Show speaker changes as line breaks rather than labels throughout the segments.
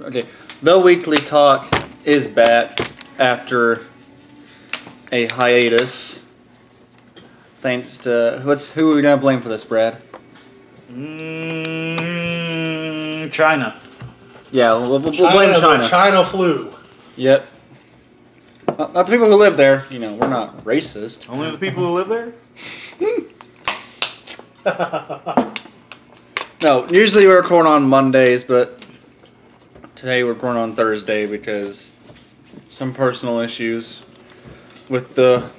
Okay, the weekly talk is back after a hiatus. Thanks to what's who are we gonna blame for this, Brad?
Mm, China.
Yeah, we'll, we'll, we'll blame China.
The China flu.
Yep. Not, not the people who live there. You know, we're not racist.
Only the people who live there?
No, usually we're recording on Mondays, but today we're recording on Thursday because some personal issues with the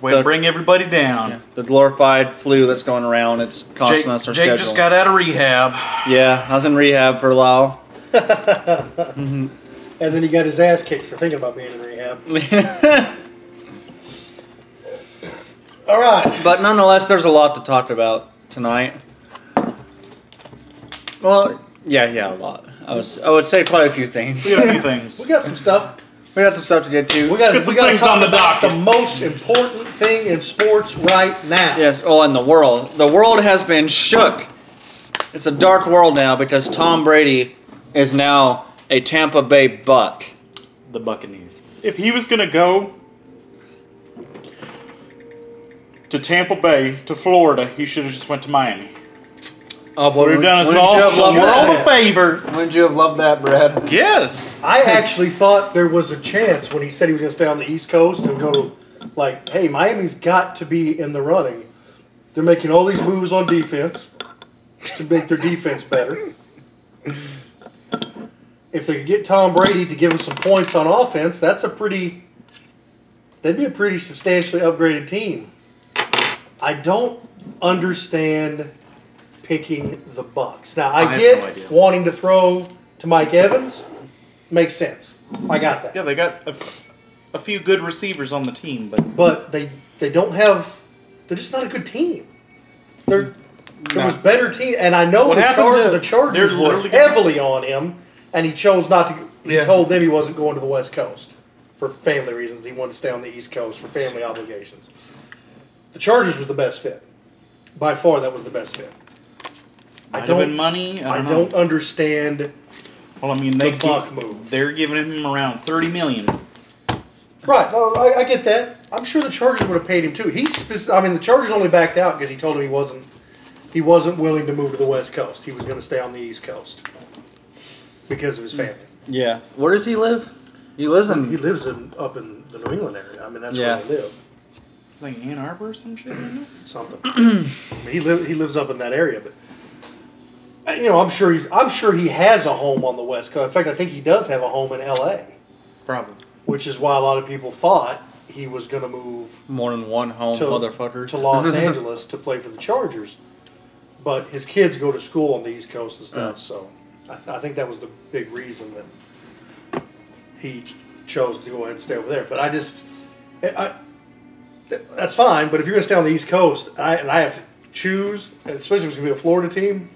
Way
The-
to bring everybody down.
the glorified flu that's going around. It's costing
Jake,
us our
Jake
schedule.
just got out of rehab.
yeah, I was in rehab for a while.
And then he got his ass kicked for thinking about being in rehab.
but
All right.
nonetheless, there's a lot to talk about tonight. Well, yeah, yeah, a lot. I would, s- I would say quite a few things.
We got a few things.
We got some stuff.
We got some stuff to get to.
We got,
Got
we
some
got to
things
talk
on the
about
docket.
the most important thing in sports right now.
Yes, oh, and the world. The world has been shook. It's a dark world now because Tom Brady is now a Tampa Bay Buck.
The Buccaneers. If he was going to go to Tampa Bay, to Florida, he should have just went to Miami.
Oh, boy,
Would have done us
wouldn't
all
you have
the
loved
world
that?
a favor.
Wouldn't you have loved that, Brad?
Yes.
I actually thought there was a chance when he said he was going to stay on the East Coast and go to, like, hey, Miami's got to be in the running. They're making all these moves on defense to make their defense better. If they could get Tom Brady to give him some points on offense, that's a pretty. They'd be a pretty substantially upgraded team. I don't understand picking the Bucks. Now
I
I,
have no
get
idea.
wanting to throw to Mike Evans. Makes sense. I got that.
Yeah, they got a, f- a few good receivers on the team, but
But they they don't have. They're just not a good team. They're there
No.
was better team, and I know
What
the,
happened
Char-
to-
the Chargers
they're
were
literally gonna-
heavily on him, and he chose not to. He
Yeah.
told them he wasn't going to the West Coast for family reasons. He wanted to stay on the East Coast for family obligations. The Chargers was the best fit, by far. That was the best fit.
might
I
have been
don't.
money. I
I
don't, know.
don't understand.
Well, I mean, they
The Buck
gi-
move.
they're giving him around thirty million.
Right. No, I, I get that. I'm sure the Chargers would have paid him too. He, spec- I mean, the Chargers only backed out because he told him he wasn't, he wasn't willing to move to the West Coast. He was going to stay on the East Coast because of his family.
Yeah. Where does he live? He lives
He
in.
lives in up in the New England area. I mean, that's
Yeah.
where they live.
Like Ann Arbor or some shit. isn't it?
Something. I mean, he live, he lives up in that area, but uh, you know, I'm sure he's, I'm sure he has a home on the West Coast. In fact, I think he does have a home in L.A.,
Probably.
which is why a lot of people thought he was going to move
More than one home,
to,
motherfucker.
to Los Angeles to play for the Chargers. But his kids go to school on the East Coast and stuff, so I, th- I think that was the big reason that he ch- chose to go ahead and stay over there. But I just, I, I- th- that's fine. But if you're going to stay on the East Coast, I, and I have to choose, and especially if it's going to be a Florida team,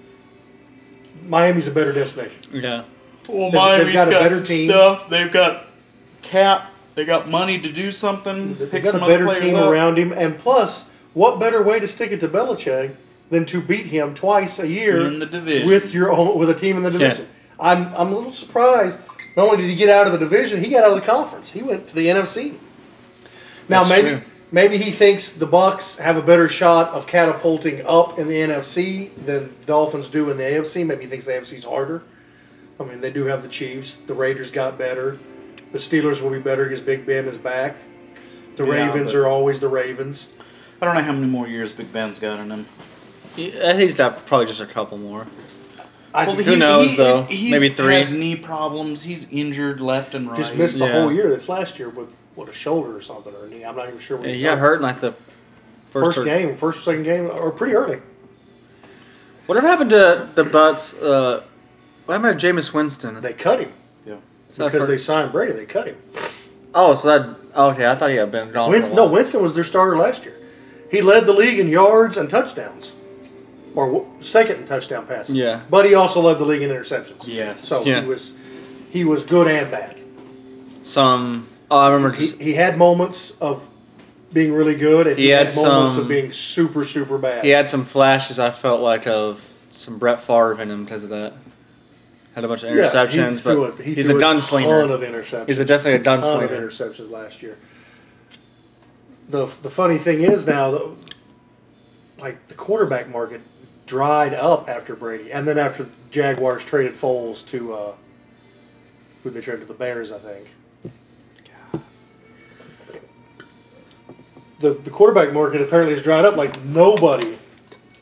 Miami's a better destination.
Yeah.
Well,
They've-
Miami's
they've
got,
got a better
some
team.
stuff. They've got cap. They got money to do something.
They've
pick
got
some
a
other
better
players
team
up.
around him, and plus, what better way to stick it to Belichick than to beat him twice a year
In the division.
with your own with a team in the division? I'm I'm a little surprised. Not only did he get out of the division, he got out of the conference. He went to the NFC. Now
That's
maybe
true.
maybe he thinks the Bucks have a better shot of catapulting up in the NFC than the Dolphins do in the AFC. Maybe he thinks the AFC's harder. I mean, they do have the Chiefs. The Raiders got better. The Steelers will be better because Big Ben is back. The
Yeah,
Ravens
but-
are always the Ravens.
I don't know how many more years Big Ben's got in him.
I think he's got probably just a couple more.
I
Well,
Who
he-
knows,
he-
though?
He's
Maybe three.
Had knee problems. He's injured left and right.
just missed the
yeah.
whole year this last year with what a shoulder or something or a knee. I'm not even sure. What
Yeah, he
he
got
done.
hurt in like the first,
First,
or-
game, first or second game, or pretty early.
Whatever happened to the Butts? Uh, what happened to Jameis Winston?
They cut him
Yeah.
Is that
because
for-
they signed Brady. They cut him.
oh, so that okay. I thought he had been gone.
Winston,
for a
no,
while.
Winston was their starter last year. He led the league in yards and touchdowns, or w- second in touchdown passes.
Yeah.
but he also led the league in interceptions.
Yes.
so
Yeah.
he was he was good and bad.
Some. Oh, I remember.
He, he had moments of being really good, and he,
He
had,
had
moments
some-
of being super, super bad.
He had some flashes I felt like of some Brett Favre in him because of that.
Had a bunch of
Yeah, he
interceptions,
threw
but
a- he
he's a
threw Ton
gunslinger.
of interceptions.
he's a, definitely a
ton of
gunslinger.
interceptions last year. The the funny thing is now, though, like the quarterback market dried up after Brady, and then after Jaguars traded Foles to uh, who they traded to the Bears, I think. The the quarterback market apparently has dried up. Like nobody,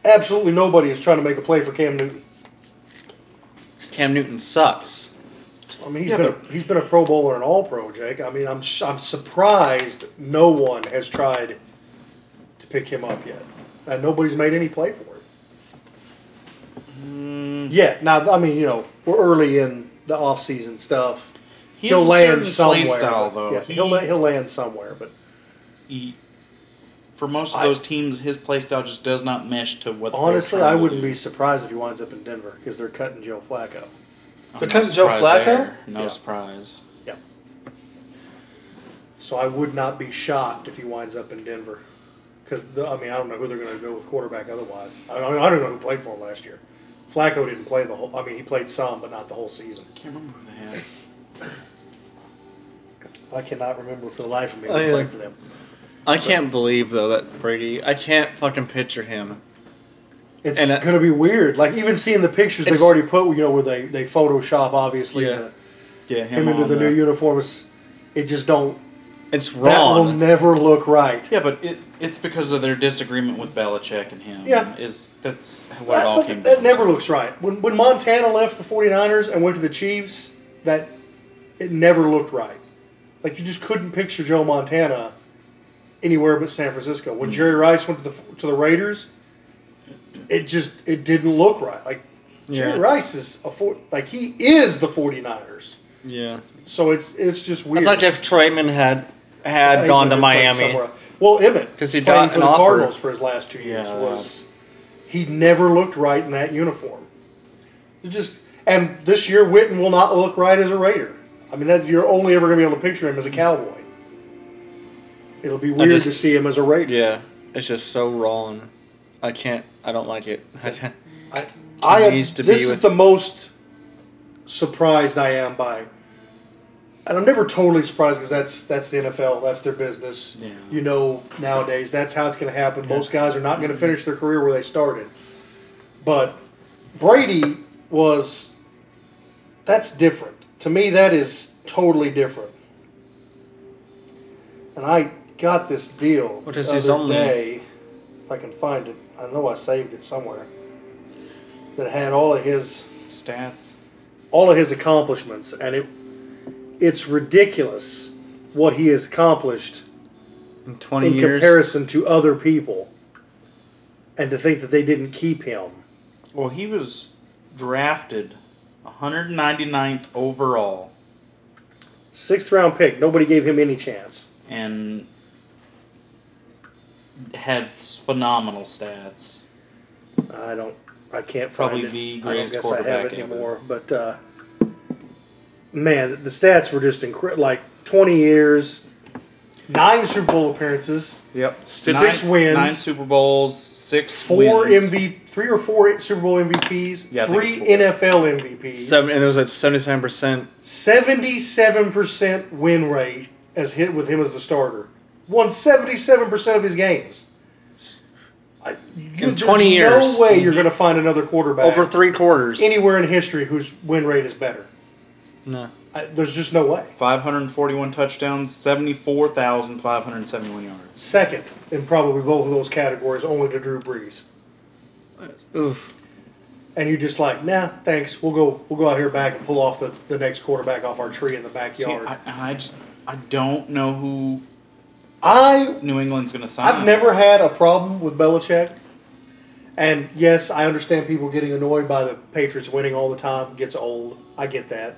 absolutely nobody is trying to make a play for Cam Newton.
'Cause Cam Newton sucks.
I mean, he's
Yeah,
been a, he's been a Pro Bowler and All Pro, Jake. I mean, I'm sh- I'm surprised no one has tried to pick him up yet, and nobody's made any play for him.
Mm, Hmm.
Yeah, now I mean, you know, we're early in the off season stuff.
He
he'll
has a
land
certain
somewhere.
play style,
but-
though.
Yeah,
He-
he'll la- he'll land somewhere, but
he- for most of
I-
those teams, his play style just does not mesh to what. they're
honestly,
trying
I
to
wouldn't
do.
be surprised if he winds up in Denver because they're cutting Joe Flacco.
I'm
They're
not
cutting Joe
surprised
Flacco?
there. No
Yeah.
surprise.
Yeah. So I would not be shocked if he winds up in Denver, because I mean I don't know who they're going to go with quarterback otherwise. I don't, I don't know who played for him last year. Flacco didn't play the whole. I mean he played some, but not the whole season.
Can't remember who they had.
I cannot remember for the life of me who
Oh, yeah.
played for them.
I can't believe though that Brady. I can't fucking picture him.
It's
And, uh,
going to be weird. Like even seeing the pictures they've
It's-
already put, you know, where they they Photoshop obviously
Yeah.
Yeah,
the, him
him,
into
on
the, new uniforms. It just don't.
It's
That will
wrong.
never look right.
Yeah, but it, it's because of their disagreement with Belichick and him.
Yeah.
is that's what
That,
it all
but
came.
that
down
never
to.
looks right. When, when Montana left the 49ers and went to the Chiefs, that it never looked right. Like you just couldn't picture Joe Montana anywhere but San Francisco.
Hmm.
When Jerry Rice went to the to the Raiders, it just it didn't look right. Like
Yeah.
Jerry Rice is a four, like he is the 49ers.
yeah.
So it's it's just weird.
It's like if Trayman had had
Like,
gone
when
to
he played
Miami.
somewhere else. Well, Emmett
'Cause he
playing
got
for
an
the
offer.
Cardinals for his last two years
Yeah.
was he never looked right in that uniform. It just and this year Witten will not look right as a Raider. I mean that you're only ever going to be able to picture him as a Cowboy. It'll be weird to
just-
see him as a Raider.
Yeah. It's just so wrong. I can't. I don't like it.
I, I am,
needs to be
this is
with-
the most surprised I am by, and I'm never totally surprised because that's that's the NFL, that's their business.
Yeah.
You know, nowadays that's how it's going to happen. Most guys are not going
Mm-hmm.
to finish their career where they started, but Brady was. That's different to me. That is totally different, and I got this deal
What is
the
his
other
only-
day. If I can find it, I know I saved it somewhere that had all of his
Stats.
all of his accomplishments and it it's ridiculous what he has accomplished
In twenty
in
years.
comparison to other people and to think that they didn't keep him
Well, he was drafted 199th overall,
sixth round pick nobody gave him any chance
and had phenomenal stats.
i don't i can't
Probably
find it.
the
I don't
greatest
guess I have
quarterback
it
ever.
anymore but uh man the stats were just incredible like 20 years nine super bowl appearances
Yep.
Six
nine,
wins.
nine Super Bowls, six
four
wins.
MV, three or four Super Bowl MVPs,
Yeah, I think
three
it's four.
NFL MVPs,
Seven, and it was at seventy-seven percent.
seventy-seven percent win rate as hit with him as the starter. Won seventy-seven percent of his games. I, you, there's
20 years.
no way you're going to find another quarterback
Over three quarters.
anywhere in history whose win rate is better.
no.
I, there's just no way.
541 touchdowns, 74,571 yards.
Second in probably both of those categories, only to Drew Brees.
Oof.
And you're just like, nah, thanks. We'll go. We'll go out here back and pull off the, the next quarterback off our tree in the
See,
backyard.
I, I just I don't know who
I
New England's going to sign.
I've never had a problem with Belichick. And yes, I understand people getting annoyed by the Patriots winning all the time. It gets old. I get that.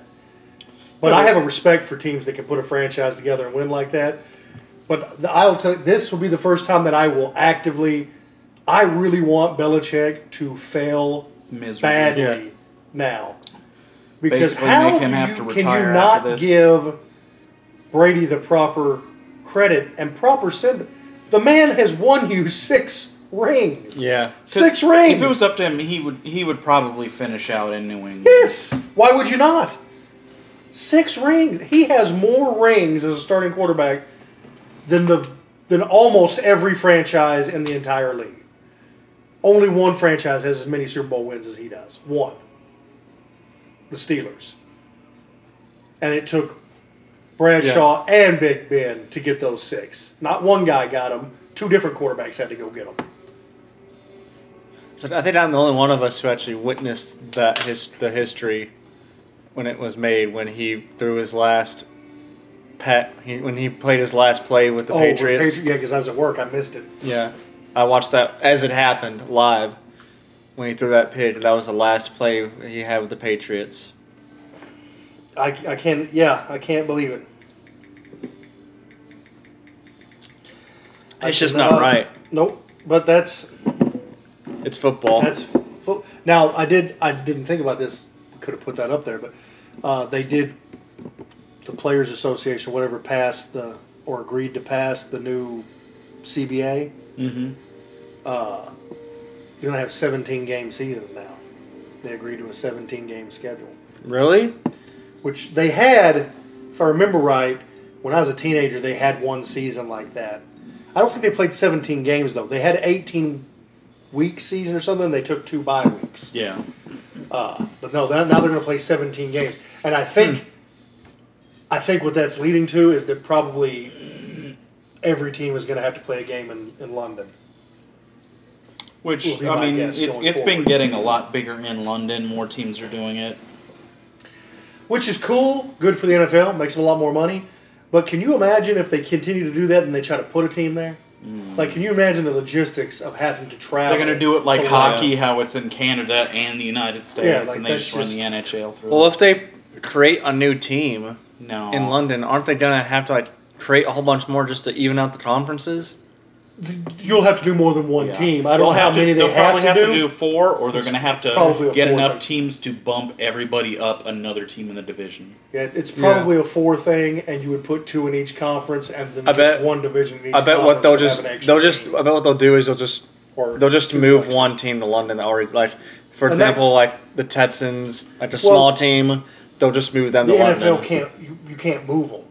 But I have a respect for teams that can put a franchise together and win like that. But the- I'll tell you, this will be the first time that I will actively. I really want Belichick to fail
miserably.
badly
Yeah.
now. Because
Basically
how
make him
do
have
you-
to
can you
retire
not
after this?
give Brady the proper credit and proper send? The man has won you six rings.
Yeah.
Six rings.
If it was up to him, he would he would probably finish out in New England.
Yes. Why would you not? Six rings. He has more rings as a starting quarterback than the than almost every franchise in the entire league. Only one franchise has as many Super Bowl wins as he does. One. The Steelers. And it took Bradshaw and Big Ben to get those six. Not one guy got them. Two different quarterbacks had to go get them.
So I think I'm the only one of us who actually witnessed that his the history when it was made when he threw his last pat he, when he played his last play with the
oh,
Patriots.
Patri- yeah, because I was at work. I missed it.
Yeah, I watched that as it happened live when he threw that pitch. That was the last play he had with the Patriots.
I, I can't. Yeah, I can't believe it. I
It's just
cannot-
not right.
uh, Nope. But that's
It's football.
that's fo- now. I did. I didn't think about this. Could have put that up there, but uh, they did. The Players Association, whatever, passed the or agreed to pass the new CBA.
Mm-hmm.
Uh, you're gonna have 17 game seasons now. They agreed to a 17 game schedule.
really?
which they had, if I remember right, when I was a teenager, they had one season like that. I don't think they played 17 games though. They had 18 week season or something. They took two bye weeks.
Yeah.
Uh, but no, that, now they're going to play 17 games, and I think, I think what that's leading to is that probably every team is going to have to play a game in, in London. Will
Which
be
I
my
mean,
guess
it's
going
it's been
forward.
getting a lot bigger in London. More teams are doing it.
which is cool, good for the NFL, makes them a lot more money. But can you imagine if they continue to do that and they try to put a team there? Like, can you imagine the logistics of having to travel?
They're gonna do it like
to
hockey, how it's in Canada and the United States,
like,
and they
that's
just run the
just-
NHL through.
Well,
it.
if they create a new team
no,
in London, aren't they gonna have to like create a whole bunch more just to even out the conferences?
London? You'll have to do more than one
Yeah.
team. I don't
They'll
know how
have to-
many they
they'll
have
probably
to,
have
do.
to do four, or they're going to have
probably
to
a
get
four
enough
thing.
teams to bump everybody up another team in the division.
Yeah, it's probably a four thing, and you would put two in each conference, and then
I
just
bet-
one division. In each
I bet what
conference
they'll
would have
just
an extra
they'll just
team.
I bet what they'll do is they'll just
Or
they'll just
two
move
extra.
one team to London that already like for
And that-
example like the Texans like a small team they'll just move them
The
to
NFL
London.
can't you, you can't move them.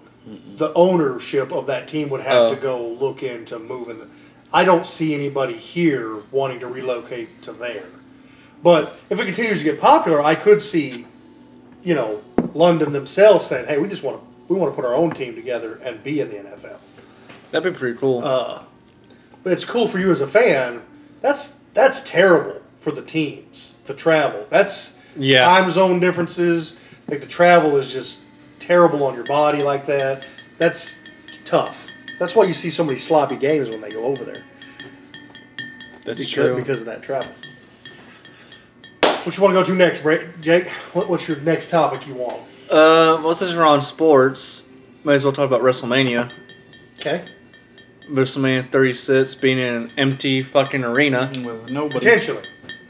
The ownership of that team would have
Oh.
to go look into moving. Them. I don't see anybody here wanting to relocate to there. But if it continues to get popular, I could see, you know, London themselves saying, "Hey, we just want to we want to put our own team together and be in the NFL."
That'd be pretty cool.
Uh, but it's cool for you as a fan. That's that's terrible for the teams to travel. That's
Yeah.
time zone differences. Like the travel is just terrible on your body like that. That's tough. That's why you see so many sloppy games when they go over there.
That's
because,
true.
because of that travel. What you want to go to next, Bra- Jake? What, what's your next topic you want?
uh, well, since we're on sports, might as well talk about WrestleMania.
Okay.
WrestleMania 36 being in an empty fucking arena.
With nobody.
Potentially.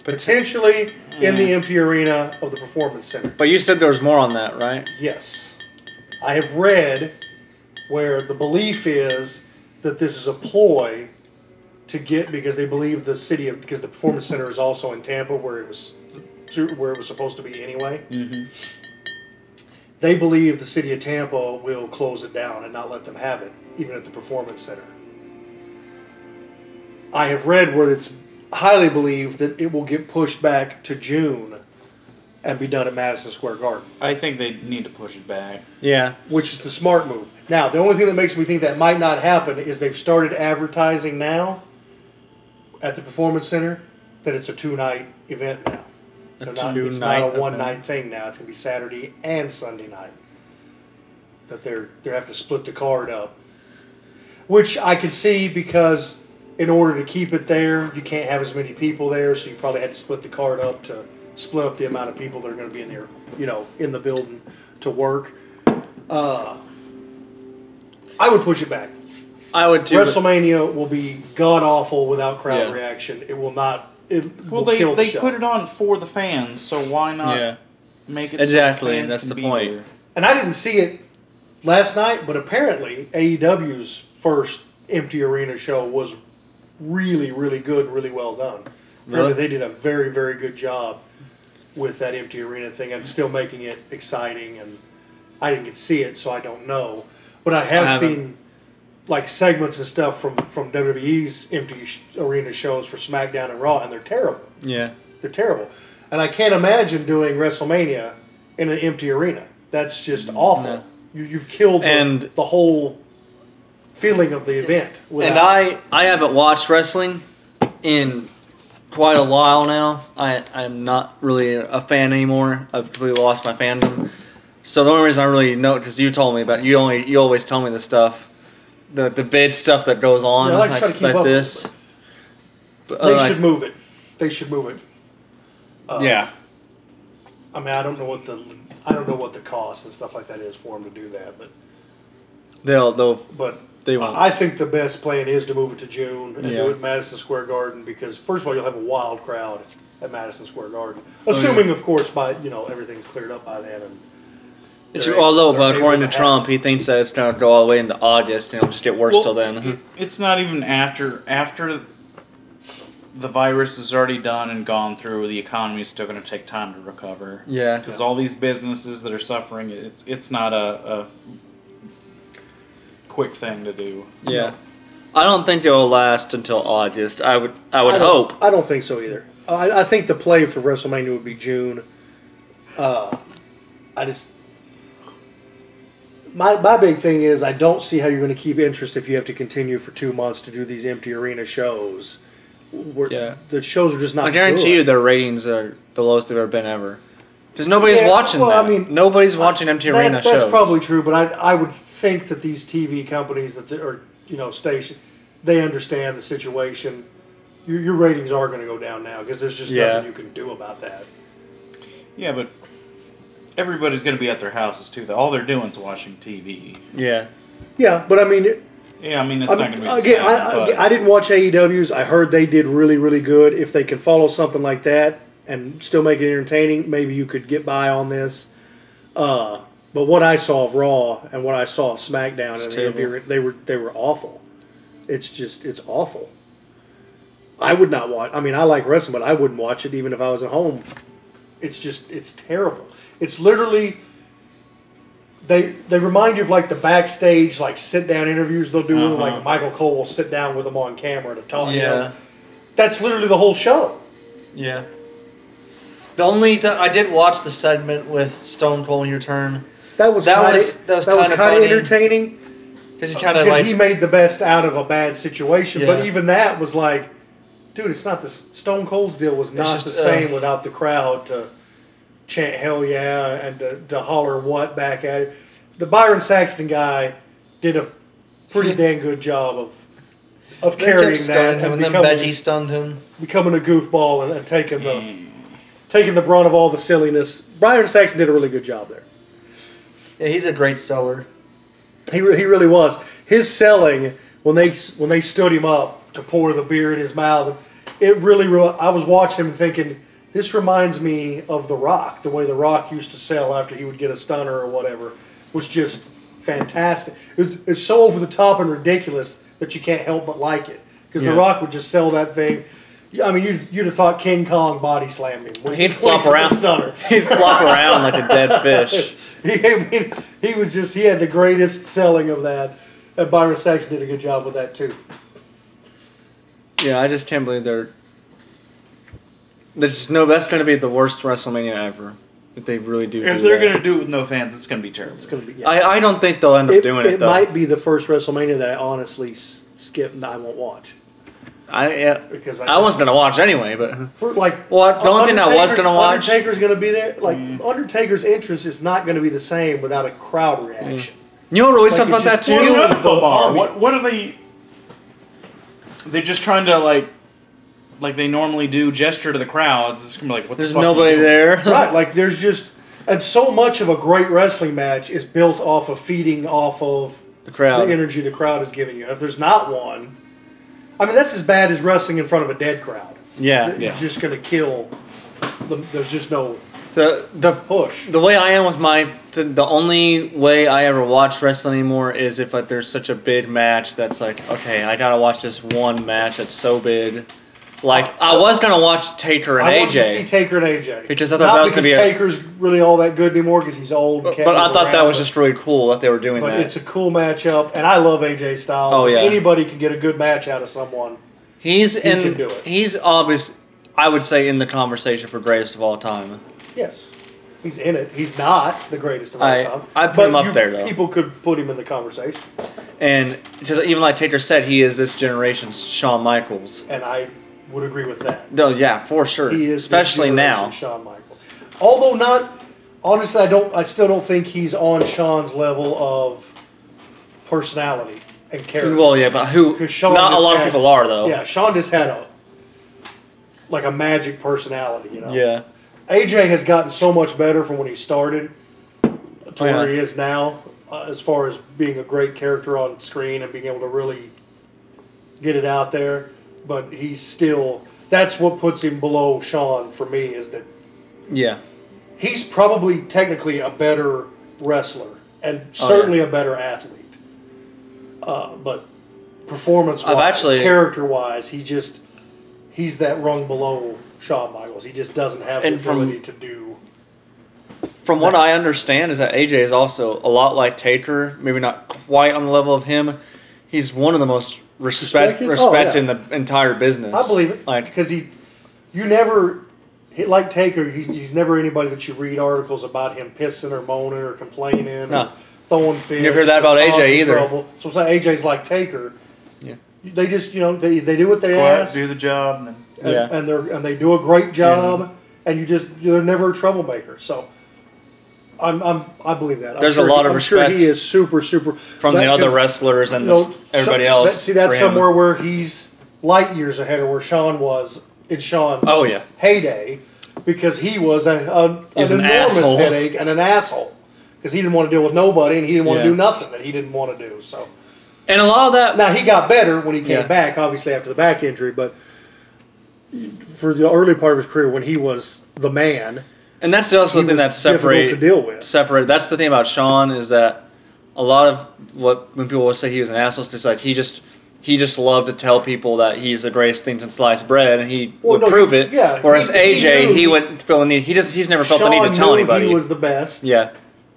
Potentially in
Mm.
the empty arena of the Performance Center.
But you said there was more on that, right?
Yes. I have read where the belief is that this is a ploy to get because they believe the city of because the performance center is also in Tampa where it was where it was supposed to be anyway.
Mhm.
They believe the city of Tampa will close it down and not let them have it even at the performance center. I have read where it's highly believed that it will get pushed back to June and be done at Madison Square Garden.
I think they need to push it back.
Yeah.
which is the smart move. Now, the only thing that makes me think that might not happen is they've started advertising now at the performance center that it's a two-night event now.
A
They're not- it's
two-night
not a
event.
one-night thing now. It's going to be Saturday and Sunday night. That they're they have to split the card up, which I can see because in order to keep it there, you can't have as many people there, so you probably had to split the card up to split up the amount of people that are going to be in there, you know, in the building to work. Uh, I would push it back.
I would too. but-
WrestleMania will be god awful without crowd
Yeah.
reaction. It will not. It
Well,
will kill
they,
the
they
show.
put it on for the fans, so why not
yeah.
make it
Exactly,
So the fans
that's
can
the
be
point.
there?
and I didn't see it E last night, but apparently AEW's first empty arena show was really, really good, really well done. Apparently, they did a very, very good job with that empty arena thing and still making it exciting. And I didn't get to see it, so I don't know. But I have
I haven't.
seen like segments and stuff from from WWE's empty sh- arena shows for SmackDown and Raw, and they're terrible.
Yeah.
They're terrible. And I can't imagine doing WrestleMania in an empty arena. That's just awful.
Mm-hmm. No.
You, you've killed the,
And-
the whole feeling of the event.
And
without-
I, I haven't watched wrestling in quite a while now. I, I'm not really a fan anymore. I've completely lost my fandom. So the only reason I really know because you told me about you only you always tell me the stuff, the the bid stuff that goes on
Yeah, I like to try
like,
to keep
like
up with
this.
it.
But,
they
uh,
should move it. They should move it. Uh,
Yeah,
I mean, I don't know what the I don't know what the cost and stuff like that is for them to do that, but
they'll they'll
but
They won't.
I think the best plan is to move it to June and
Yeah.
do it at Madison Square Garden because first of all you'll have a wild crowd at Madison Square Garden,
Oh,
assuming of course by you know everything's cleared up by then. And
It's-
they're-
although,
they're
but
able
according to
have-
Trump, he thinks that it's going to go all the way into August and it'll just get worse till
Well,
then.
it- it's not even after after the virus is already done and gone through. The economy is still going to take time to recover.
Yeah.
because all these businesses that are suffering, it's it's not a, a quick thing to do.
Yeah, I don't think it'll last until August. I would I would
I don't-
hope.
I don't think so either. I, I think the play for WrestleMania would be June. Uh, I just my my big thing is I don't see how you're going to keep interest if you have to continue for two months to do these empty arena shows. Where
Yeah.
the shows are just not.
I guarantee you
good.
their ratings are the lowest they've ever been ever. Because nobody's
Yeah,
watching
well, I
that.
mean,
nobody's watching MT
that's,
Arena
That's
shows.
probably true, but I, I would think that these TV companies that they- are you know station, they understand the situation. Your, your ratings are going to go down now because there's just
Yeah.
nothing you can do about that.
Yeah, but everybody's going to be at their houses too. All they're doing is watching TV.
yeah.
Yeah, but I mean, it,
Yeah, I mean it's
I
not
mean,
going to be the
again,
same,
I, I-
but-
I didn't watch AEWs. I heard they did really, really good. If they could follow something like that and still make it entertaining, maybe you could get by on this. Uh, but what I saw of Raw and what I saw of SmackDown, and the
terrible.
NBA, they were they were awful. It's just it's awful. I would not watch. I mean, I like wrestling, but I wouldn't watch it even if I was at home. It's just it's terrible. It's literally they they remind you of like the backstage like sit down interviews they'll do with them, like Michael Cole will sit down with them on camera to talk. you know.
Yeah.
that's literally the whole show.
Oh, Yeah. The only th- I did watch the segment with Stone Cold when he returned
That was
That
kinda-
was- that was kinda
kinda
funny.
entertaining
because he kind of
because
like
Uh, he made the best out of a bad situation.
Yeah.
But even that was like, dude, it's not the Stone Cold's deal was not
just,
the
uh,
same without the crowd to chant hell yeah and to, to holler what back at it. The Byron Saxton guy did a pretty dang good job of of
They kept
carrying that
stunned
and
him, and then
becoming-
Becky stunned him.
becoming a goofball and, and taking the
Mm.
taking the brunt of all the silliness. Byron Saxon did a really good job there.
Yeah, he's a great seller.
He re- he really was. His selling when they s- when they stood him up to pour the beer in his mouth, it really. re- I was watching him thinking. This reminds me of The Rock, the way The Rock used to sell after he would get a stunner or whatever, was just fantastic. It was, it's so over the top and ridiculous that you can't help but like it because
Yeah.
The Rock would just sell that thing. I mean, you'd, you'd have thought King Kong body slammed him. when-
He'd
when he
flop
took the
around.
Stunner.
He'd flop around like a dead fish.
He, I mean, he was just, he had the greatest selling of that. And Byron Saxon did a good job with that, too.
Yeah, I just can't believe they're. There's just no. That's going to be the worst WrestleMania ever if they really do.
if
do
they're
that.
going to do it with no fans, it's going to be terrible.
It's going to be, yeah.
I, I don't think they'll end up
it
doing it,
it
though.
might be the first WrestleMania that I honestly s- skip and I won't watch.
I yeah,
Because I
I, wasn't gonna watch anyway, but
For like,
Well, the only thing I was
Undertaker-
gonna watch- Mm.
Undertaker's going to be there. Like, Undertaker's entrance is not going to be the same without a crowd
Mm.
reaction.
you know what really
Like,
sucks
it's
about that
just
too?
one-
None of them are. What,
Obvious.
what are they? They're just trying to like, like they normally do, gesture to the crowds. It's gonna be like, what?
There's
the fuck are you
nobody
doing?
there.
right. Like, there's just, and so much of a great wrestling match is built off of feeding off of
the crowd.
the energy the crowd is giving you. And if there's not one, I mean, that's as bad as wrestling in front of a dead crowd.
yeah,
It's just going to kill. The, there's just no.
It's The the
push.
the way I am with my the, the only way I ever watch wrestling anymore is if like, there's such a big match that's like okay I gotta watch this one match that's so big. Like I was gonna watch Taker and
I wanted
AJ.
to see Taker and AJ
Because I thought
Not
that was gonna
because
be a-
Taker's really all that good anymore because he's old. and
But,
can't
but I
move
thought that
around,
was
but-
just really cool that they were doing
But
that.
it's a cool matchup, and I love AJ Styles.
Oh,
if
yeah.
anybody can get a good match out of someone,
he's in.
can do it.
He's obvious. I would say in the conversation for greatest of all time.
yes, he's in it. He's not the greatest of all
I-
time.
I put
but
him up
you-
there, though.
People could put him in the conversation,
And just even like Taker said, he is this generation's Shawn Michaels.
and I would agree with that.
No, yeah, for sure.
He is
Especially
this generation
now.
Shawn Michaels. Although not honestly, I don't. I still don't think he's on Shawn's level of personality and character.
Well, yeah, but who?
Because Shawn
not a
just
lot of
had-
people are though.
Yeah, Sean just had a like a magic personality, you know.
Yeah.
AJ has gotten so much better from when he started to
Oh, yeah.
where he is now, uh, as far as being a great character on screen and being able to really get it out there. But he's still that's what puts him below Sean for me is that
Yeah.
he's probably technically a better wrestler
Oh,
and certainly a better athlete. Uh, but performance
I've
wise,
actually-
character wise, he just he's that rung below Shawn Michaels. He just doesn't have the
And from-
ability to do.
From what I understand is that AJ is also a lot like Taker, maybe not quite on the level of him. He's one of the most respect
Respected? Oh,
respect
yeah.
in the entire business.
I believe it
Like
because he you never he- like Taker. He's he's never anybody that you read articles about him pissing or moaning or complaining.
No.
Or, Throwing fits.
hear that
or
about AJ
causing
either.
trouble. So I'm saying AJ's like Taker.
Yeah.
They just, you know, they, they do what they
Go out,
ask.
do the job, and then
and,
Yeah.
and they're and they do a great job, and you just you're never a troublemaker. So, I'm, I'm I believe that. I'm
There's a
sure
lot
he,
of
I'm sure
respect
he is super super
from the other wrestlers and this, everybody else.
see, that's
for him.
somewhere where he's light years ahead of where Sean was in Sean's
Oh, yeah.
heyday, because he was a, a
He's
an,
an
enormous
asshole.
headache and an asshole because he didn't want to deal with nobody and he didn't want
Yeah.
to do nothing that he didn't want to do. So.
And a lot of that.
Now he got better when he came
Yeah.
back, obviously after the back injury, but for the early part of his career when he was the man,
And that's the also
He
thing
was
that separate
difficult to deal with.
Separate. That's the thing about Sean is that a lot of what when people will say he was an asshole, it's just like he just he just loved to tell people that he's the greatest thing since sliced bread, and he
Well,
would
no,
prove it.
yeah,
Whereas
he- he
AJ,
knew-
he, wouldn't feel the need. He just he's never felt
Shawn
the need to tell
knew
anybody.
he was the best.
yeah,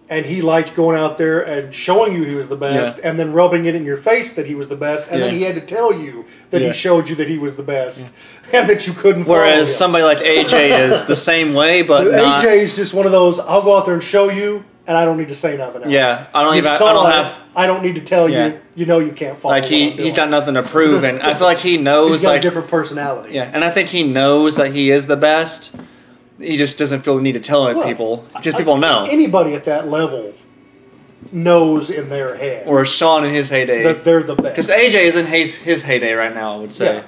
and he liked going out there and showing you he was the best, and then rubbing it in your face that he was the best, and then
Yeah.
he had to tell you that
Yeah.
he showed you that he was the best, and that you couldn't. follow
Whereas
him.
somebody like AJ is the same way, but,
But
not.
AJ is just one of those. I'll go out there and show you, and I don't need to say nothing else.
Yeah, I don't
You
even- I
saw
don't
it,
have-
I don't need to tell
Yeah.
you. You know you can't follow.
like he
what I'm
he's
doing.
got nothing to prove, and I feel like he knows
He's got
like
a different personality.
yeah, and I think he knows that he is the best. He just doesn't feel the need to tell it
Well,
people. Just
I-
people know.
Anybody at that level knows in their head
or Sean in his
that
heyday.
they're the best.
Because AJ is in his his heyday right now, I would say.
Yeah.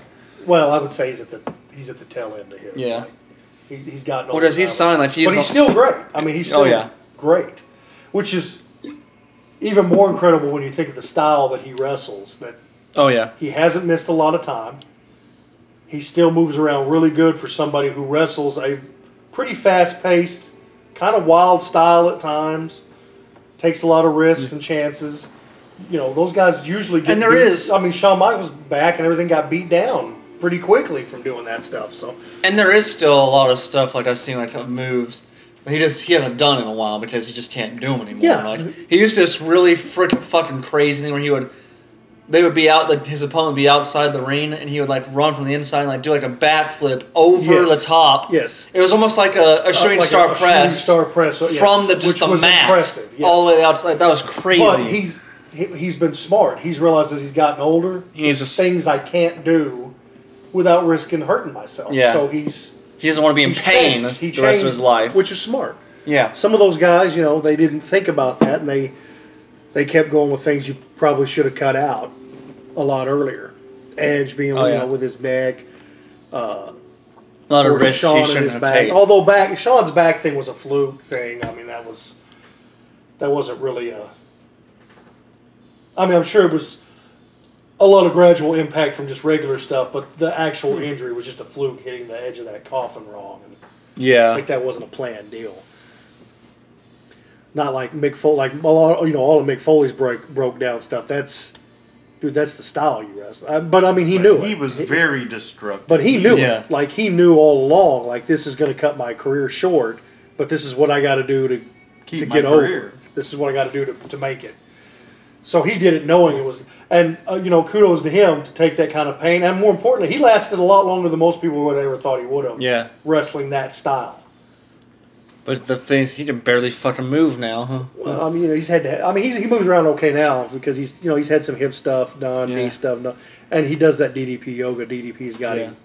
Well, I would say he's at the he's at the tail end of his.
Yeah.
Like, he's he's gotten.
Well, does he
older now.
sound like he's
But he's
a-
still great. I mean, he's still
Oh, yeah.
great, which is even more incredible when you think of the style that he wrestles. That
Oh yeah,
he hasn't missed a lot of time. He still moves around really good for somebody who wrestles a pretty fast paced, kind of wild style at times. Takes a lot of risks and chances. You know, those guys usually get.
And there
beat-
is-
I mean, Shawn Michaels back and everything got beat down pretty quickly from doing that stuff. So,
and there is still a lot of stuff like I've seen like of moves. that He just he hasn't done in a while because he just can't do them anymore.
Yeah.
Like he used to this really freaking fucking crazy thing where he would, they would be out like his opponent would be outside the ring and he would like run from the inside and like do like a bat flip over
Yes.
the top.
yes.
It was almost like a, a shooting
like a-
star
a shooting
press
star press, so- yes,
from the just
which
the
was
mat
impressive, yes.
all the way outside. That was crazy.
But he's he, he's been smart. He's realized as he's gotten older,
He needs
there's
to s-
things I can't do without risking hurting myself.
Yeah.
So he's
he doesn't want to be in
he's
pain
changed. He
the rest of
changed,
his life.
which is smart.
yeah.
Some of those guys, you know, they didn't think about that, and they they kept going with things you probably should have cut out a lot earlier. Edge being
Oh,
you
yeah.
know, with his neck, uh,
A lot of
or
risks
Sean
he
and
shouldn't
his
have
back. Oh.
taken.
Although back Sean's back thing was a fluke thing. I mean, that was that wasn't really a. I mean, I'm sure it was a lot of gradual
Hmm.
impact from just regular stuff, but the actual injury was just a fluke hitting the edge of that coffin wrong. And
Yeah.
Like that wasn't a planned deal. Not like Mick Foley, like a lot- you know, all of Mick Foley's break broke down stuff. That's, dude, that's the style you wrestle. I, but I mean, he knew
He
it.
was very destructive.
but he knew
Yeah.
it. Like he knew all along. Like this is going to cut my career short. But this is what I got to do to
Keep
to
my
get
career.
over. This is what I got to do to to make it. So he did it knowing it was, and uh, you know, kudos to him to take that kind of pain. And more importantly, he lasted a lot longer than most people would have ever thought he would have.
Yeah.
wrestling that style.
But the thing is, he can barely fucking move now, huh?
Well, I mean, you know, he's had. To, I mean, he's, he moves around okay now because he's you know he's had some hip stuff done,
Yeah.
knee stuff done, and he does that DDP yoga. DDP's got him.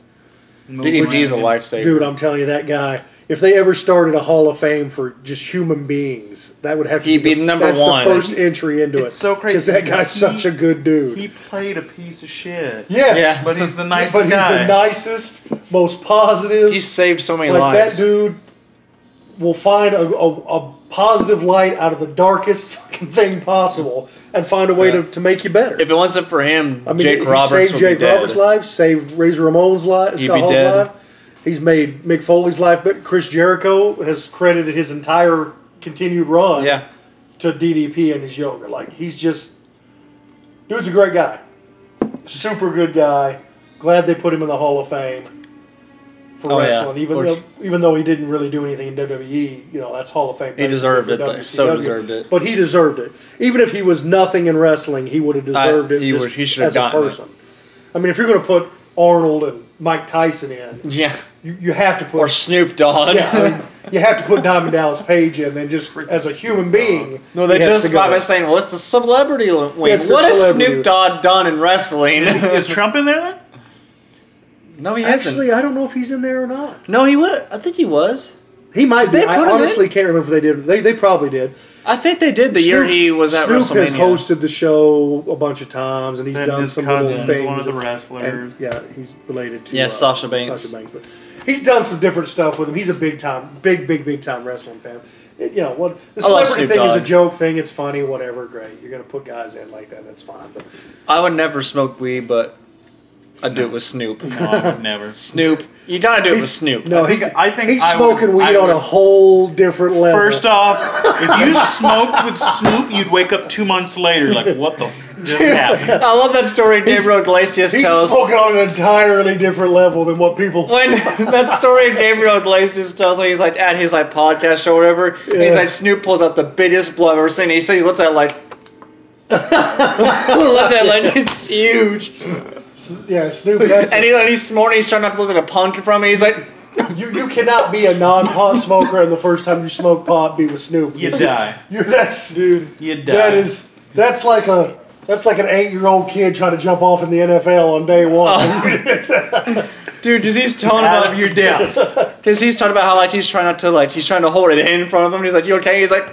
DDP is a lifesaver.
Dude, I'm telling you, that guy. If they ever started a Hall of Fame for just human beings, that would have to
He'd
be,
be
the,
number
that's
one.
The first entry into it.
It's so crazy
because that guy's
because he-
such a good dude.
He played a piece of shit.
yes,
Yeah.
But he's the
but
nicest
he's
guy.
the nicest, most positive.
He saved so many
like
lives.
that dude will find a, a, a positive light out of the darkest fucking thing possible and find a way
Yeah.
to, to make you better.
If it wasn't for him,
I mean,
Jake
he
Roberts
saved
would
Jake
be dead.
Roberts' life, saved Razor Ramon's life,
He'd be
Scott Hall's
dead.
life. He's made Mick Foley's life, but Chris Jericho has credited his entire continued run
Yeah.
to DDP and his yoga. Like he's just, dude's a great guy, super good guy. Glad they put him in the Hall of Fame for
Oh, yeah,
wrestling, even
of course.
though even though he didn't really do anything in WWE. You know that's Hall of Fame. E
He deserved it, though. So deserved it.
But he deserved it. Even if he was nothing in wrestling, he would have deserved it.
he
just
was- he should have
as a
gotten it.
person. I mean, if you're going to put Arnold and Mike Tyson in,
Yeah.
you, you have to put
Or Snoop Dogg.
yeah, I mean, you have to put Diamond Dallas Page in, then just as a human being.
No, they
he has to go
justify by
there.
saying, "Well, it's the celebrity wing.
It's the
what has
celebrity
Snoop
wing.
Dogg done in wrestling?"
is Trump in there then?
no, he
Actually, I don't know if he's in there or not.
No, he was. I think he was.
He might
Did
be.
they put him
I
in?
honestly can't remember if they did. They, they probably did.
I think they did the year
Snoop-
he was at
Snoop
WrestleMania.
has hosted the show a bunch of times, and he's
Then
done
his
some little
cousin is
things.
one of the
and-
wrestlers.
and, yeah, he's related to uh,
Yeah, Sasha Banks.
Sasha Banks, but he's done some different stuff with him. He's a big time, big, big, big time wrestling fan. It- you know what? The
I love
celebrity
Snoop
thing is a
Dogg.
joke thing. It's funny, whatever. Great, you're gonna put guys in like that. That's fine. But
I would never smoke weed, but I'd do it with Snoop.
No, Oh, I would never.
Snoop, you gotta do it with Snoop.
No,
I think-
he's,
I think
he's
I would-
smoking weed
I
on a
would-
whole different level.
First off, if you smoked with Snoop, you'd wake up two months later like, what the f- just happened?
I love that story Gabriel Iglesias
he's
tells.
smoking on an entirely different level than what people.
when that story Gabriel Iglesias tells me he's like at his like podcast or whatever, and he's
Yeah.
like Snoop pulls out the biggest blow I've ever seen. And he says he looks at it like, looks at it like it's huge,
Yeah, Snoop. That's
and, he, and he's snorting. He's trying not to look at a punk from me. He's like,
you. You cannot be a non-pot smoker, and the first time you smoke pot, be with Snoop.
You die.
You're that's dude.
You die.
That is. That's like a. That's like an eight-year-old kid trying to jump off in the NFL on day one.
dude, because he's talking
Out of
about
your depth.
because he's talking about how like he's trying not to like he's trying to hold it in front of him. He's like, you okay? He's like,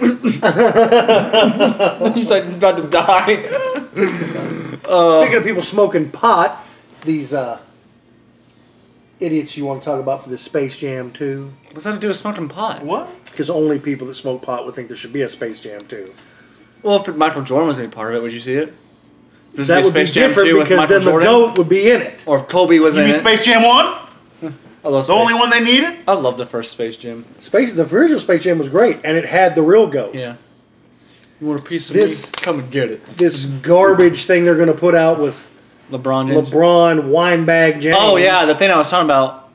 he's like about to die.
Oh.
Speaking of people smoking pot, these uh, idiots you want to talk about for this Space Jam too.
What's that to do with smoking pot?
What?
Because only people that smoke pot would think there should be a Space Jam 2.
Well, if Michael Jordan was any part of it, would you see it? There's
That would be different because then the GOAT would be in it.
Or if Kobe was
You
in
mean
it.
Space Jam 1?
I love
The
Space-
only one they needed?
I love the first Space Jam.
Space, the original Space Jam was great, and it had the real GOAT.
Yeah. You want a piece of
This-
me? Come and get it.
This garbage thing they're going to put out with
LeBron James.
LeBron, Winebag James.
Oh yeah, the thing I was talking about.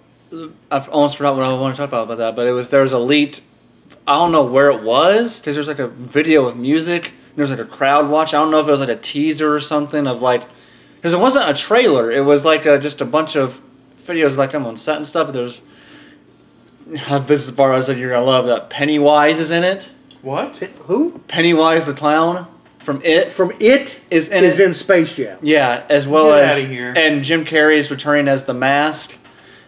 I almost forgot what I wanted to talk about about that, but it was there was a leaked. I don't know where it was because there's like a video with music. and There was like a crowd watch. I don't know if it was like a teaser or something of like, because it wasn't a trailer. It was like a, just a bunch of videos like them on set and stuff. But there's this is the part I said you're gonna love that Pennywise is in it.
What?
Who?
Pennywise the clown from It
From It
is in
is
it.
in Space Jam.
yeah, as well
Get
as
outta here.
and Jim Carrey is returning as the Mask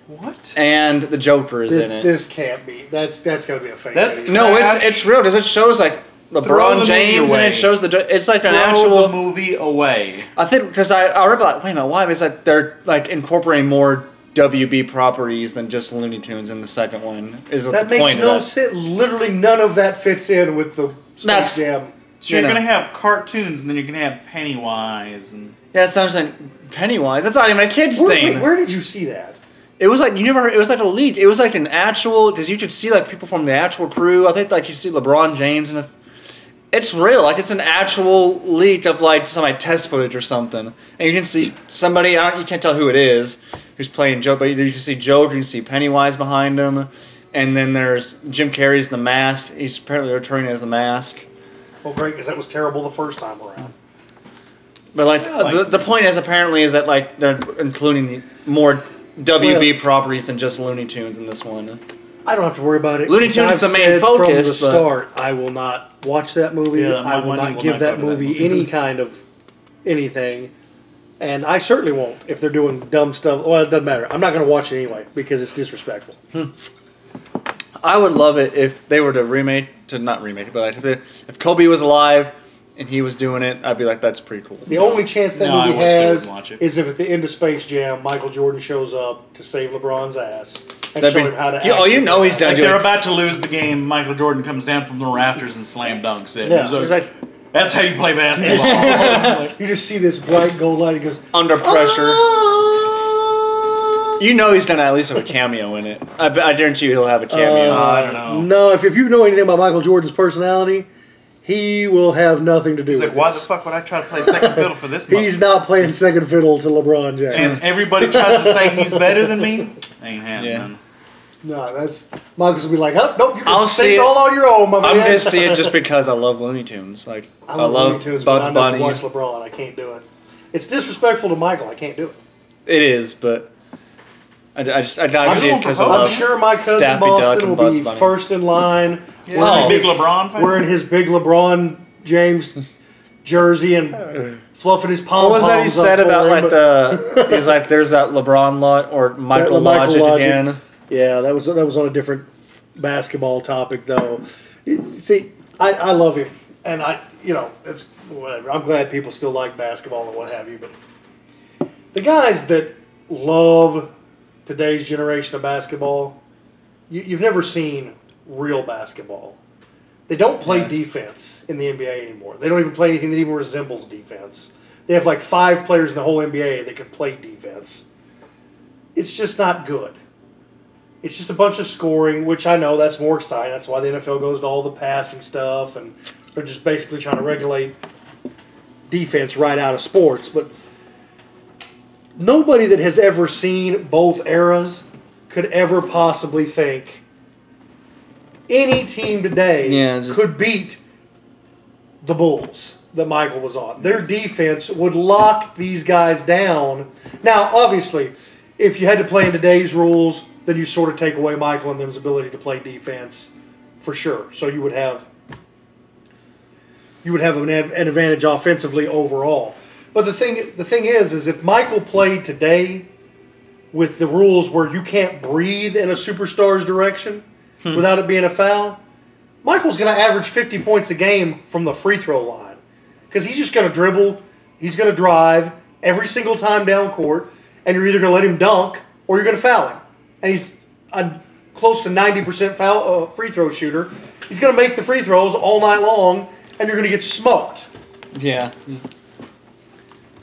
What?
and the Joker is
This
in it.
this can't be. That's that's got to be a fake.
That's-
idea.
No, it's
Trash.
it's real because it shows like
Throw the
LeBron
movie
James and
away.
it shows the. It's like an
Throw the
actual.
movie away.
I think because I I remember like wait a minute why it's like they're like incorporating more WB properties than just Looney Tunes in the second one is what the
that makes
point
no
of that.
sense. Literally none of that fits in with the Space
That's-
Jam.
So you're
You know.
going to have cartoons and then you're going to have Pennywise and.
Yeah, it sounds like Pennywise. That's not even a kids
Where,
thing.
wait, where did you see that?
It was like you never. It was like a leak. It was like an actual because you could see like people from the actual crew. I think like you see LeBron James and a. It's real. Like it's an actual leak of like some like test footage or something, and you can see somebody. I don't, you can't tell who it is who's playing Joe, but you can see Joe. You can see Pennywise behind him, and then there's Jim Carrey's the mask. He's apparently returning as the mask.
Well, great, because that was terrible the first time around.
But like, the, the point is apparently is that like they're including the more WB
Well-
properties than just Looney Tunes in this one.
I don't have to worry about it.
Looney
'cause
Tunes
I've
is the main
said
focus,
From
but-
the start, I will not watch that movie.
Yeah, my
I will
money
not
will
give
not go
that,
to that
movie
movie.
any kind of anything. And I certainly won't if they're doing dumb stuff. Well, it doesn't matter. I'm not going to watch it anyway because it's disrespectful.
Hmm.
I would love it if they were to remake to not remake, it, but like if, they, if Kobe was alive and he was doing it, I'd be like, that's pretty cool.
The only chance that
No, I
movie
would still
has
wouldn't watch it.
is if at the end of Space Jam, Michael Jordan shows up to save LeBron's ass and
That'd
show
be-
him how to.
you-
act
oh, you know he's
as-
done
Like
do
they're
it.
about to lose the game. Michael Jordan comes down from the rafters and slam dunks it.
Yeah.
He's like,
It's like
That's how you play basketball.
You just see this bright gold light. He goes,
Uh,
under pressure.
Ah.
You know he's done at least have a cameo in it. I, bet- I guarantee you he'll have a cameo.
Uh, I don't know.
No, if, if you know anything about Michael Jordan's personality, he will have nothing to do
He's
with
like, why the
this.
fuck would I try to play second fiddle for this?
He's
motherfucker?"
not playing second fiddle to LeBron James.
And everybody tries to say he's better than me. Ain't happening.
no, that's Michael's will be like, oh, nope, you
I'll
can
see
sing
it.
it all on your own, my
I'm
man.
gonna see it just because I love Looney Tunes. Like I love,
Looney Tunes, but
Bugs
I'm
Bunny.
not To watch LeBron, I can't do it. It's disrespectful to Michael. I can't do it.
It is, but I, I just I gotta
I'm
see it because I
Oh,
I'm
love.
sure my cousin
Daffy Duck and
Boston will
Bugs
be
Bunny.
first in line.
Yeah.
Oh.
Big LeBron fan?
Wearing his big LeBron James jersey and fluffing his pom
What was that he said about like the? He's like, there's that LeBron lot or Michael Logic
Michael Logic.
again.
Yeah, that was that was on a different basketball topic though. It- See, I, I love him, and I you know it's whatever. I'm glad people still like basketball and what have you, but the guys that love today's generation of basketball, you, you've never seen real basketball. They don't play
Yeah.
defense in the NBA anymore. They don't even play anything that even resembles defense. They have like five players in the whole NBA that can play defense. It's just not good. It's just a bunch of scoring, which I know that's more exciting. That's why the NFL goes to all the passing stuff, and they're just basically trying to regulate defense right out of sports. But nobody that has ever seen both eras could ever possibly think any team today
Yeah, just-
could beat the Bulls that Michael was on. Their defense would lock these guys down. Now, obviously, if you had to play in today's rules, then you sort of take away Michael and them's ability to play defense for sure. So you would have you would have an, ad- an advantage offensively overall. But the thing the thing is is if Michael played today with the rules where you can't breathe in a superstar's direction without it being a foul, Michael's going to average 50 points a game from the free throw line because he's just going to dribble, he's going to drive every single time down court, and you're either going to let him dunk or you're going to foul him. And he's a close to 90% foul uh, free throw shooter. He's going to make the free throws all night long, and you're going to get smoked.
Yeah,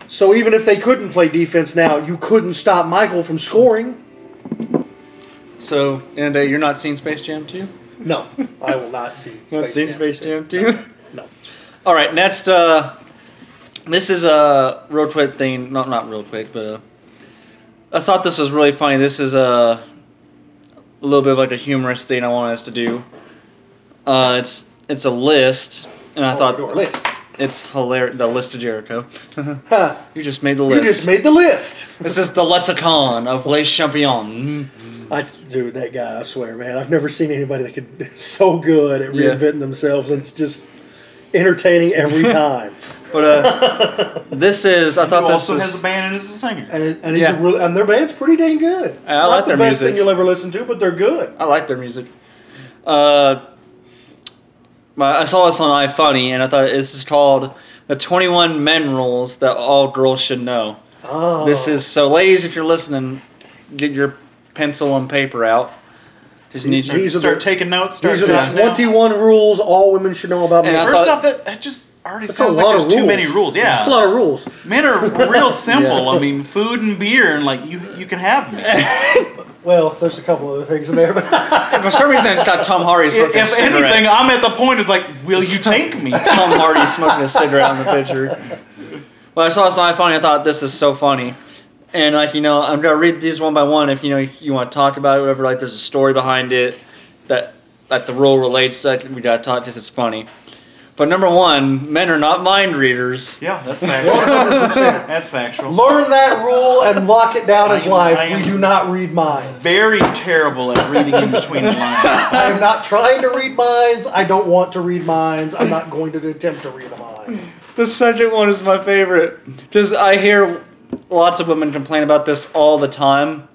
So even if they couldn't play defense now, you couldn't stop Michael from scoring.
So, in a day, you're not seeing Space Jam 2?
No, I will not see.
Not
Space
seeing
Jam.
Space Jam 2?
No.
All right, next, uh, this is a real quick thing. Not, not real quick, but uh, I thought this was really funny. This is a, a little bit of like a humorous thing I want us to do. Uh, it's it's a list, and I thought
Door Oh, list.
it's hilarious. The list of Jericho.
Huh.
you just made the
You
list.
just made the list.
this is the lexicon of Les Champions. Mm.
I dude, that guy, I swear, man, I've never seen anybody that could do so good at
Yeah.
reinventing themselves and it's just entertaining every time.
But uh, this is I thought
Who
this
also
was
has a band and is a singer.
and it- and he's a
Yeah.
really, and their band's pretty dang good.
I like
Not
their
the best
music.
thing you'll ever listen to, but they're good.
I like their music. Uh, my- I saw this on iFunny, and I thought this is called the 21 Men Rules that all girls should know.
Oh,
This is so, ladies, if you're listening, get your pencil and paper out.
Just need
These-
to
these are
start
the-
taking notes. Start
These are
jotting
the
down.
21 rules all women should know about
And
men.
First
thought-
off, that, that just already
That's a
sounds
lot
like
of
there's
rules.
too many rules.
That's a
Yeah,
lot of rules.
men are real simple.
Yeah.
I mean, food and beer, and like you, you can have me.
Well, there's a couple other things in there, but
For some reason, it's not Tom Hardy
if
smoking a
if
cigarette.
anything, I'm at the point is like, will you take me?
Tom Hardy smoking a cigarette on the picture. Well, I saw something funny. I thought this is so funny, and like you know, I'm gonna read these one by one. If you know you want to talk about it, whatever. Like there's a story behind it that that the rule relates to. Like, we gotta talk because it's funny. But number one, men are not mind readers.
Yeah, that's factual. that's factual.
learn that rule and lock it down as
I am- I
life.
am-
We do not read minds.
Very terrible at reading in between the lines.
I am not trying to read minds. I don't want to read minds. I'm not going to attempt to read a mind.
The second one is my favorite. Just I hear lots of women complain about this all the time.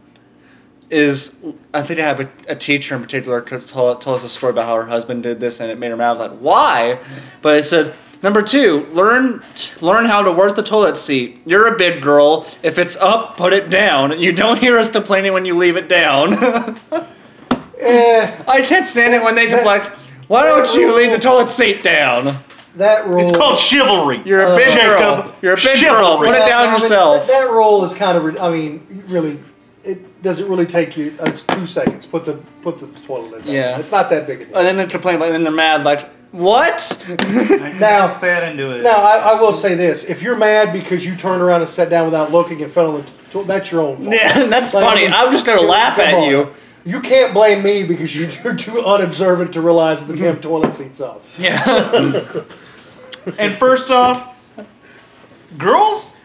Is I think I have a, a teacher in particular could tell, tell us a story about how her husband did this and it made her mad. I was like, why? But it said number two, learn learn how to work the toilet seat. You're a big girl. If it's up, put it down. You don't hear us complaining when you leave it down.
Eh,
I can't stand it when they complain. Why don't you leave the toilet seat down?
that rule.
It's called chivalry.
You're a
Uh,
big girl.
Jacob,
You're a big girl.
chivalry.
Put it down
I mean,
yourself.
that, that rule is kind of. re- I mean, really, it doesn't really take you. uh, It's two seconds. Put the put the toilet in. There.
Yeah. Uh,
It's not that big a
And
deal.
Oh, then they complain, but then they're mad, like, what?
Now-
sad into it.
Now, I, I will say this: if you're mad because you turned around and sat down without looking and fell on the, to- that's your own fault.
yeah, that's
Like,
funny. I'm just gonna
come
laugh at
on.
you.
You can't blame me because you- you're too unobservant to realize
Mm-hmm.
that the damn toilet seat's up.
Yeah.
And first off, girls,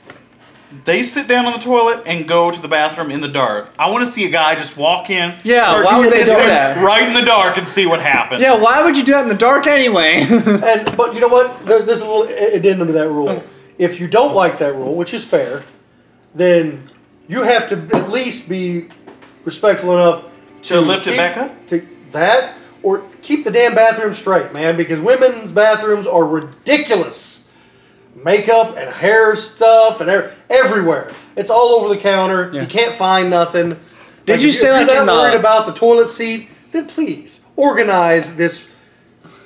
they sit down on the toilet and go to the bathroom in the dark. I want to see a guy just walk in.
Yeah,
start
why would they
kissing
do that?
Right in the dark and see what happens.
yeah, why would you do that in the dark anyway?
And but you know what? There, there's a little a- addendum to that
Oh.
rule. If you don't like that rule, which is fair, then you have to at least be respectful enough
To lift it
keep-
back up?
to that or keep the damn bathroom straight, man. Because women's bathrooms are ridiculous. Makeup and hair stuff and ev- everywhere. It's all over the counter.
Yeah.
You can't find nothing.
Did you
if
say, like,
if you're
in
not
the-
worried about the toilet seat? Then please organize this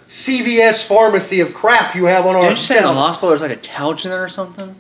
CVS pharmacy of crap you have on our
Didn't you say in the
town.
hospital there's like a couch in there or something?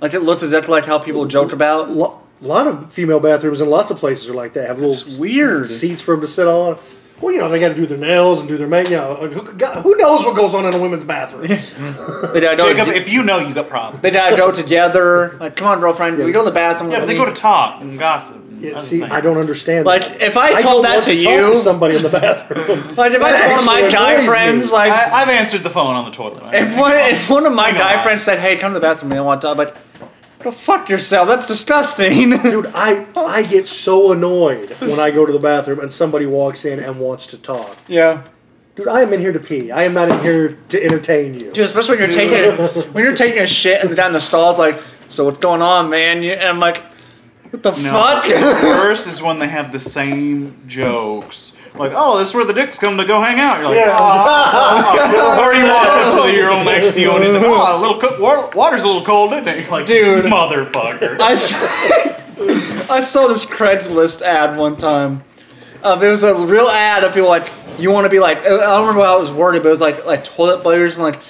Like it looks exactly like how people joke about.
Lo- lot of female bathrooms in lots of places are like that. Have
It's
little
weird.
seats for them to sit on. Well, you know they got to do their nails and do their makeup. You know, like, who, God, who knows what goes on in a women's bathroom?
They don't
Jacob, if you know, you got problems.
they don't go together. Like, come on, girlfriend, we go to the bathroom.
Yeah, but
with
they
me."
go to talk and gossip. and
Yeah,
other
see,
things.
I don't understand.
Like,
that.
if I
don't
told that
want
to
talk
you,
somebody in the bathroom.
like if I
That
told one of my
actually annoys
guy
me.
friends, like,
I, I've answered the phone on the toilet.
If one, if one of my
know
guy
why.
friends said, "Hey, come to the bathroom," I want to, I'm like, "Go fuck yourself. That's disgusting."
Dude, I I get so annoyed when I go to the bathroom and somebody walks in and wants to talk.
yeah.
Dude, I am in here to pee. I am not in here to entertain you.
Dude, especially when you're taking when you're taking a shit and the guy in the stall is like, "So what's going on, man?" You- And I'm like, "What the
No,
fuck?"
worse is when they have the same jokes. Like, oh, this is where the dicks come to go hang out. You're like,
Yeah.
oh, or you walk up to your old next to you and he's like, oh, a little co- wa- water's a little cold, isn't it? You're like,
Dude.
motherfucker.
I saw, I saw this Craigslist ad one time. Of it was a real ad of people like you want to be like I don't remember how it was worded, but it was like like toilet butters and like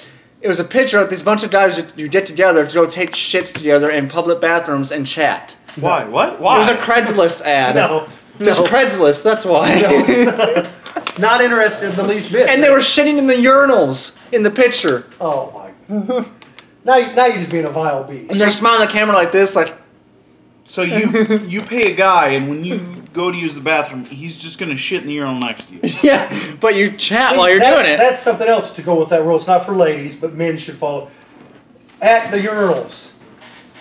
it was a picture of these bunch of guys that you get together to go take shits together in public bathrooms and chat.
Why? What?
It
Why?
was a Craigslist ad.
No,
Just
no.
Craigslist, that's why.
not interested in the least bit.
and they were shitting in the urinals in the picture.
oh my. now, you- now you're just being a vile
And
beast.
they're smiling at the camera like this, like,
so you you pay a guy, and when you go to use the bathroom, he's just gonna shit in the urinal next to you.
yeah, but you chat while you're
That-
doing it.
That's something else to go with that rule. It's not for ladies, but men should follow. At the urinals,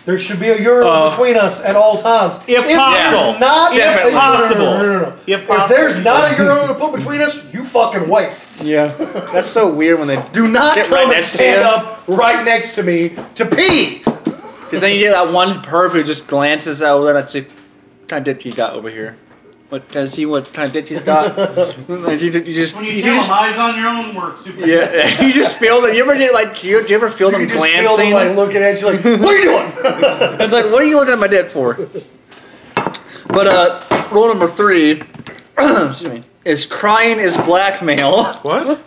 there should be a urinal
Uh,
between us at all times.
if possible.
there's not
Definitely.
a urinal- no, no, no, no, no.
If possible.
there's not a urinal to put between us, you fucking wait.
yeah. That's so weird when they
Do not
Get
come
right
and
next to
stand
you.
up right next to me to pee.
Because then you get that one perv who just glances over there and see what kind of dick he got over here. What can I see what kind of dick he's got? like you, you just,
When
you,
you, tell
just
him eyes on your own work, super.
yeah, you just feel that. You ever get like, do you, do you ever feel them
You just feel
glancing?
them like looking at you, like, what are you doing?
It's like, what are you looking at my dick for? But uh, rule number three, excuse me, is crying is blackmail.
What?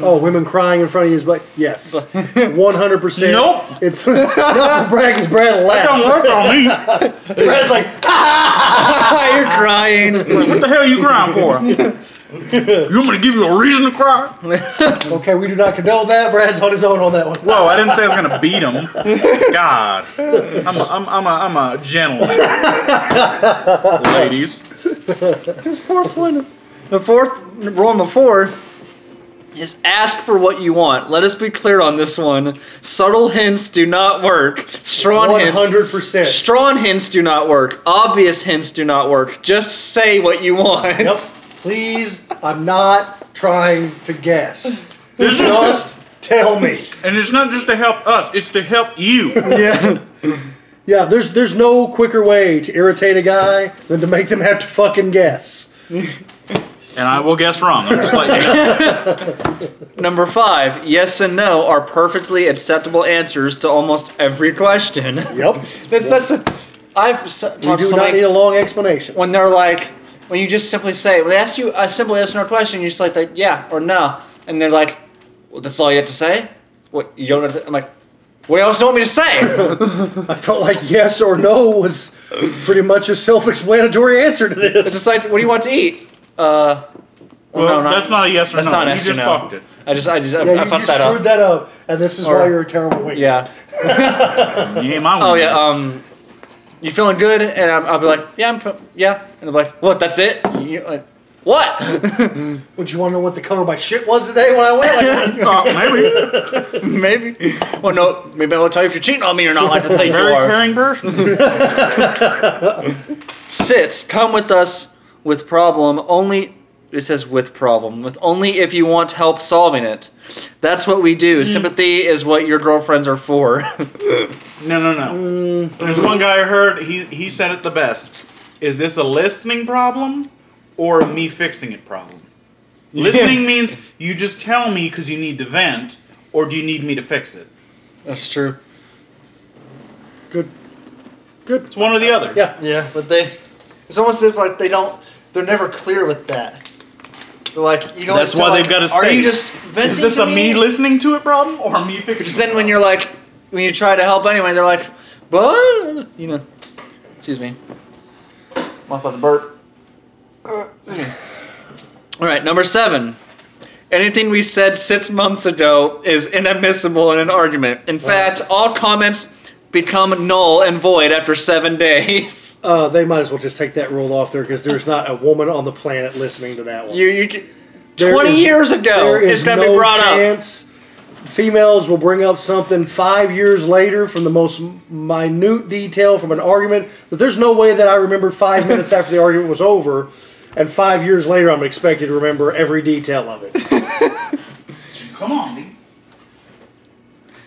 Oh, women crying in front of you is black. Yes, one hundred percent.
Nope.
It's Nelson Bragg is Brad
Don't
laugh.
work on me. What
Brad's like, "Ah,
You're crying.
the hell you crying for? You want me to give you a reason to cry?
okay, we do not condone that. Brad's on his own on that one.
Whoa, I didn't say I was gonna beat him. God, I'm a, I'm, I'm a, I'm a gentleman, ladies.
His fourth one, the fourth rule of four is ask for what you want. Let us be clear on this one. Subtle hints do not work. Strong
One
hints.
hundred percent.
Strong hints do not work. Obvious hints do not work. Just say what you want.
Yep. Please, I'm not trying to guess.
This is
Just tell me.
and it's not just to help us; it's to help you.
Yeah.
Yeah, there's there's no quicker way to irritate a guy than to make them have to fucking guess.
And I will guess wrong. I'm just like, you know.
Number five, yes and no are perfectly acceptable answers to almost every question.
Yep.
That's that's. A, I've s- talked
We
to
do not
somebody
need a long explanation.
when they're like, when you just simply say, when they ask you a simple yes or no question, you just like, like yeah or no, and they're like, well, that's all you have to say. What you don't? Have to, I'm like, what else do you want me to say?
I felt like yes or no was pretty much a self-explanatory answer to
it's
this.
just like, what do you want to eat? Uh, well,
well,
no, not,
that's not a yes or
that's
no.
not an
you
yes or
just
no.
fucked it.
I just, I just, I,
Yeah, you,
I
you
fucked that
screwed
up.
that up, and this is
Or-
why you're a terrible wing.
Yeah.
You ain't my
Oh
woman.
yeah. Um, you feeling good? And I'm, I'll be like, yeah, I'm, fe- yeah. And they're like, what? That's it? You, like, what?
Would you want to know what the color of my shit was today when I went? Like,
Uh, maybe.
maybe. Well, no. Maybe I'll tell you if you're cheating on me or not. Like I think you
Very
are.
caring person.
Sits. Come with us with problem only. It says with problem with only if you want help solving it. That's what we do. Sympathy is what your girlfriends are for.
No, no, no.
Mm.
There's one guy I heard. He he said it the best. Is this a listening problem or a me fixing it problem? Listening means you just tell me because you need to vent, or do you need me to fix it?
That's true.
good, good.
It's one or the other.
Yeah,
Yeah, but they. It's almost as if like they don't. They're never clear with that. They're like you don't.
That's why they've got to.
Are you just venting?
Is this
to
a me listening to it problem or a me fixing?
Because
it
then when
problem?
you're like, when you try to help anyway, they're like, but you know, excuse me, off on the burp. All right, number seven. Anything we said six months ago is inadmissible in an argument. In fact, all comments become null and void after seven days.
uh, they might as well just take that rule off there because there's not a woman on the planet listening to that one.
You, you, c-
There
twenty
is-
years ago,
there
it's
is
gonna
no
be brought up.
chance. Females will bring up something five years later from the most minute detail from an argument that there's no way that I remembered five minutes after the argument was over, and five years later I'm expected to remember every detail of it.
come on, dude.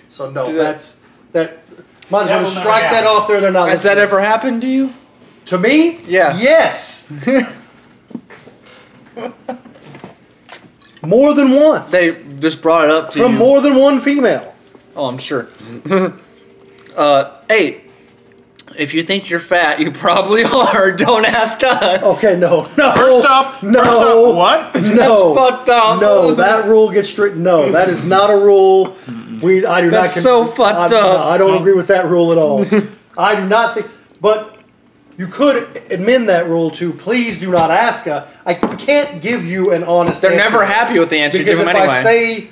So no,
Do that.
that's that. Might as
That
well
will
just
never
strike that
happen.
off there. They're not.
Has that
listening.
ever happened to you?
to me?
Yeah.
Yes. more than once.
They just brought it up to
from
you.
more than one female.
Oh, I'm sure. uh, eight. If you think you're fat, you probably are. Don't ask us.
Okay, no, no.
First off,
Oh, no,
first off, what?
No,
That's fucked up.
No, that rule gets strict. No, that is not a rule. We, I do
That's
not.
so fucked
I, no,
up.
I don't agree with that rule at all. I do not think, but you could amend that rule to please do not ask. A, I can't give you an honest.
They're
answer.
never happy with the answer you
because
give them
if I
anyway.
say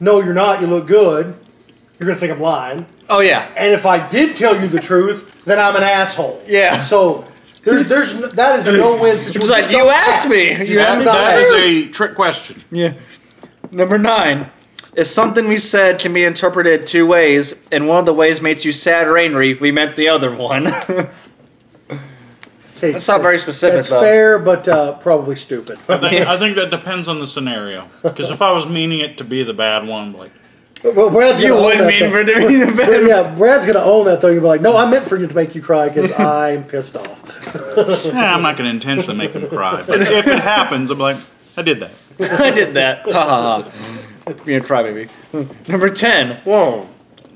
no, you're not. You look good. You're gonna think I'm lying.
oh yeah.
And if I did tell you the truth, then I'm an asshole.
Yeah.
So there's there's n- that is a no-win situation.
It's like,
Just
you
don't
asked
ask.
me.
Just
You asked
do
me.
not
That is
ask.
a trick question.
Yeah. Number nine. If something we said can be interpreted two ways, and one of the ways makes you sad or angry, we meant the other one.
Okay,
That's not very specific,
That's
though.
fair, but uh, probably stupid.
I think, I think that depends on the scenario. Because if I was meaning it to be the bad one, like
well, Brad's
you
gonna own
would
that
mean
thing.
for it to be the bad
But yeah, Brad's gonna own that though. You'll be like, no, I meant for you to make you cry because I'm pissed off.
Eh, I'm not going to intentionally make them cry, but if it happens, I'm like, I did that.
I did that. Ha ha ha. Being a crybaby. Number 10. Whoa.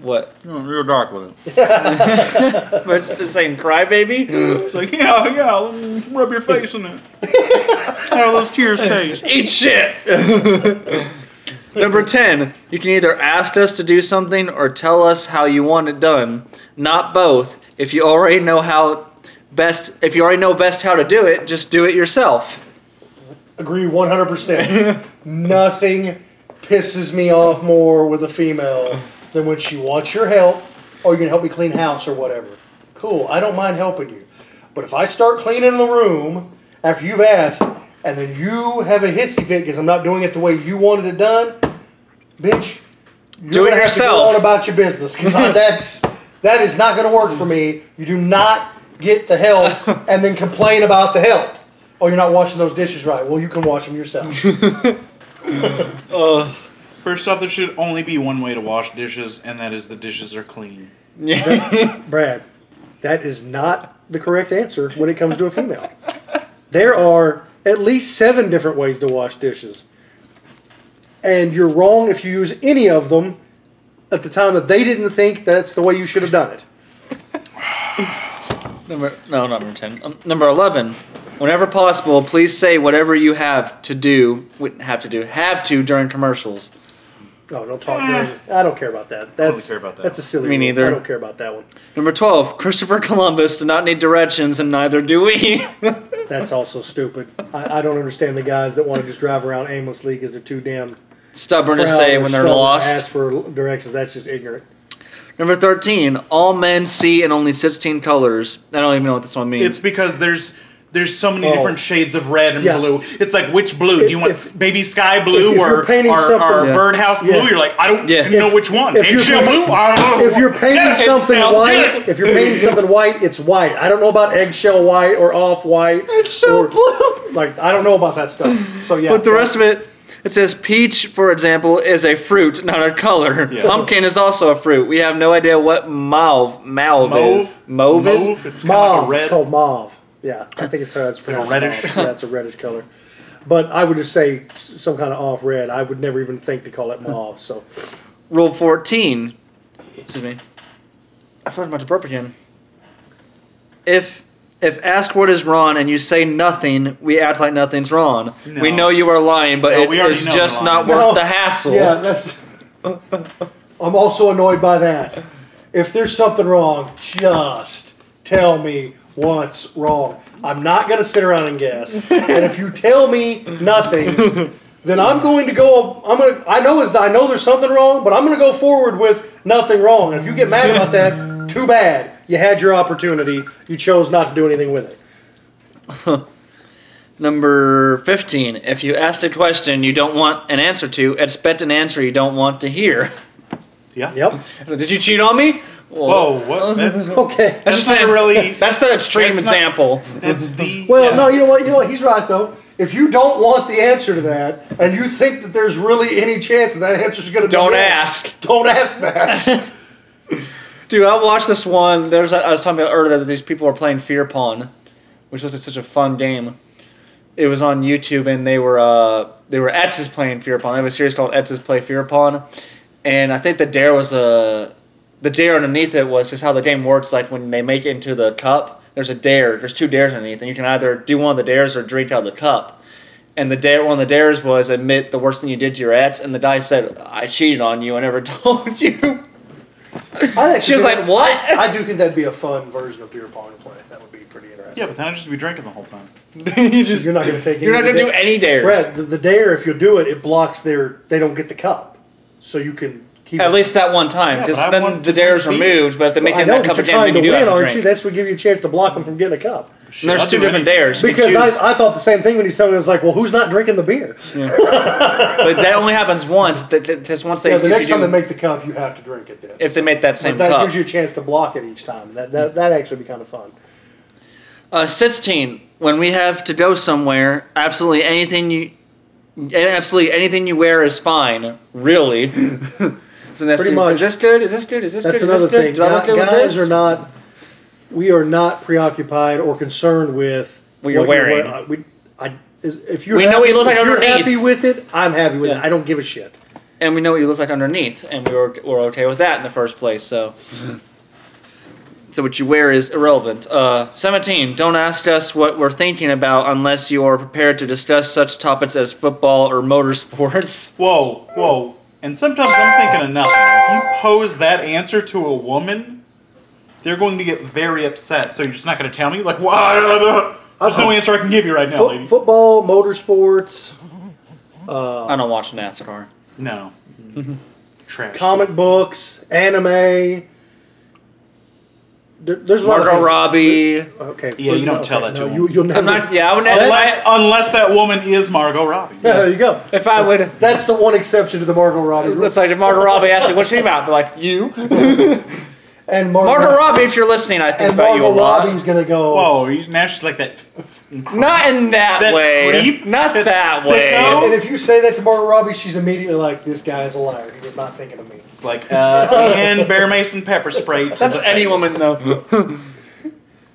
What?
You know, real dark with it.
But it's the same crybaby.
It's like, yeah, yeah, let me rub your face in it.
How do those tears taste?
Eat shit. Number ten, you can either ask us to do something or tell us how you want it done. Not both. If you already know how best, if you already know best how to do it, just do it yourself.
Agree 100%. Nothing pisses me off more with a female than when she wants your help or you can help me clean house or whatever. Cool, I don't mind helping you. But if I start cleaning the room after you've asked and then you have a hissy fit because I'm not doing it the way you wanted it done, bitch, you're
Do it
gonna have to go
yourself.
on about your business because that's that is not going to work for me. You do not get the help and then complain about the help. Oh, you're not washing those dishes right. Well, you can wash them yourself.
First off, there should only be one way to wash dishes, and that is the dishes are clean.
Brad, that is not the correct answer when it comes to a female. There are at least seven different ways to wash dishes. And you're wrong if you use any of them at the time that they didn't think that's the way you should have done it.
Number no, not number ten. Um, number eleven. Whenever possible, please say whatever you have to do. Wouldn't have to do. Have to during commercials.
Oh, don't talk. during- I don't care about that. That's
Eh. care about that.
That's a silly.
Me
rule.
neither.
I don't care about that one.
Number twelve. Christopher Columbus did not need directions, and neither do we.
That's also stupid. I, I don't understand the guys that want to just drive around aimlessly because they're too damn.
Stubborn to
proud
say
or
when they're
stubborn to Ask
lost.
for directions. That's just ignorant.
Number thirteen. All men see in only sixteen colors. I don't even know what this one means.
It's because there's there's so many
Oh.
different shades of red and
Yeah.
blue. It's like which blue? do you want
If-
baby sky blue
if you're
or,
painting
or,
something-
or
Yeah.
birdhouse
Yeah.
blue? You're like, I don't
Yeah.
know which one.
if you're-
Eggshell blue? I don't know.
If you're painting
Yes,
something
sounds
white,
good.
if you're painting something white, it's white. I don't know about eggshell white or off white. Eggshell blue. Like I don't know about that stuff. So yeah.
But the rest of it, it says peach, for example, is a fruit, not a color. Pumpkin is also a fruit. We have no idea what mauve mauve, is. Mauve, is.
Mauve, It's kind of
mauve.
like a red.
It's called mauve. Yeah, I think it's how that's pronounced.
reddish-
mauve. Yeah, it's a reddish color. But I would just say s- some kind of off red. I would never even think to call it mauve. So
Rule fourteen. Excuse me. I feel like I'm about to burp again. If if asked what is wrong and you say nothing, we act like nothing's wrong. We
No.
know you are lying, but
No,
it
we already
is
know
just
you're
not
lying.
worth
No.
the hassle.
Yeah, that's. I'm also annoyed by that. If there's something wrong, just tell me what's wrong. I'm not going to sit around and guess. and if you tell me nothing, then I'm going to go. I'm going. to I know. it's- I know there's something wrong, but I'm going to go forward with nothing wrong. And if you get mad about that, too bad. You had your opportunity. You chose not to do anything with it.
Number 15. If you asked a question you don't want an answer to, expect an answer you don't want to hear.
Yeah.
Yep.
So, did you cheat on me?
Whoa, what? That's,
Okay.
That's,
That's
just
not
an
a really-
ex- That's the extreme
that's not-
example.
that's the.
Well,
yeah.
no, you know what? You know what? He's right though. If you don't want the answer to that, and you think that there's really any chance that that answer's going to
Don't
be yes,
ask.
don't ask that.
Dude, I watched this one. There's a, I was talking about earlier that these people were playing Fear Pawn, which was such a fun game. It was on YouTube, and they were uh, they were Etz's playing Fear Pawn. They have a series called Etz's Play Fear Pawn, and I think the dare was a the dare underneath it was just how the game works. Like when they make it into the cup, there's a dare. There's two dares underneath, and you can either do one of the dares or drink out of the cup. And the dare, one of the dares was admit the worst thing you did to your ex, and the guy said, "I cheated on you. I never told you."
I actually
She was
think-
like, "What?"
I do think that'd be a fun version of beer pong to play. That would be pretty interesting.
Yeah, but then I'd just be drinking the whole time.
you
So you're not going to take.
You're
any
not
of
gonna do
the da-
any dares.
Brad, the, the dare. If you do it, it blocks their. They don't get the cup, so you can keep.
At
it.
least that one time,
Yeah,
because
but I
then
want
the
to
dares are
beat.
moved. But if they make
I
it in
know,
that
but
cup
you're
again,
trying
then you do
to win,
have to
aren't you?
drink.
That's what give you a chance to block them from getting a cup.
And there's
I'll
two
do
different
anything.
dares. You can
Because
choose.
I, I thought the same thing when he said it. I was like, well, who's not drinking the beer?
but that only happens once. That that- that's once they.
Yeah, the
if
next
you
time
do-
they make the cup, you have to drink it then.
if they make that
But
same
that
cup.
gives you a chance to block it each time. That that, that actually be kind of fun.
Uh, 16. When we have to go somewhere, absolutely anything you, absolutely anything you wear is fine. Really. so that's
Pretty
good.
much.
Is this good? Is this good? Is this
That's
good? Is
another
this good?
thing.
Do I look
Guy-
good with
guys
this?
are not. We are not preoccupied or concerned with
What you're
wear-
wearing.
I- we, I, is, if you're
We know what
happy-
you look like
if you're
underneath.
happy with it, I'm happy with
Yeah.
it. I don't give a shit.
and we know what you look like underneath, and we were, were okay with that in the first place. So, so what you wear is irrelevant. Uh, Seventeen. Don't ask us what we're thinking about unless you are prepared to discuss such topics as football or motorsports.
Whoa, whoa. And sometimes I'm thinking of nothing. If you pose that answer to a woman, they're going to get very upset. So you're just not going to tell me? Like, why? There's no answer I can give you right now,
Fo-
lady.
football, motorsports, uh,
I don't watch NASCAR.
No. Trash.
comic books, anime. There- There's a lot
Margot
of things.
Robbie.
Okay.
Yeah, you don't tell that to
You,
him.
you'll never.
I'm not. Yeah, I would never.
Unless, unless that woman is Margot Robbie.
Yeah, there you go.
If I would,
That's the one exception to the Margot Robbie rule.
it's like if Margot Robbie asked me, "What's she about?" I'd be like, "You."
And Margot,
Margot Robbie, if you're listening, I think
and
about you a
Margot
lot.
Robbie's gonna go.
Whoa, you- now she's like that.
Not in that,
That
way.
creep?
Not
That
that
sicko?
way.
And if you say that to Margot Robbie, she's immediately like, "This guy is a liar. He was not thinking of me."
It's like, uh, and bear mace and pepper spray. To
That's
the
any
face.
woman though.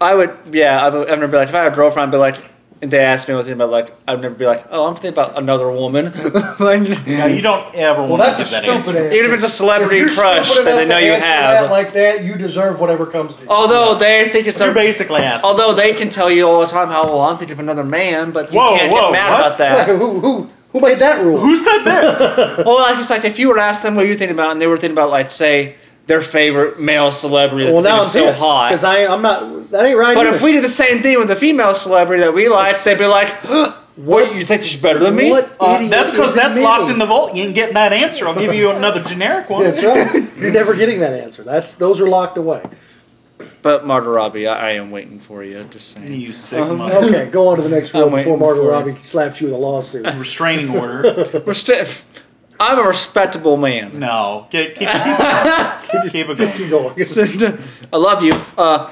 I would, yeah, I would, I'd never be like, if I had a girlfriend, I'd be like, and they asked me what I was thinking about, like, I'd never be like, oh, I'm thinking about another woman. like,
Now, you don't ever
Well,
want
that's
to
a
give that
stupid
answer.
answer.
even if it's a celebrity
If you're
crush
stupid
that they
enough
know
to
you
answer
have.
That like that, you deserve whatever comes to you.
although they think it's
You're
a,
basically asking.
although they can tell you all the time how, well, I'm thinking of another man, but you
Whoa,
can't
whoa,
get mad
what?
about that.
who, who, who made that rule?
Who said this?
Well, like it's like if you were to ask them what you think about, and they were thinking about like say their favorite male celebrity that
well,
they
now
think
I'm
is so
pissed,
hot.
I I'm not. That ain't right.
but
either.
if we did the same thing with a female celebrity that we like, they'd be like, "What you think she's better than me?"
What
Uh,
idiot
that's because
is
that's
me?
locked in the vault. You ain't getting that answer. I'll give you another generic one.
That's right. You're never getting that answer. That's those are locked away.
But Margot Robbie, I, I am waiting for you. Just saying.
You sick
Uh-huh.
mother.
Okay, go on to the next rule
waiting
before Margot
for it.
Robbie slaps you with a lawsuit.
Restraining order.
Resti- I'm a respectable man.
No. Get, keep, keep, keep, it
Just keep
going.
going.
I love you. Uh,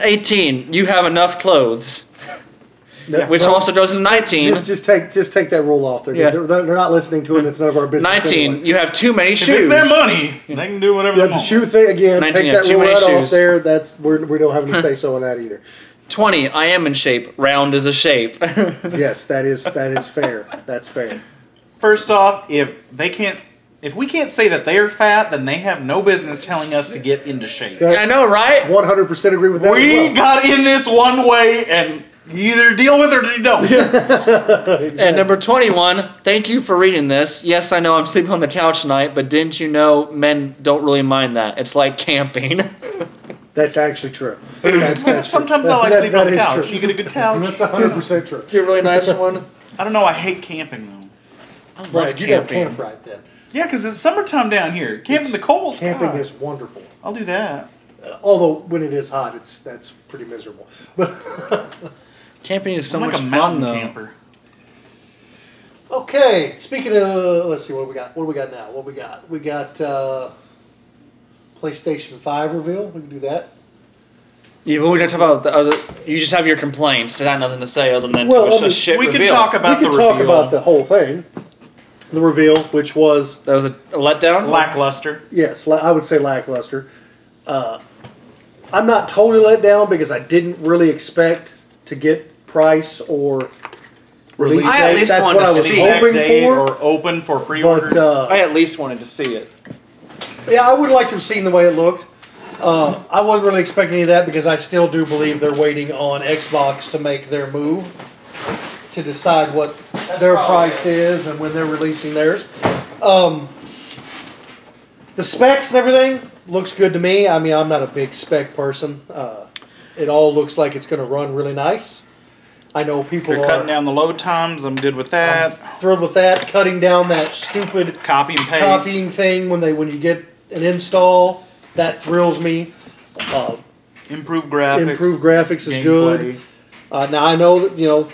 18. You have enough clothes,
No,
which
no,
also goes in 19.
just just take just take that rule off there. 'cause
Yeah.
They're, they're, they're not listening to it. and It's none of our business.
19.
anyway.
You have too many
If it's
shoes.
their money, they can do whatever
Yeah,
they
the
want.
shoe thing again.
19,
take
yeah,
that
too
rule
many
right off
shoes.
there. That's we're, we don't have any say so in that either.
20. I am in shape. Round is a shape.
Yes, that is that is fair. That's fair.
First off, if they can't, if we can't say that they're fat, then they have no business telling us to get into shape.
Yeah.
I know, right?
One hundred percent agree with that.
We
as well.
got in this one way, and you either deal with it or you don't.
And number 21, thank you for reading this. Yes, I know I'm sleeping on the couch tonight, but didn't you know men don't really mind that? It's like camping.
That's actually true. That's, that's
Sometimes
true.
I like
That-
sleeping on
that
the
is
couch.
true.
You get a good couch.
That's hundred percent true.
You're a really nice one.
I don't know. I hate camping though.
I love
Right, you got
camping.
camp right then.
Yeah, because it's summertime down here. Camping in the cold.
Camping
God.
is wonderful.
I'll do that.
Although when it is hot, it's that's pretty miserable. But
Camping is so
I'm like
much
a
fun,
mountain
though.
camper.
okay, speaking of, let's see what we got. What do we got now? What we got? We got uh, PlayStation Five reveal. We can do that.
Yeah, but we don't talk about the other. You just have your complaints. There's not nothing to say other than
Well,
it was
I mean,
just shit.
we can
reveal.
talk about
we can
the
talk
reveal.
about the whole thing, the reveal, which was
That was a, a letdown.
lackluster.
Yes, la- I would say lackluster. Uh, I'm not totally let down because I didn't really expect to get price or release
I at
date.
least
That's
wanted
what I
to
was
see
Exact
hoping
date
for.
or open for pre-orders.
but uh,
I at least wanted to see it.
yeah, I would like to have seen the way it looked. Uh, I wasn't really expecting any of that because I still do believe they're waiting on Xbox to make their move to decide what their
probably-
price is and when they're releasing theirs. Um, the specs and everything looks good to me. I mean, I'm not a big spec person. Uh, it all looks like it's going to run really nice. I know people
They're
are
cutting down the load times. I'm good with that.
thrilled with that, cutting down that stupid
Copy and paste.
copying thing when they when you get an install. That thrills me. Uh,
Improve graphics.
improved graphics is
gameplay.
good. Uh, now I know that you know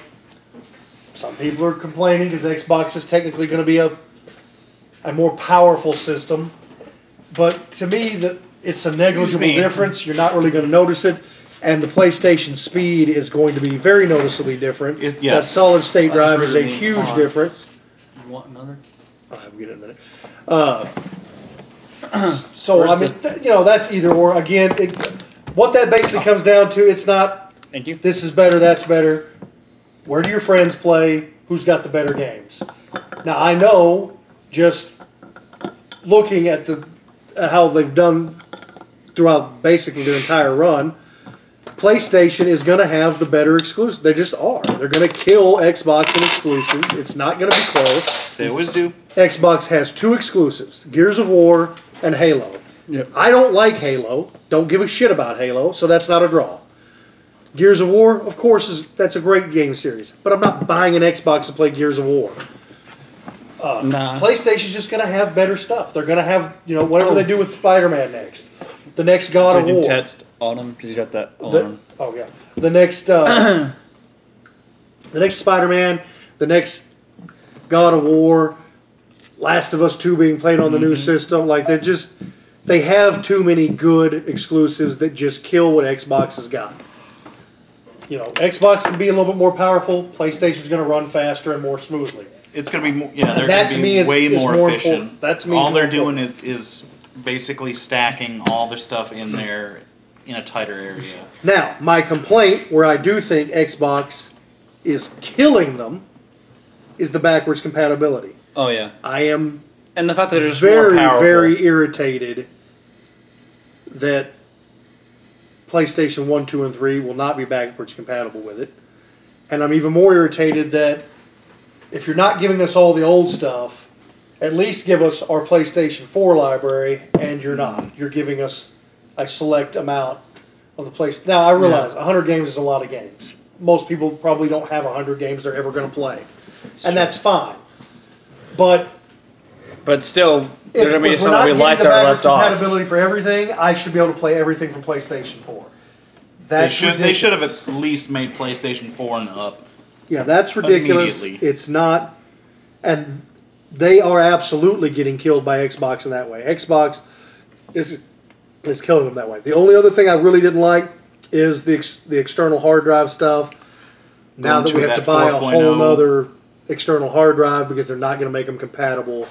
some people are complaining because Xbox is technically going to be a a more powerful system, but to me that it's a negligible
me.
difference. You're not really going to notice it, and the PlayStation speed is going to be very noticeably different.
It- yes.
That solid state
I just
drive is a
really need
huge
more.
difference.
You want another?
I'll get it in a minute. Uh, so I
Where's
mean, th- you know, that's either or. Again, it, what that basically comes down to, it's not
Thank you.
this is better, that's better. Where do your friends play? Who's got the better games? Now I know just looking at the at how they've done throughout basically their entire run, PlayStation is going to have the better exclusive. They just are. They're going to kill Xbox in exclusives. It's not going to be close.
They always do.
Xbox has two exclusives: Gears of War and Halo.
Yep.
I don't like Halo. Don't give a shit about Halo, so that's not a draw. Gears of War, of course, is that's a great game series, but I'm not buying an Xbox to play Gears of War.
Nah.
Uh-huh.
PlayStation's just gonna have better stuff. They're gonna have you know whatever they do with Spider-Man next, the next God
Did
of
you
War.
text on him? Because you got that on
The- oh yeah, the next uh, the next Spider-Man, the next God of War, Last of Us Two being played on the new system. Like they're just they have too many good exclusives that just kill what Xbox has got. You know, Xbox can be a little bit more powerful. PlayStation's going to run faster and more smoothly.
It's gonna be more. Yeah, they're
That
gonna
to
be
me is-
way
is
more,
more important.
efficient.
That to me is
all they're
more
doing is is basically stacking all their stuff in there in a tighter area.
Now, my complaint, where I do think Xbox is killing them, is the backwards compatibility.
Oh yeah,
I am
and the fact that they're just
very,
more powerful.
very irritated that PlayStation 1, 2, and 3 will not be backwards compatible with it. And I'm even more irritated that if you're not giving us all the old stuff, at least give us our PlayStation 4 library, and you're not.
Mm-hmm.
You're giving us a select amount of the place. Now, I realize 100 games is a lot of games. Most people probably don't have 100 games they're ever going to play. and that's fine. But
but still,
if,
there's gonna be
if we're
some that
not
we
getting
like
the
that are
backwards
left off.
compatibility for everything, I should be able to play everything from PlayStation 4.
They
That's
should they should have
ridiculous.
at least made PlayStation Four and up.
Yeah, that's ridiculous.
Immediately.
It's not, and they are absolutely getting killed by Xbox in that way. Xbox is is killing them that way. The only other thing I really didn't like is the ex, the external hard drive stuff. Now
Going
that we
to
have
that oh.
to buy
4.0.
a whole other external hard drive because they're not going to make them compatible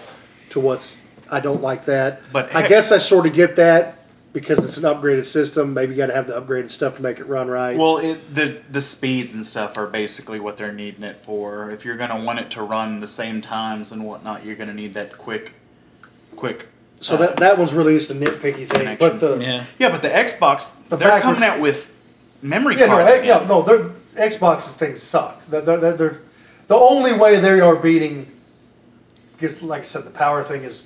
to what's. I don't like that.
But
I
heck-
guess I sort of get that because it's an upgraded system. Maybe you got to have the upgraded stuff to make it run right.
Well, it, the the speeds and stuff are basically what they're needing it for. If you're gonna want it to run the same times and whatnot, you're gonna need that quick, quick.
so that that one's really just a nitpicky thing.
Connection.
But the
Yeah,
Yeah, but the Xbox,
The
they're
backwards-
coming out with memory
Yeah, no,
cards.
eh,
again.
yeah, no, they're, Xbox's thing sucks. They're, they're, they're, they're- the only way they are beating, because like I said, the power thing is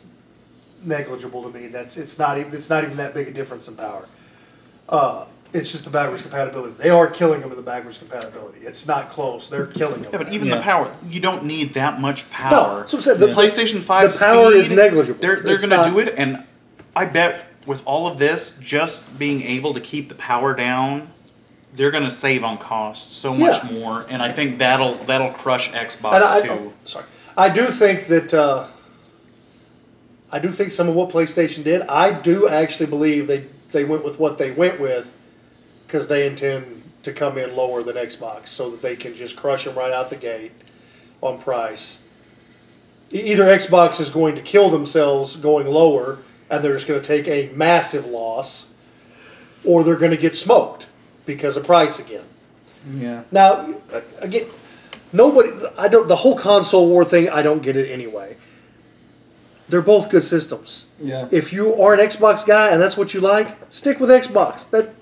negligible to me. That's it's not even it's not even that big a difference in power. Uh, it's just the backwards compatibility. They are killing them with the backwards compatibility. It's not close. They're killing them.
Yeah, but even
Yeah.
the power, you don't need that much power.
No, that's what I'm saying. The-
The PlayStation Five,
the power
speed,
is negligible.
They're they're
It's
gonna
not-
do it, and I bet with all of this, just being able to keep the power down, they're gonna save on costs so much
Yeah.
more, and I think that'll that'll crush Xbox
And I, I-
too.
sorry, I do think that uh, I do think some of what PlayStation did. I do actually believe they they went with what they went with because they intend to come in lower than Xbox, so that they can just crush them right out the gate on price. E- Either Xbox is going to kill themselves going lower, and they're just going to take a massive loss, or they're going to get smoked because of price again.
yeah.
Now, again, nobody. I don't. The whole console war thing. I don't get it anyway. They're both good systems.
Yeah.
If you are an Xbox guy and that's what you like, stick with Xbox. That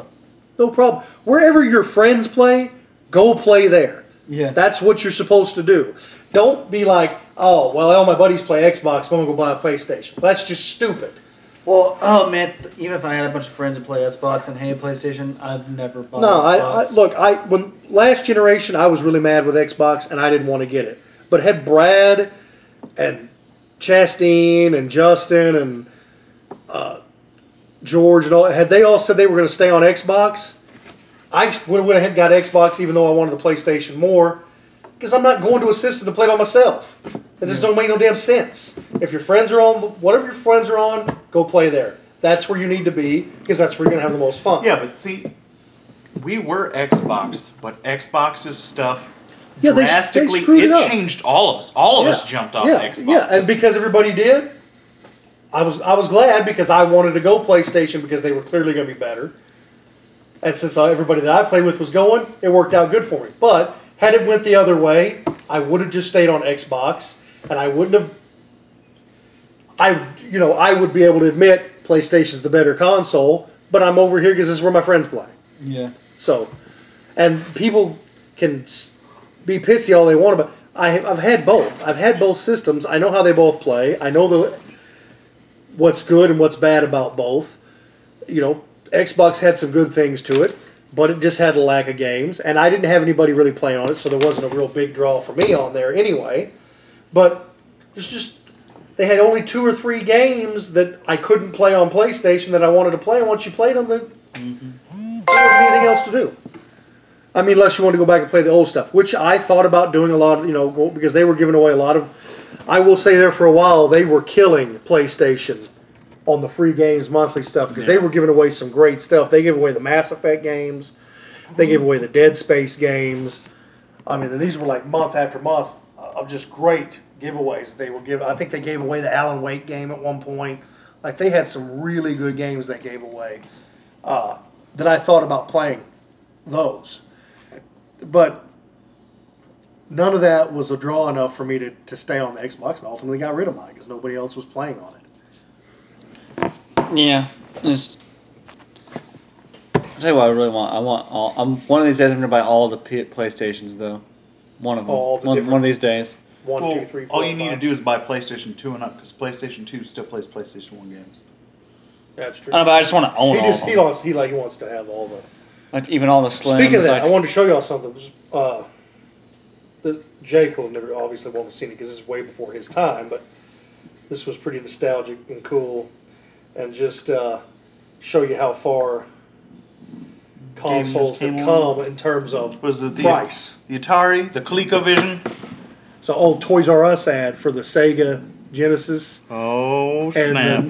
no problem. Wherever your friends play, go play there.
Yeah.
That's what you're supposed to do. Don't be like, oh well, all my buddies play Xbox. so I'm gonna go buy a PlayStation. That's just stupid.
Well, oh man, th- even if I had a bunch of friends that play Xbox and hate PlayStation, I'd never bought
No,
Xbox.
I, I look. I when last generation, I was really mad with Xbox, and I didn't want to get it. But had Brad and Chastain and Justin and uh, George and all had they all said they were going to stay on Xbox, I would have went ahead and got Xbox, even though I wanted the PlayStation more, because I'm not going to a system to play by myself. That just don't make no damn sense. If your friends are on whatever your friends are on, go play there. That's where you need to be because that's where you're going to have the most fun.
Yeah, but see, we were Xbox, but Xbox's stuff
Yeah, they- they
drastically
screwed it
it
up.
changed all of us. All of us
Yeah,
jumped off
yeah,
Xbox.
Yeah, and because everybody did, I was I was glad because I wanted to go PlayStation because they were clearly going to be better. And since uh, everybody that I played with was going, it worked out good for me. But had it went the other way, I would have just stayed on Xbox, and I wouldn't have. I, you know, I would be able to admit PlayStation's the better console, but I'm over here because this is where my friends play.
Yeah.
So, and people can s- be pissy all they want about. I, I've had both. I've had both systems. I know how they both play. I know the what's good and what's bad about both. You know, Xbox had some good things to it, but it just had a lack of games, and I didn't have anybody really playing on it, so there wasn't a real big draw for me on there anyway. But there's just they had only two or three games that I couldn't play on PlayStation that I wanted to play. And once you played them, then there wasn't anything else to do. I mean, unless you want to go back and play the old stuff, which I thought about doing a lot, of, you know, go- because they were giving away a lot of. I will say there for a while they were killing PlayStation on the free games monthly stuff because they were giving away some great stuff. They gave away the Mass Effect games, they gave away the Dead Space games. I mean, these were like month after month of just great giveaways that they were giving. I think they gave away the Alan Wake game at one point. Like they had some really good games they gave away uh, that I thought about playing those, but none of that was a draw enough for me to, to stay on the Xbox, and ultimately got rid of mine because nobody else was playing on it.
Yeah. It's, I'll tell you what I really want. I want all. I'm one of these days. I'm gonna buy all the P- PlayStations though. One of them.
All the
one,
different-
one of these days.
One,
Well,
two, three, four.
all you need to
five.
do is buy PlayStation 2 and up because PlayStation 2 still plays PlayStation 1 games.
That's true.
I don't know, but I just want to own
He
all
just
of
he
them.
wants he like he wants to have all the.
Like even all the slims.
Speaking of that,
like,
I wanted to show y'all something. Uh, the Jake will never obviously won't have seen it because this is way before his time, but this was pretty nostalgic and cool, and just uh, show you how far consoles have
came
come in terms of
Was it the
price.
the Atari, the ColecoVision?
So old Toys R Us ad for the Sega Genesis
Oh
the
snap!
Nintendo-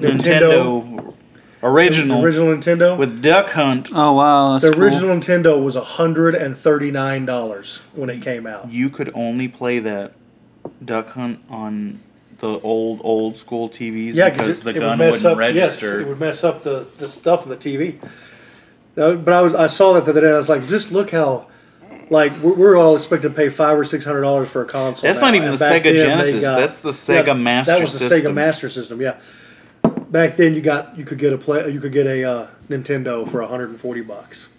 Nintendo
the
original,
original Nintendo.
with Duck Hunt.
oh wow, that's
the
cool.
original Nintendo was hundred and thirty nine dollars when it came out.
You could only play that Duck Hunt on the old old school TVs
Yeah,
because
it,
the
it would
gun
mess
wouldn't
up,
register.
Yes, it would mess up the, the stuff in the TV. Uh, But I was I saw that the other day. And I was like, just look how, like we're, we're all expected to pay five or six hundred dollars for a console.
That's
now.
not even
And
the
back
Sega
then, they
Genesis.
got-
That's the
yeah,
Sega Master
That was the
System.
Sega Master System. Yeah. Back then, you got you could get a play you could get a uh, Nintendo for hundred and forty bucks.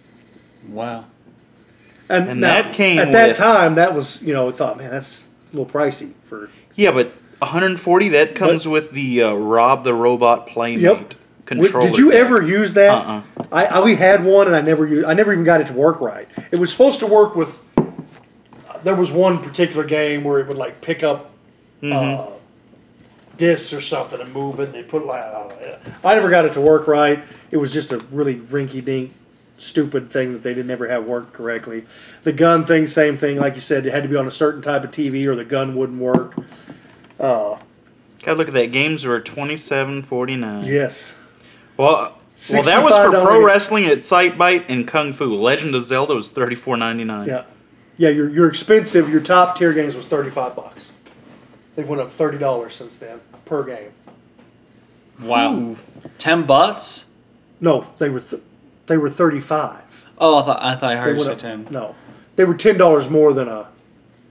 Wow.
And,
And
now,
that came
at that
with-
time. That was you know I thought man that's a little pricey for
yeah, but 140 that comes with the uh, Rob the Robot Playmate
Wait,
controller.
Did you
pack.
ever use that?
Uh-uh.
I, I we had one and I never used, I never even got it to work right. It was supposed to work with. There was one particular game where it would like pick up
Mm-hmm.
uh, discs or something and move it. And they put like I, don't know. I never got it to work right. It was just a really rinky dink, stupid thing that they didn't ever have work correctly. The gun thing, same thing. Like you said, it had to be on a certain type of TV or the gun wouldn't work. Uh,
God, look at that. Games were 27.49.
yes.
Well, uh, well, that was for
$65
pro wrestling at Sightbite and Kung Fu. Legend of Zelda was 34.99.
Yeah, yeah. Your your expensive, your top tier games was thirty five bucks. They've went up thirty dollars since then per game.
Wow. Ten bucks?
No, they were th- they were thirty five.
Oh, I thought I thought I
They
heard you
went
say
up,
ten.
No, they were ten dollars more than a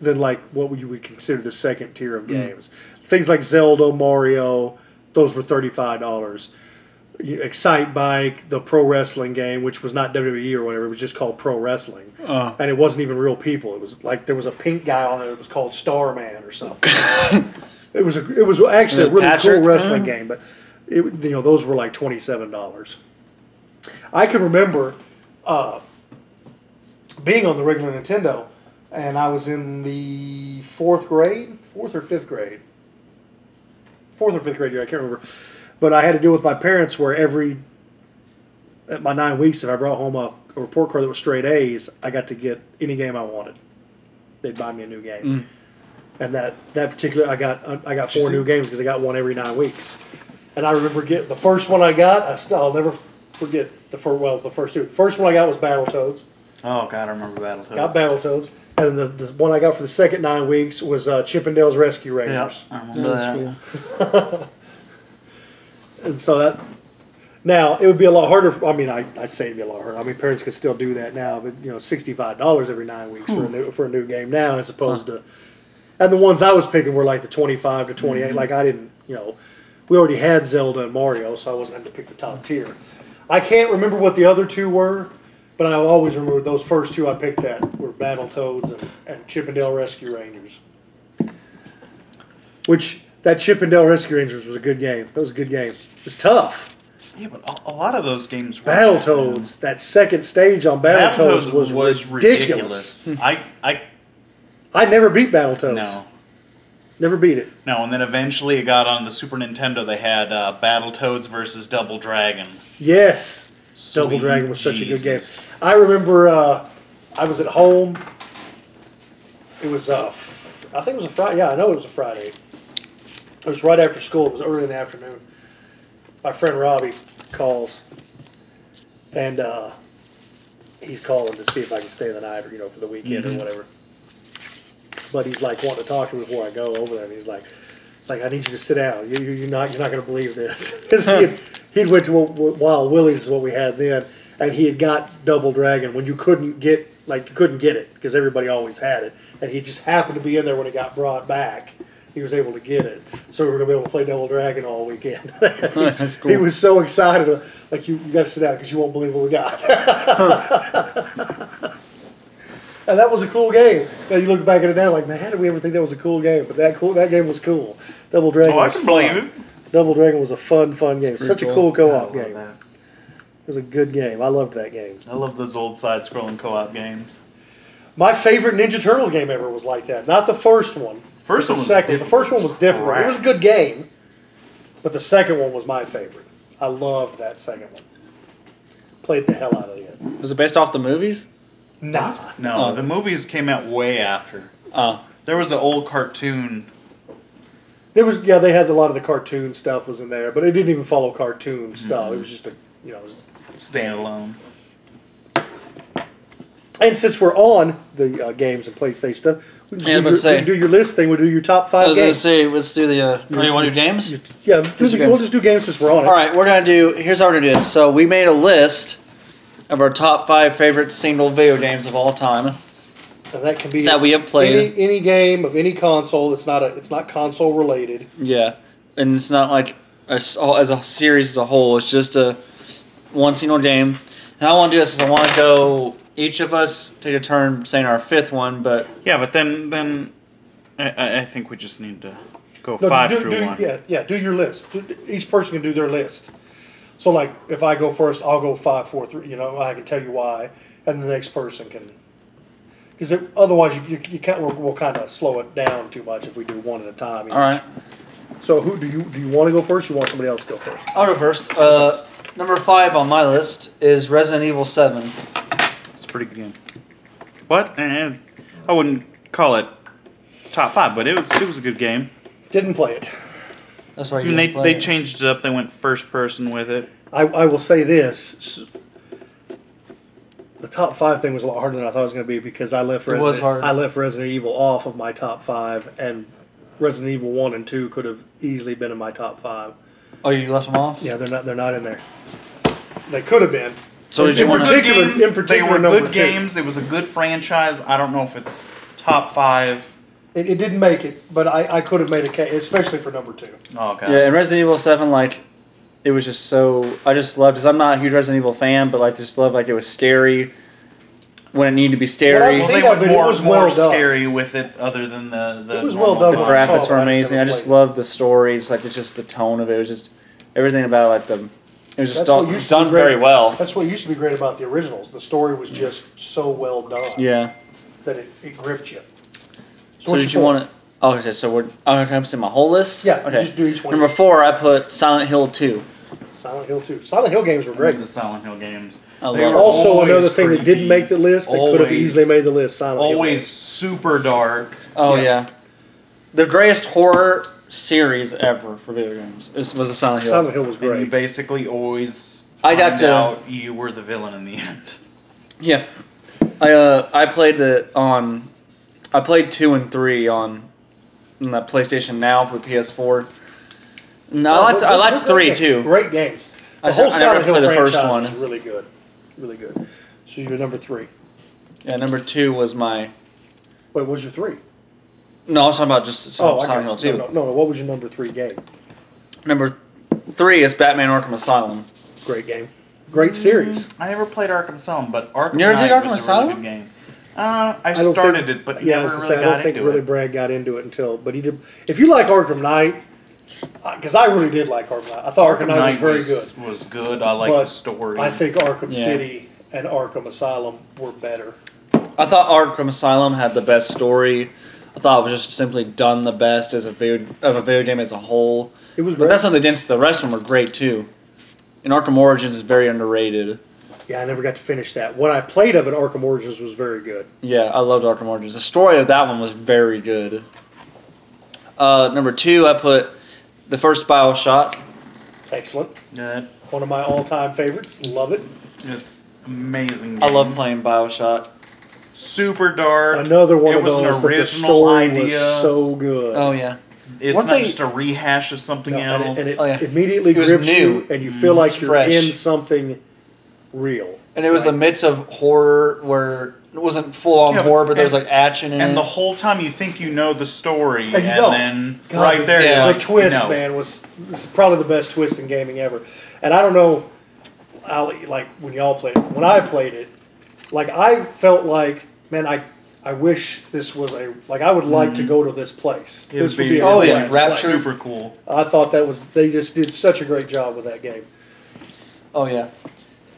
than like what you would consider the second tier of games. Things like Zelda, Mario, those were thirty five dollars. Excite Bike, the pro wrestling game, which was not WWE or whatever, it was just called pro wrestling,
Oh.
and it wasn't even real people. It was like there was a pink guy on it. It was called Starman or something. it was a, it was actually
Was
a
it
really
Patrick?
cool wrestling game, but it, you know those were like twenty seven dollars. I can remember uh, being on the regular Nintendo, and I was in the fourth grade, fourth or fifth grade, fourth or fifth grade year, I can't remember. But I had to deal with my parents where every at my nine weeks, if I brought home a, a report card that was straight A's, I got to get any game I wanted. They'd buy me a new game, and that that particular I got I got four new games because I got one every nine weeks. And I remember get the first one I got. I still I'll never f- forget the first well the first two. The first one I got was Battletoads.
Oh, God, I remember Battletoads.
Got Battletoads, and the, the one I got for the second nine weeks was uh, Chippendales Rescue
Yeah,
Rangers.
I remember that.
And so that now it would be a lot harder. For, I mean, I, I'd say it'd be a lot harder. I mean, parents could still do that now, but you know, sixty-five dollars every nine weeks for a new for a new game now, as Mm-hmm. opposed to, and the ones I was picking were like the twenty-five to 28 Like I didn't, you know, we already had Zelda and Mario, so I wasn't having to pick the top tier. I can't remember what the other two were, but I always remember those first two I picked that were Battletoads and, and Chippendale Rescue Rangers. Which, that Chippendale Rescue Rangers was a good game. That was a good game. It was tough.
Yeah, but a- a, lot of those games. were
Battletoads, that second stage on Battletoads,
Battletoads
was, ridiculous.
I, I,
I never beat Battletoads.
no,
Never beat it.
no, and then eventually it got on the Super Nintendo. They had uh, Battletoads versus Double Dragon.
Yes. Double
Sweet
Dragon was such a good
Jesus.
game. I remember uh, I was at home. It was, uh, f- I think it was a Friday. Yeah, I know it was a Friday. It was right after school. It was early in the afternoon. My friend Robbie calls, and uh, he's calling to see if I can stay the night, or you know, for the weekend
Mm-hmm.
or whatever. But he's like wanting to talk to me before I go over there, and he's like, like I need you to sit down. You, you, you're not you're not going to believe this. 'Cause he had, he'd went to a, Wild Willie's is what we had then, and he had got Double Dragon when you couldn't get like you couldn't get it because everybody always had it, and he just happened to be in there when it got brought back. He was able to get it, so we were going to be able to play Double Dragon all weekend.
That's
He
cool.
was so excited, uh, like you, you got to sit down because you won't believe what we got. And that was a cool game. Now you look back at it now, like man, how did we ever think that was a cool game? But that cool, that game was cool. Double Dragon.
Oh, I
was
can believe
fun.
it.
Double Dragon was a fun, fun game. Such a cool co-op
I love
game.
that.
It was a good game. I loved that game.
I love those old side-scrolling co-op games.
My favorite Ninja Turtle game ever was like that. Not the first one.
First
but
one
the
was
second. The
different.
first one was different. It
Crap.
was a good game, but the second one was my favorite. I loved that second one. Played the hell out of it.
Was it based off the movies?
Nah.
No,
Oh.
the movies came out way after.
Oh,
There was an old cartoon.
There was yeah, they had a lot of the cartoon stuff was in there, but it didn't even follow cartoon stuff. It was just a you know. it was-
Standalone.
and since we're on the uh, games and PlayStation stuff, we can
Yeah, I
do,
was about to
your, we can do your list thing. We do your top
I
five
was going to
games.
say, let's do the. Uh, oh, you want to do games?
yeah, do
These
the,
are
we'll
games.
just do games since we're on it.
All right, we're gonna do. Here's how we're gonna do this. So we made a list of our top five favorite single video games of all time.
And that can be
That we have played.
any, any game of any console. It's not a it's not console related.
yeah. And it's not like a s as a series as a whole. It's just a one single game. And I want to do this is I want to go. Each of us take a turn saying our fifth one, but
Yeah, but then then I- I, I think we just need to go
No,
five
do,
through
do-
one.
Yeah, yeah. Do your list. Do, each person can do their list. So like, if I go first, I'll go five, four, three. You know, I can tell you why, and the next person can. Because otherwise, you, you, you can't. We'll, we'll kind of slow it down too much if we do one at a time. each.
all right.
So who do you do you want to go first? Or you want somebody else to go first?
I'll go first. Uh, number five on my list is Resident Evil Seven.
It's a pretty good game. What? Eh, I wouldn't call it top five, but it was it was a good game.
Didn't play it.
That's right.
I
you
mean, they
didn't play
they
it.
changed it up. They went first person with it.
I, I will say this. s- The top five thing was a lot harder than I thought it was going to be because I left
It was
Resident,
hard.
I left Resident Evil off of my top five, and Resident Evil one and two could have easily been in my top five.
Oh, you left them off.
Yeah, they're not. They're not in there. They could have been.
So did
In
you want to?
particular- in
they
particular,
were
number
good
two.
games. It was a good franchise. I don't know if it's top five.
It, it didn't make it, but I, I could have made a case, especially for number two.
Oh god.
Yeah, and Resident Evil Seven, like, it was just so I just loved because I'm not a huge Resident Evil fan, but like just loved like it was scary when it needed to be scary.
Well,
Well,
See,
they
yeah,
went
but it
more,
was
more
well done.
scary with it, other than the the
It was well
normal
done.
the
Oh,
five.
I
graphics
saw
were
it, I just
amazing. I
never
just
played
loved the story. Just like it's just the tone of it. It was just everything about like the it was just all,
what used to be
done
great-
very well.
That's what used to be great about the originals. The story was just so well done
Yeah.
that it, it gripped you.
So did you want to? Oh, okay. So we're oh, okay, I'm saying my whole list.
Yeah, you
Okay.
just do each one.
Number four, I put Silent Hill Two.
to? Silent Hill two. Silent Hill games were great.
The Silent Hill games.
I
They
love
were
it.
Also,
always
another thing that
creepy,
didn't make the list that could have
always-
easily made the list. Silent Hill.
Always
games.
super dark.
Oh
Yeah.
yeah. the greatest horror series ever for video games. This was a Silent Hill.
Silent Hill was
And you
great.
basically always
I got
find
to-
out you were the villain in the end.
Yeah, I uh, I played the
um,
on, I played two and three on, on that PlayStation Now for PS4.
Oh,
No, I liked, I liked three
games.
too.
Great games. The
I
whole
just- I never
Silent Hill
played the
franchise
first
was
one.
really good, really good. So you're number three.
Yeah, number two was my.
Wait, what was your three?
No, I was talking about just
Oh,
Silent
I
Hill
got
two.
you. No, no, no, what was your number three game?
Number three is Batman Arkham Asylum.
Great game. Great series.
I never played Arkham Asylum, but Arkham
You never
Knight
did Arkham
was
Asylum?
a really good game. Uh, I,
don't
started
think-
it, but
yeah, I
never
was
really
gonna say, I
got
don't think
into
really
it.
Brad got into it until, but he did. If you like Arkham Knight, because I really did like Arkham Knight. I thought Arkham, Knight, was very good.
good. Was good. I like
But
the story.
I think Arkham
Yeah.
City and Arkham Asylum were better.
I thought Arkham Asylum had the best story. I thought it was just simply done the best as a video of a video game as a whole.
It was
But
great.
that's not against the rest of them were great too. And Arkham Origins is very underrated.
yeah, I never got to finish that. What I played of it, Arkham Origins, was very good.
Yeah, I loved Arkham Origins. The story of that one was very good. Uh, number two, I put the first Bioshock.
Excellent.
Yeah,
One of my all-time favorites. Love it.
yeah, amazing.
I
game.
love playing Bioshock.
super dark.
Another one
it
of
was
those,
an
but the
original
story
idea.
was so good.
Oh yeah,
it's
Weren't
not
they-
just a rehash of something
No, and
else.
it, and it
Oh, yeah.
immediately
It was
grips you,
new.
and you feel like you're
Fresh.
in something real.
and it was a mix of horror where it wasn't full on
Yeah, but-
horror, but there was
and-
like action in
and
it.
the whole time you think you know the story,
And
and,
you don't.
then
God,
right
the-
there,
yeah.
you're
the
like,
twist,
no.
man, was, was probably the best twist in gaming ever. And I don't know, how like when y'all played it. When I played it, like I felt like, man, I I wish this was a like I would like to go to this place.
It
this
would
would
be-
be a
Oh,
cool
yeah,
place.
Rapture.
super cool.
I thought that was they just did such a great job with that game.
Oh yeah,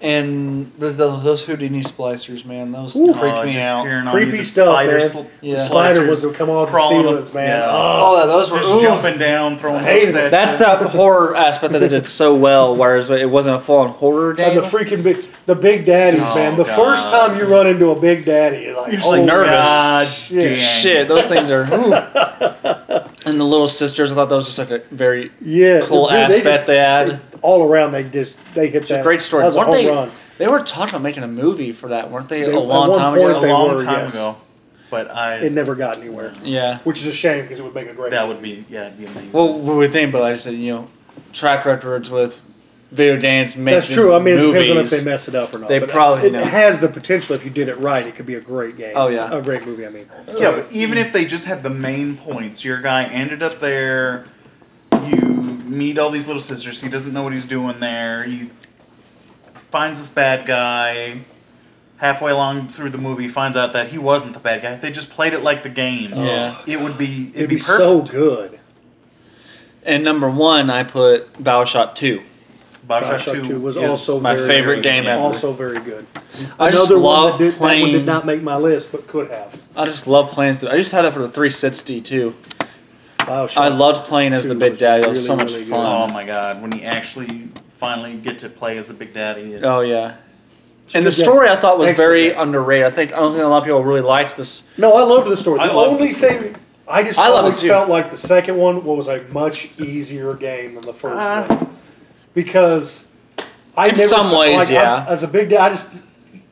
and those those, those Houdini splicers, man, those
Ooh.
freaked
Uh,
me
just
out.
peering on
Creepy
you, the
stuff,
spider
man.
sl-
Yeah.
slicers
Spider was to come off the
crawling
ceilings,
up-
man.
yeah.
Oh,
Oh yeah, those were
Just
ooh.
jumping down, throwing
I hated
those
it.
at
That's
you.
the horror aspect that they did so well, whereas it wasn't a full on horror
and
game.
the freaking big, the big daddies,
Oh,
man. The
God.
first time you run into a big daddy, you're like,
You're just, like,
"Oh,
nervous.
God
shit."
damn.
Shit, those things are. ooh. and the little sisters, I thought those were such a very
yeah,
cool
dude,
aspect
just-
they had.
all around, they just they hit
It's
that
a great story.
That was a
weren't
home
they?
run.
They were talking about making a movie for that, weren't they?
They-
a
at
long
one
time
a
point-
ago.
they
long
were,
time
yes.
ago. But I
It never got anywhere,
Yeah.
which is a shame because it would make a great.
that would be yeah, it'd be amazing.
Well, we would think, but like I said, you know, track records with video games making
That's true. I mean, it
movies.
depends on if they mess it up or not.
They
but
probably
it
know.
has the potential if you did it right. It could be a great game.
Oh, yeah.
a great movie. I mean,
yeah, but even if they just had the main points, your guy ended up there. You meet all these little sisters. He doesn't know what he's doing there. He finds this bad guy. Halfway along through the movie, finds out that he wasn't the bad guy. If they just played it like the game,
Yeah.
it would be it'd,
it'd
be,
be
perfect.
so good.
And number one, I put Bioshock Two.
Bioshock,
Bioshock
2,
Two was
is
also
my
very
favorite
good.
game ever.
Also very good.
I just
Another one
love
that, did, that one
playing.
did not make my list, but could have.
I just love playing. I just had it for the 360 too.
Bioshock.
I loved playing as
Two
the Big
was
Daddy. It
really,
was so much
really good. Um,
Oh
fun.
my god! When you actually finally get to play as a big daddy, it-
Oh yeah.
a
And the
good game.
story I thought was
Excellent
very
game.
underrated. I think I don't think a lot of people really liked this.
No, I loved the story.
I
The
loved the
only
story.
thing I just
I love it
always
too.
felt like the second one was a much easier game than the first
Uh,
one because I
In
never
some
felt
ways,
like I-
yeah.
as a big guy, I just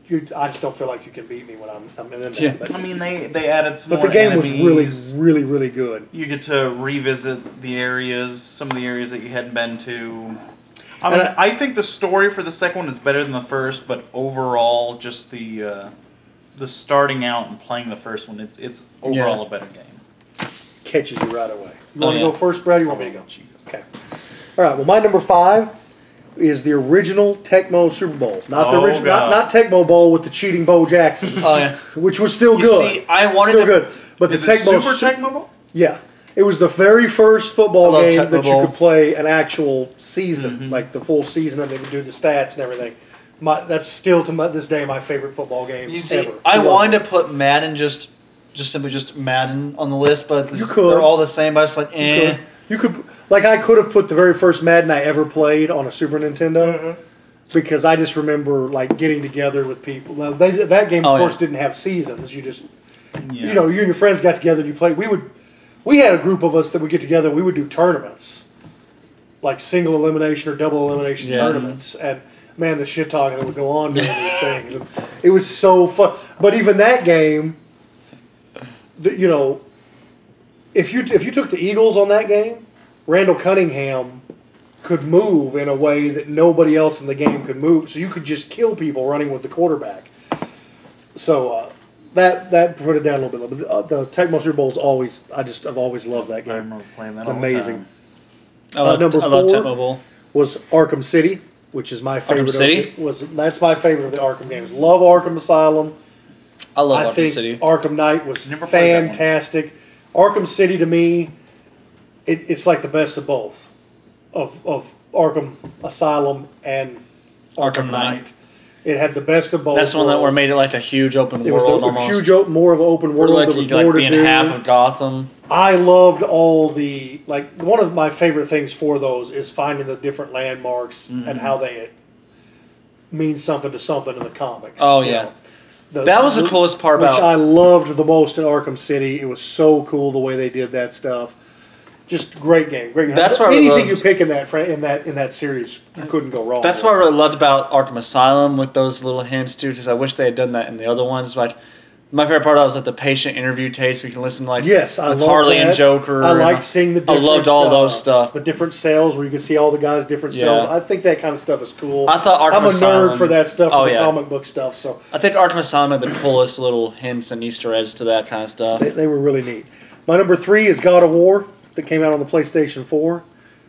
you, I just don't feel like you can beat me when I'm I'm in that.
Yeah.
But,
I mean they they added some.
but the
more
game was really,
enemies.
really, really good.
you get to revisit the areas, some of the areas that you hadn't been to. I
And
mean,
I-
I, think the story for the second one is better than the first, but overall, just the uh, the starting out and playing the first one, it's it's overall a better game.
Catches you right away. You
Oh,
want to
yeah.
go first, Brad? or You want me to go? Okay. All right. Well, my number five is the original Tecmo Super Bowl, not the
Oh,
original,
God.
not, not Tecmo Bowl with the cheating Bo Jackson,
Oh yeah.
which was still
You
good.
see, I wanted
still
to-
good, but
Is
the
it
Tecmo
Super
Su-
Tecmo Bowl?
Yeah. It was the very first football
I love
game
Tecmo
that you
Bowl. Mm-hmm.
could play an actual season, like the full season, and they would do the stats and everything. My, that's still to my, this day my favorite football game
You see,
ever.
I
Love
wanted
it.
to put Madden just, just simply just Madden on the list, but
You
this-
could.
they're all the same. But it's like, eh.
You could, you could- like, I could have put the very first Madden I ever played on a Super Nintendo because I just remember like getting together with people. Now, they, that game, of
Oh, yeah.
course, didn't have seasons. You just
Yeah.
you know, you and your friends got together and you played. We would, we had a group of us that would get together. We would do tournaments, like single elimination or double elimination
Yeah.
tournaments, and man, the shit talking that would go on during these things. And it was so fun. But even that game, the, you know, if you if you took the Eagles on that game, Randall Cunningham could move in a way that nobody else in the game could move. So you could just kill people running with the quarterback. So uh, that that put it down a little bit. But the, uh, the Tecmo Super Bowl is always I just I've always loved that
I
game.
remember playing that.
It's
all
amazing.
The
I love,
Uh, number
I love
four.
Tecmo Bowl.
was Arkham City, which is my favorite. of
City?
the- was that's my favorite of the Arkham games. Love Arkham Asylum.
I love
I
Arkham
think
City.
Arkham Knight was
Never played that one.
fantastic. Arkham City to me, it, it's like the best of both, of of Arkham Asylum and
Arkham Knight.
Knight. It had the best of both.
That's the one that were
worlds.
made it like a huge open
It was
world
a
almost.
huge, op- more of an open
We're
world. there
lucky
was
to like
more to
be in
do.
half of Gotham.
I loved all the like one of my favorite things for those is finding the different landmarks
Mm-hmm.
and how they mean something to something in the comics.
Oh,
you
yeah.
know. The-
That was the coolest part
which
about-
I loved the most in Arkham City. It was so cool the way they did that stuff. Just great game, great. Game.
That's what I
anything
loved.
you pick in that fr- in that in that series, you couldn't go wrong.
That's
with.
what I really loved about Arkham Asylum with those little hints too, because I wish they had done that in the other ones. Like my favorite part of it was like the patient interview tapes. We can listen to like
Yes, I
with
love
Harley and
that.
Joker.
I
and,
liked seeing the.
I
Different,
loved all
uh,
those stuff.
The different cells where you can see all the guys' different
Yeah.
cells. I think that kind of stuff is cool.
I thought Arkham
I'm a
Asylum-
nerd for that stuff,
Oh,
for the
yeah.
comic book stuff. So
I think Arkham Asylum had the coolest little hints and Easter eggs to that kind of stuff.
they, they were really neat. My number three is God of War that came out on the PlayStation Four.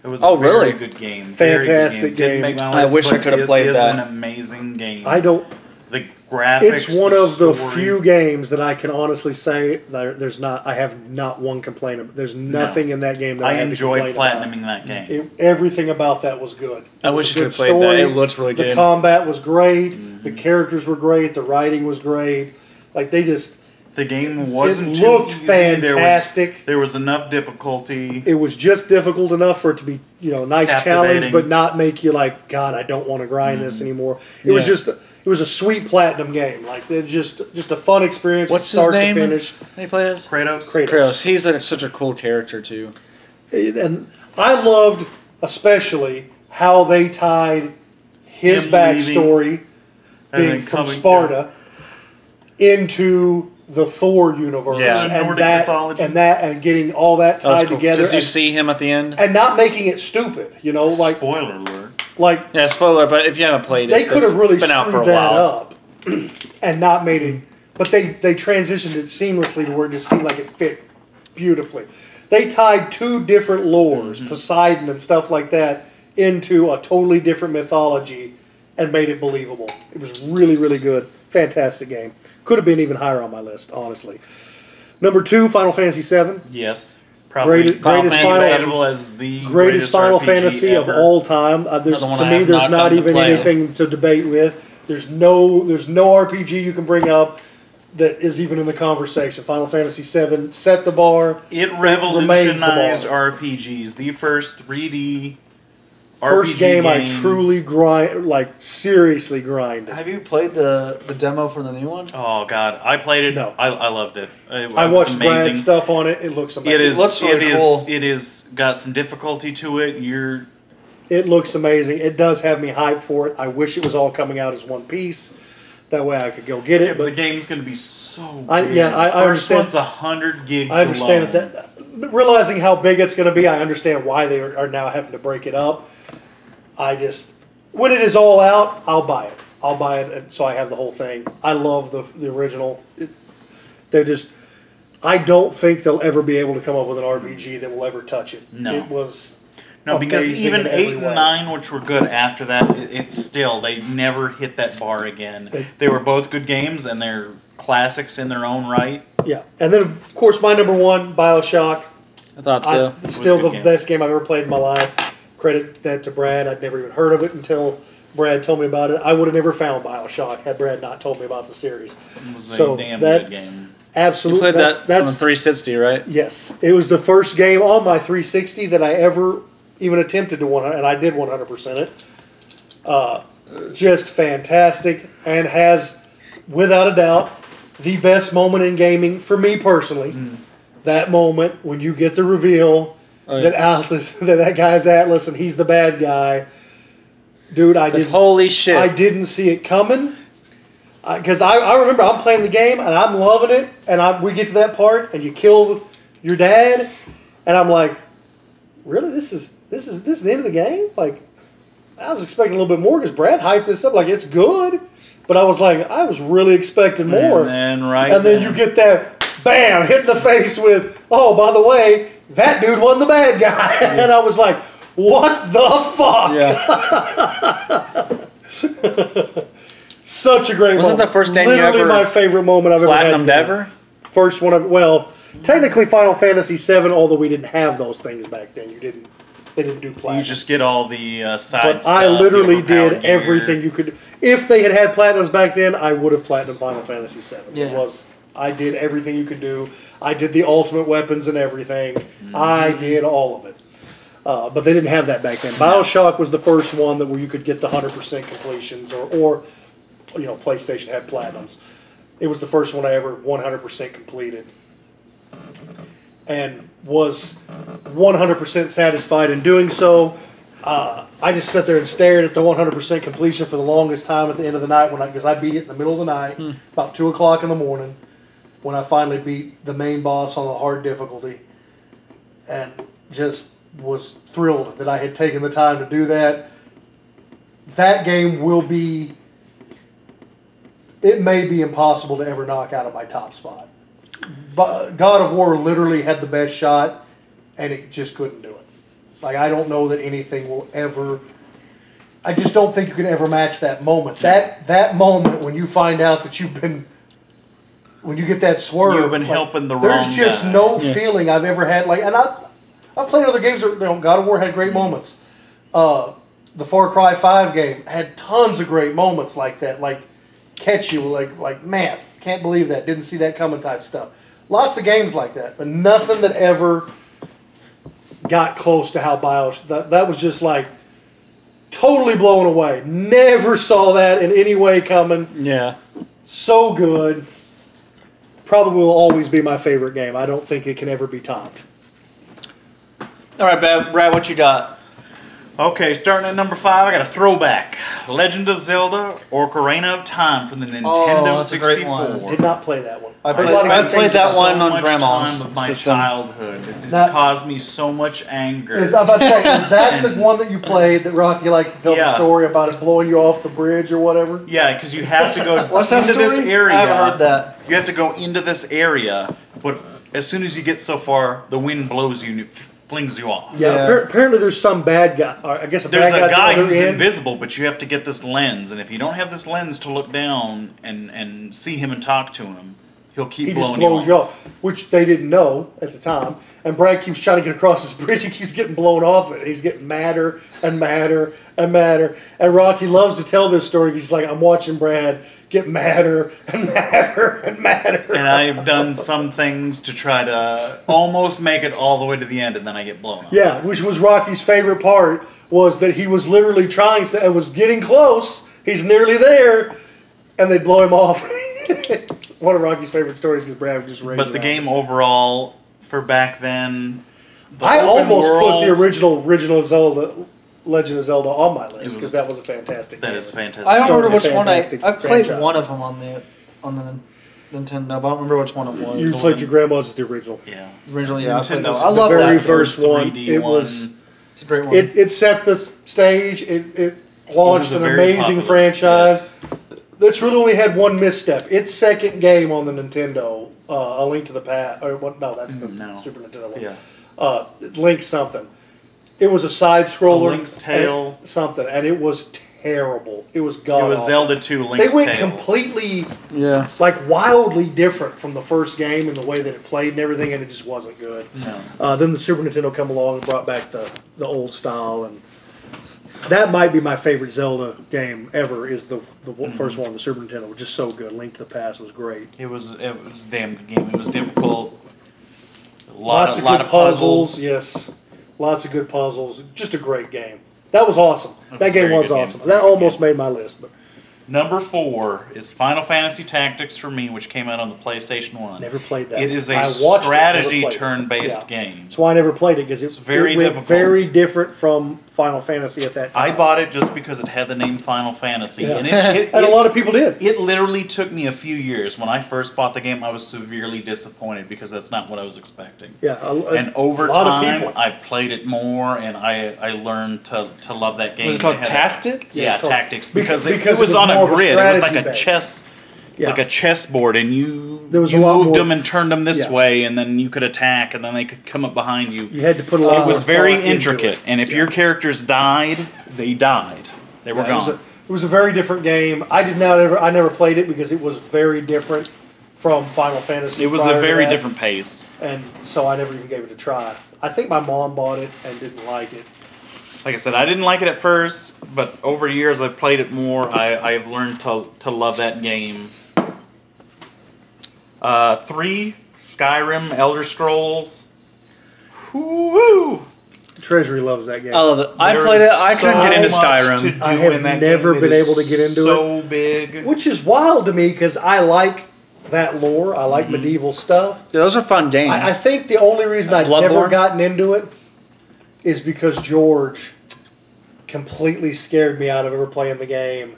It was
Oh,
a very
really?
good game. Very good Didn't
Fantastic game.
make my
I
list,
wish I
but
coulda
it
played
is
that.
an amazing game.
I don't.
the graphics.
It's one of the
story.
few games that I can honestly say there, there's not. I have not one complaint. About. There's nothing in that game that I,
I
had to
enjoyed
complain about.
platinuming that game.
It, everything about that was good.
I
It was
wish
a
you
good
could have played that. It looked really
The
good.
combat was great. The
Mm-hmm.
characters were great. The writing was great. Like they just,
the game wasn't
it
too
looked
easy. There
fantastic.
was, there was enough difficulty.
it was just difficult enough for it to be, you know, a nice challenge,
Captivating. Mm-hmm.
but not make you like, God, I don't want to grind this anymore. It was
Yeah.
just, it was a sweet platinum game. Like it just, just a fun experience.
What's
from start
his name?
To finish.
How do you play this?
Kratos.
Kratos.
Kratos. He's a, such a cool character too.
and I loved especially how they tied his
Him
backstory,
and
being
then
from
coming-
Sparta, into the Thor universe,
Yeah.
and
Nordic
that,
mythology.
and that, and getting all that
That was
tied
cool.
together,
Did you
and,
see him at the end?
and not making it stupid. You know, Oh, like
Spoiler alert.
like
yeah, spoiler. But if you haven't played it,
they could
it's
have really
been
screwed
out for a
that
while.
up and not made it. But they they transitioned it seamlessly to where it just seemed like it fit beautifully. They tied two different lores,
Mm-hmm.
Poseidon and stuff like that, into a totally different mythology and made it believable. It was really really good, fantastic game. Could have been even higher on my list, honestly. Number two, Final Fantasy VII,
Yes. Probably
Greatest-
probably
greatest
Final-
debatable as the greatest,
greatest, Final
RPG
Fantasy of
ever.
all time. Uh, there's,
Another one
to
I
me,
have
there's
not
not
gotten to
even
play.
anything to debate with. There's no there's no RPG you can bring up that is even in the conversation. Final Fantasy VII set the bar.
It
remains the
revolutionized
bar.
RPGs. The first 3D
First
RPG
game, I truly grind like seriously grinded.
Have you played the the demo for the new one?
Oh God, I played it.
No.
I, I loved it. It,
I
was
watched
amazing.
Brad's stuff on it. It looks amazing.
It is. It,
looks really
is-
cool.
It is got some difficulty to it. You're
It looks amazing. It does have me hyped for it. I wish it was all coming out as one piece. That way I could go get it.
Yeah, but
but
the game's going to be so.
I-
good.
yeah, I- I
First
understand-
one's hundred gigs.
I understand
alone.
that, that realizing how big it's going to be, I understand why they are, are now having to break it up. I just when it is all out, I'll buy it. I'll buy it, and so I have the whole thing. I love the the original. It, they just, I don't think they'll ever be able to come up with an RPG that will ever touch it.
No.
it was
No, because
amazing in
even
every
eight and
way.
nine, which were good after that, it, it's still they never hit that bar again.
They-
They were both good games and they're classics in their own right.
yeah. And then of course my number one, Bioshock.
I thought
I,
so.
It
still
was a
the
good game.
best game I've ever played in my life. Credit that to Brad. I'd never even heard of it until Brad told me about it. I would have never found Bioshock had Brad not told me about the series.
It was
So
a damn
that-
good
You
game.
Absolutely,
played
that's,
that
that's
on 360, right?
yes. It was the first game on my 360 that I ever even attempted to one, and I did 100 percent it. Uh, just fantastic, and has without a doubt the best moment in gaming for me personally.
Mm.
That moment when you get the reveal
Oh, yeah.
that Atlas, that that guy's Atlas, and he's the bad guy. Dude, I
It's like,
did
holy shit.
I didn't see it coming because I, I remember I'm playing the game and I'm loving it, and I, we get to that part and you kill your dad, and I'm like, really? This is this is this is the end of the game? Like, I was expecting a little bit more because Brad hyped this up like it's good, but I was like, I was really expecting more.
And then right.
And then you get that bam hit in the face with, oh, by the way, that dude wasn't the bad guy. and I was like, What the fuck?
Yeah.
Such a great.
Was it
moment.
the first time you
Literally
ever
my favorite moment I've
Platinum
ever
ever?
had. First one of well, technically Final Fantasy VII, although we didn't have those things back then. You didn't. They didn't do platinum.
You just get all the uh, side
But
stuff.
I literally
the overpowered
did
gear.
everything you could. If they had had platinums back then, I would have platinum Final Fantasy VII. It
Yeah.
was I did everything you could do. I did the ultimate weapons and everything. I did all of it. Uh, but they didn't have that back then. Bioshock was the first one that where you could get the hundred percent completions, or, or you know, PlayStation had platinums. It was the first one I ever one hundred percent completed, and was one hundred percent satisfied in doing so. Uh, I just sat there and stared at the 100% completion for the longest time at the end of the night when I because I beat it in the middle of the night, about two o'clock in the morning, when I finally beat the main boss on the hard difficulty, and just was thrilled that I had taken the time to do that. That game will be. It may be impossible to ever knock out of my top spot. But God of War literally had the best shot, and it just couldn't do it. Like I don't know that anything will ever. I just don't think you can ever match that moment. That that moment when you find out that you've been, when you get that swerve,
You've been helping the
There's
wrong
just
guy.
no feeling I've ever had. Like, and I, I've played other games that you know, God of War had
Mm-hmm.
great moments. Uh, the Far Cry Five game had tons of great moments like that. Like, catch you like like man, can't believe that. Didn't see that coming type stuff. Lots of games like that, but nothing that ever got close to how Bios that, that was just like totally blown away. Never saw that in any way coming.
Yeah.
So good. Probably will always be my favorite game. I don't think it can ever be topped.
All right, Brad, Brad, what you got?
Okay, starting at number five, I got a throwback: Legend of Zelda or Ocarina of Time from the Nintendo
Oh, that's a great one.
64.
Did not play that one.
I
Heard a
played-
lot of
I
good
played
things
that
about
one
so
on
much
grandma's
time of my
system.
childhood. It, it
Now-
caused me so much anger.
Is, I'm about to say, is that the one that you played that Rocky likes to tell the
Yeah.
story about it blowing you off the bridge or whatever?
yeah, because you have to go
What's that
into this
story?
area.
I haven't heard that.
You have to go into this area, but as soon as you get so far, the wind blows you and it f- flings you off.
Yeah.
Yeah.
appar- apparently, there's some bad guy. or I guess a
There's
bad
a
guy,
guy
at the other
who's
end.
invisible, but you have to get this lens, and if you don't have this lens to look down and and see him and talk to him, he'll keep
He just
blowing
blows
you
you
off.
off, which they didn't know at the time. And Brad keeps trying to get across this bridge. He keeps getting blown off it. He's getting madder and madder and madder. And Rocky loves to tell this story. He's like, I'm watching Brad get madder and madder and madder.
And I've done some things to try to almost make it all the way to the end, and then I get blown off.
Yeah, which was Rocky's favorite part was that he was literally trying to, and was getting close. He's nearly there, and they blow him off. One of Rocky's favorite stories is Brad would just rage.
But the
out.
game overall for back then, the
I
open
almost put
world-
the original original Zelda, Legend of Zelda, on my list because
was-
that was a fantastic.
That
game.
is fantastic.
I don't
Sounds
remember
like
which
a
one I.
fantastic
I've played
franchise.
one of them on the on the Nintendo, but I don't remember which one it was.
You played your grandma's as the original.
Yeah.
originally. Yeah, I played that.
Nintendo's
one. I
the
love
very
that.
first- one,
3D
it was-
It's a great one.
It it set the stage. It it
It
launched
was a
an
very
amazing
popular-
franchise.
yes.
That's really only had one misstep. Its second game on the Nintendo, uh, A Link to the Past, or what? No, that's the
Mm, no.
Super Nintendo one.
Yeah.
Uh, Link something. It was a side
A
scroller.
Link's Tale.
Something, and it was terrible. It was god.
It was Zelda 2
Uh, They
Link's
went
Tale.
completely
Yeah.
like wildly different from the first game and the way that it played and everything, and it just wasn't good.
No.
Uh, then the Super Nintendo come along and brought back the, the old style, and that might be my favorite Zelda game ever. Is the the one-
Mm-hmm.
first one on the Super Nintendo was just so good. Link to the Past was great.
It was it was a damn good game. It was difficult. A lot
Lots
of,
of
lot
good
of
puzzles.
puzzles.
Yes, lots of good puzzles. Just a great game. That was awesome. That,
was a
game
very
was
good game.
awesome. That almost made my list, but
Number four is Final Fantasy Tactics for me, which came out on the PlayStation One.
never played that.
It is
a
a strategy turn-based game.
That's why I never played it because it, it's
very
it went
difficult.
very different from Final Fantasy at that time.
I bought it just because it had the name Final Fantasy,
Yeah.
and it, it, it-
and a lot of people did.
it literally took me a few years. When I first bought the game, I was severely disappointed because that's not what I was expecting.
Yeah, a, a-
And over
a lot of
time,
people.
I played it more, and I I learned to, to love that game.
Was it
It
called
had a-
Tactics?
Yeah,
Yes.
tactics
Because-
because, it,
because
it was
it was
on a
more of a
grid. It was like
strategy
a
based.
chess
Yeah.
like a chessboard, and you
There was
you
a lot
moved
more
them and turned them this
yeah.
way, and then you could attack, and then they could come up behind you.
you had to put a lot.
it
of
was
thought
very
Uh, into
intricate,
it.
and if
Yeah.
your characters died, they died. They were
Yeah, It was,
gone.
a, it was a very different game. I did not ever. I never played it because it was very different from Final Fantasy.
it was
prior
a
to
very
that,
different pace.
and so I never even gave it a try. I think my mom bought it and didn't like it.
Like I said, I didn't like it at first, but over years I've played it more. I, I've learned to, to love that game. Uh, three Skyrim, Elder Scrolls. Whoo!
Treasury loves that game.
I love it. I played it. I couldn't get into Skyrim.
I have never been able to get into
so So big.
which is wild to me because I like that lore. I
Mm-hmm.
like medieval stuff.
Yeah, those are fun games.
I, I think the only reason I've never
Bloodborne?
gotten into it is because George completely scared me out of ever playing the game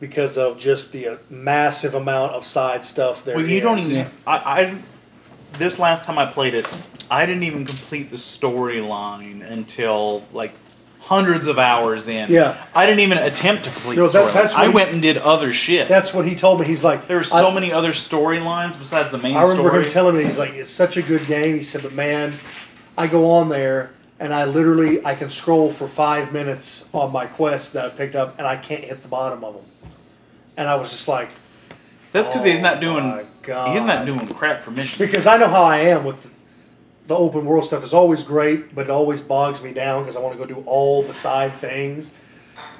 because of just the uh, massive amount of side stuff there.
Well, you don't
is.
even. I, I this last time I played it, I didn't even complete the storyline until like hundreds of hours in.
Yeah.
I didn't even attempt to complete
No,
the
that-
storyline.
that's what
I
he-
went and did other shit.
That's what he told me. He's like,
There were so
I,
many other storylines besides the main
I remember
story.
him telling me he's like, it's such a good game. He said, but man, I go on there and I literally I can scroll for five minutes on my quests that I picked up and I can't hit the bottom of them. And I was just like,
That's because he's not doing.
Oh my God.
He's not doing crap for missions.
because I know how I am with the open world stuff. It's always great, but it always bogs me down because I want to go do all the side things,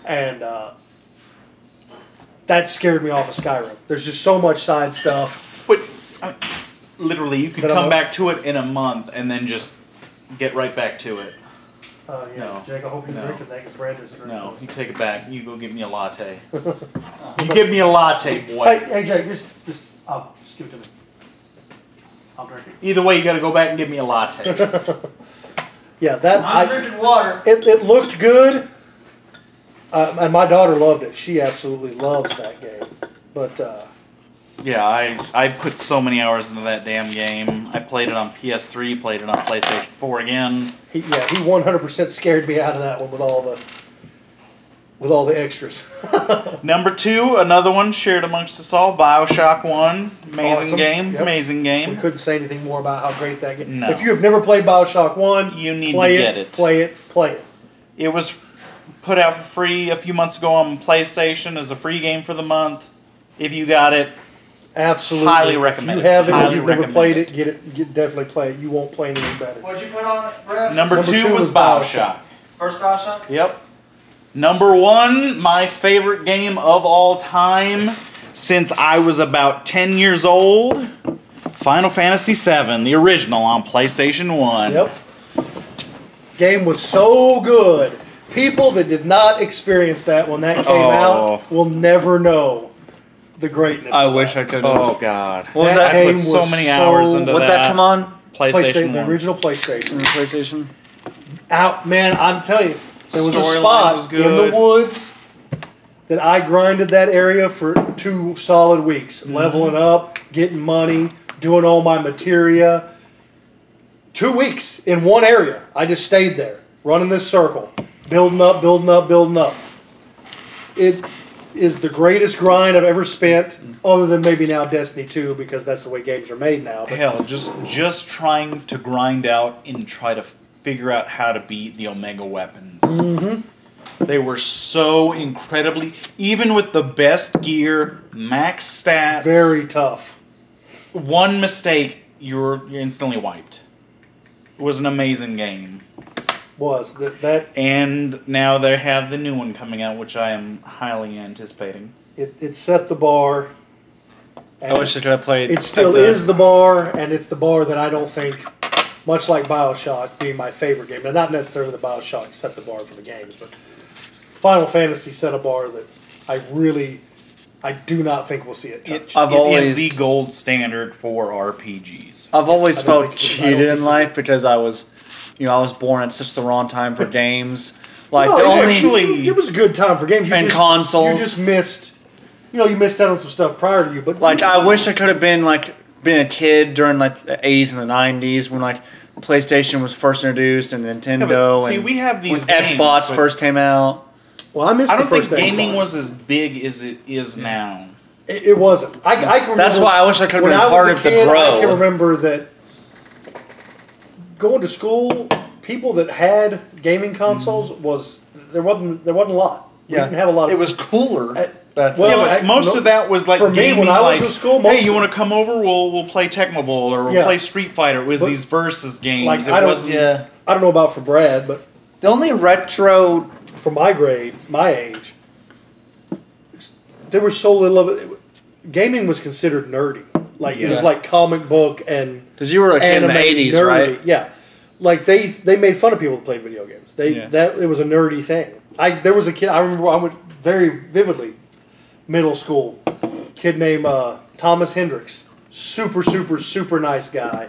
and uh, that scared me off of Skyrim. There's just so much side stuff.
But I mean, literally, you could
But I'm
come
a-
back to it in a month and then just get right back to it.
Uh, yeah,
No.
Jake, I hope you're
No.
drinking that because Brandon's drinking.
No, you take it back. You go give me a latte. you give me a latte,
Hey,
boy.
hey, Jake, just, just, oh, just give it to me. I'll drink it.
Either way, you got to go back and give me a latte.
Yeah, that
I'm
I,
drinking water.
it, it looked good. Uh, and my daughter loved it. She absolutely loves that game. But uh,
yeah, I I put so many hours into that damn game. I played it on PS3, played it on PlayStation 4 again.
He, yeah, he one hundred percent scared me out of that one with all the with all the extras.
Number two, another one shared amongst us all, Bioshock One. Amazing
Awesome.
game,
Yep.
amazing game.
we couldn't say anything more about how great that game.
No.
If you have never played Bioshock One,
You need
play
to get it.
Play it. Play it.
It was f- put out for free a few months ago on PlayStation as a free game for the month. If you got it,
Absolutely.
Highly
If
recommend
you
it.
have it, if
Highly
you've never
recommend
played
it.
it, get it. Get, definitely play it. You won't play anything better.
What'd you put on it, Brad?
number,
Number
two,
two
was
was Bioshock.
Bioshock.
First Bioshock?
Yep. Number one, my favorite game of all time since I was about 10 years old Final Fantasy VII, the original on PlayStation 1.
Yep. Game was so good. People that did not experience that when that came
Oh.
out will never know the greatness.
I
of
wish
that.
I could.
Oh
have
God.
what was
That
that?
I
game
put so
was
many
so-
hours into
Would that come on
PlayStation,
PlayStation, the
1.
original PlayStation.
on PlayStation?
out, man. I'm telling you, there was a
Storyline
spot
was
in
good.
the woods that I grinded that area for two solid weeks,
Mm-hmm.
leveling up, getting money, doing all my materia. Two weeks in one area. I just stayed there, running this circle, building up, building up, building up. It is the greatest grind I've ever spent,
Mm-hmm.
other than maybe now Destiny 2, because that's the way games are made now. But
Hell, just just trying to grind out and try to figure out how to beat the Omega weapons.
Mm-hmm.
They were so incredibly, even with the best gear, max stats,
very tough.
one mistake, you're you're instantly wiped. It was an amazing game,
Was that that
and now they have the new one coming out, which I am highly anticipating.
It, it set the bar. And
I wish I could have played.
it
at
still
the-
is the bar, and it's the bar that I don't think, much like Bioshock, being my favorite game. Now, not necessarily the Bioshock set the bar for the games, but Final Fantasy set a bar that I really, I do not think we'll see it touched.
I've
It is
always-
the gold standard for RPGs.
I've always
I don't
felt
think you- I don't
cheated
think
in
you-
life because I was, you know, I was born at such the wrong time for games. Like
No,
the
it
only
actually, it was a good time for games. You
And
just,
consoles.
You just missed, you know, you missed out on some stuff prior to you, but
like I wish I could have been like been a kid during like the 80s and the 90s when like PlayStation was first introduced and Nintendo
Yeah, but see,
and
we have these
when
games,
Xbox
but-
first came out.
well, I missed.
I don't
the
think
first
gaming
Xbox.
was as big as it is now.
It, it wasn't. I, I can remember.
That's why I wish I could've
when
been
I was
part
a
of the
kid, I
bro.
can remember that going to school, people that had gaming consoles
Mm-hmm.
was there wasn't there wasn't a lot. We didn't have a lot. Of,
It was cooler.
At-
back
well,
then.
yeah, but
I-
most
no-
of that was like
for me, when
gaming,
I was
like,
in school, most
hey, you
of-
want to come over? We'll we'll play Tecmo Bowl or we'll
Yeah.
play Street Fighter. It was
But-
these versus games.
like,
it
I don't-
wasn't.
Yeah.
I don't know about for Brad, but
The only retro
for my grade, my age, there was so little of it. Gaming was considered nerdy. Like it was
Yeah.
like comic book and
because you were a kid in
anime
the eighties,
nerdy.
right?
Yeah, like they they made fun of people that played video games. They
Yeah.
that it was a nerdy thing. I there was a kid I remember I went very vividly, middle school, kid named uh, Thomas Hendricks, super super super nice guy.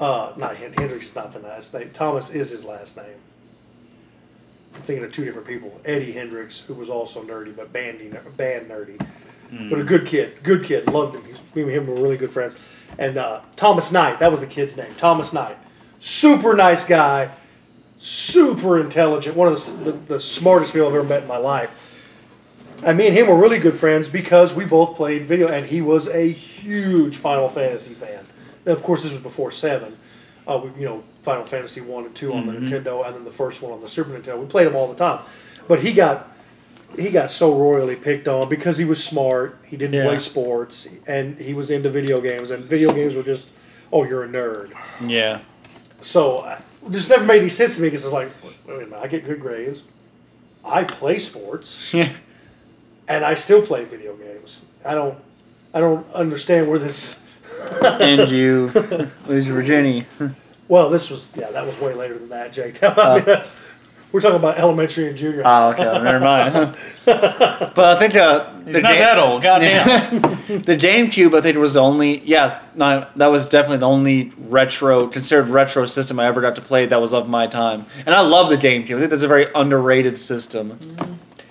Uh, not Hen- Hendricks is not the last name. Thomas is his last name. I'm thinking of two different people. Eddie Hendricks, who was also nerdy but bandy band nerdy but a good kid, good kid. Loved him. He's- Me and him were really good friends. And uh, Thomas Knight, that was the kid's name. Thomas Knight, super nice guy, super intelligent. One of the, s- the, the smartest people I've ever met in my life. And me and him were really good friends because we both played video, and he was a huge Final Fantasy fan. Now, of course, this was before seven. Uh, we, you know, Final Fantasy one and 2 on the Nintendo, and then the first one on the Super Nintendo. We played them all the time. But he got he got so royally picked on because he was smart. He didn't play sports, and he was into video games. And video games were just, oh, you're a nerd.
Yeah.
So I- it just never made any sense to me because it's like, wait a minute, I get good grades, I play sports, and I still play video games. I don't, I don't understand where this.
and you lose your virginity.
Well, this was yeah, that was way later than that, Jake. I mean,
Uh,
that's- we're talking about elementary and junior. high.
Oh, okay. Never mind. but I think the the,
It's not
Ga-
that old. Goddamn.
the GameCube, I think was the only yeah, no, that was definitely the only retro considered retro system I ever got to play that was of my time. And I love the GameCube. I think that's a very underrated system.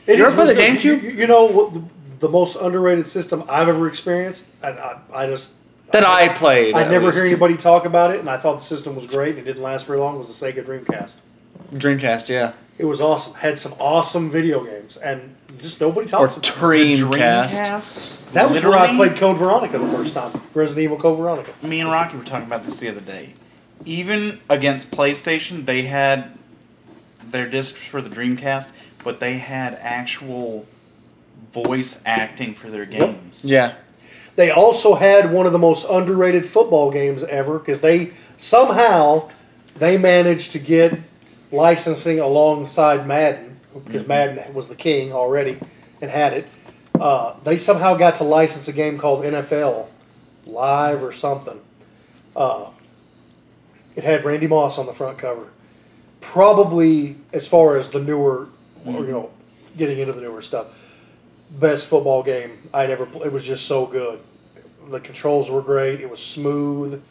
It
You
is
ever play the
really good.
GameCube?
You, you- you know what? The, the most underrated system I've ever experienced, and I, I just
That I played.
I
at
never
least.
hear anybody talk about it, and I thought the system was great, and it didn't last very long. Was the Sega Dreamcast?
Dreamcast, yeah,
It was awesome. Had some awesome video games, and just nobody
or
talks about. it.
Dreamcast.
Dreamcast.
That was where I
Literally,
played Code Veronica the first time. Resident Evil Code Veronica.
Me and Rocky were talking about this the other day. Even against PlayStation, they had their discs for the Dreamcast, but they had actual voice acting for their games.
Yeah,
They also had one of the most underrated football games ever because they somehow they managed to get licensing alongside Madden because Madden was the king already and had it. Uh, they somehow got to license a game called NFL Live or something. Uh, it had Randy Moss on the front cover. Probably as far as the newer, or, you know, getting into the newer stuff, best football game I'd ever played. It was just so good. The controls were great. It was smooth.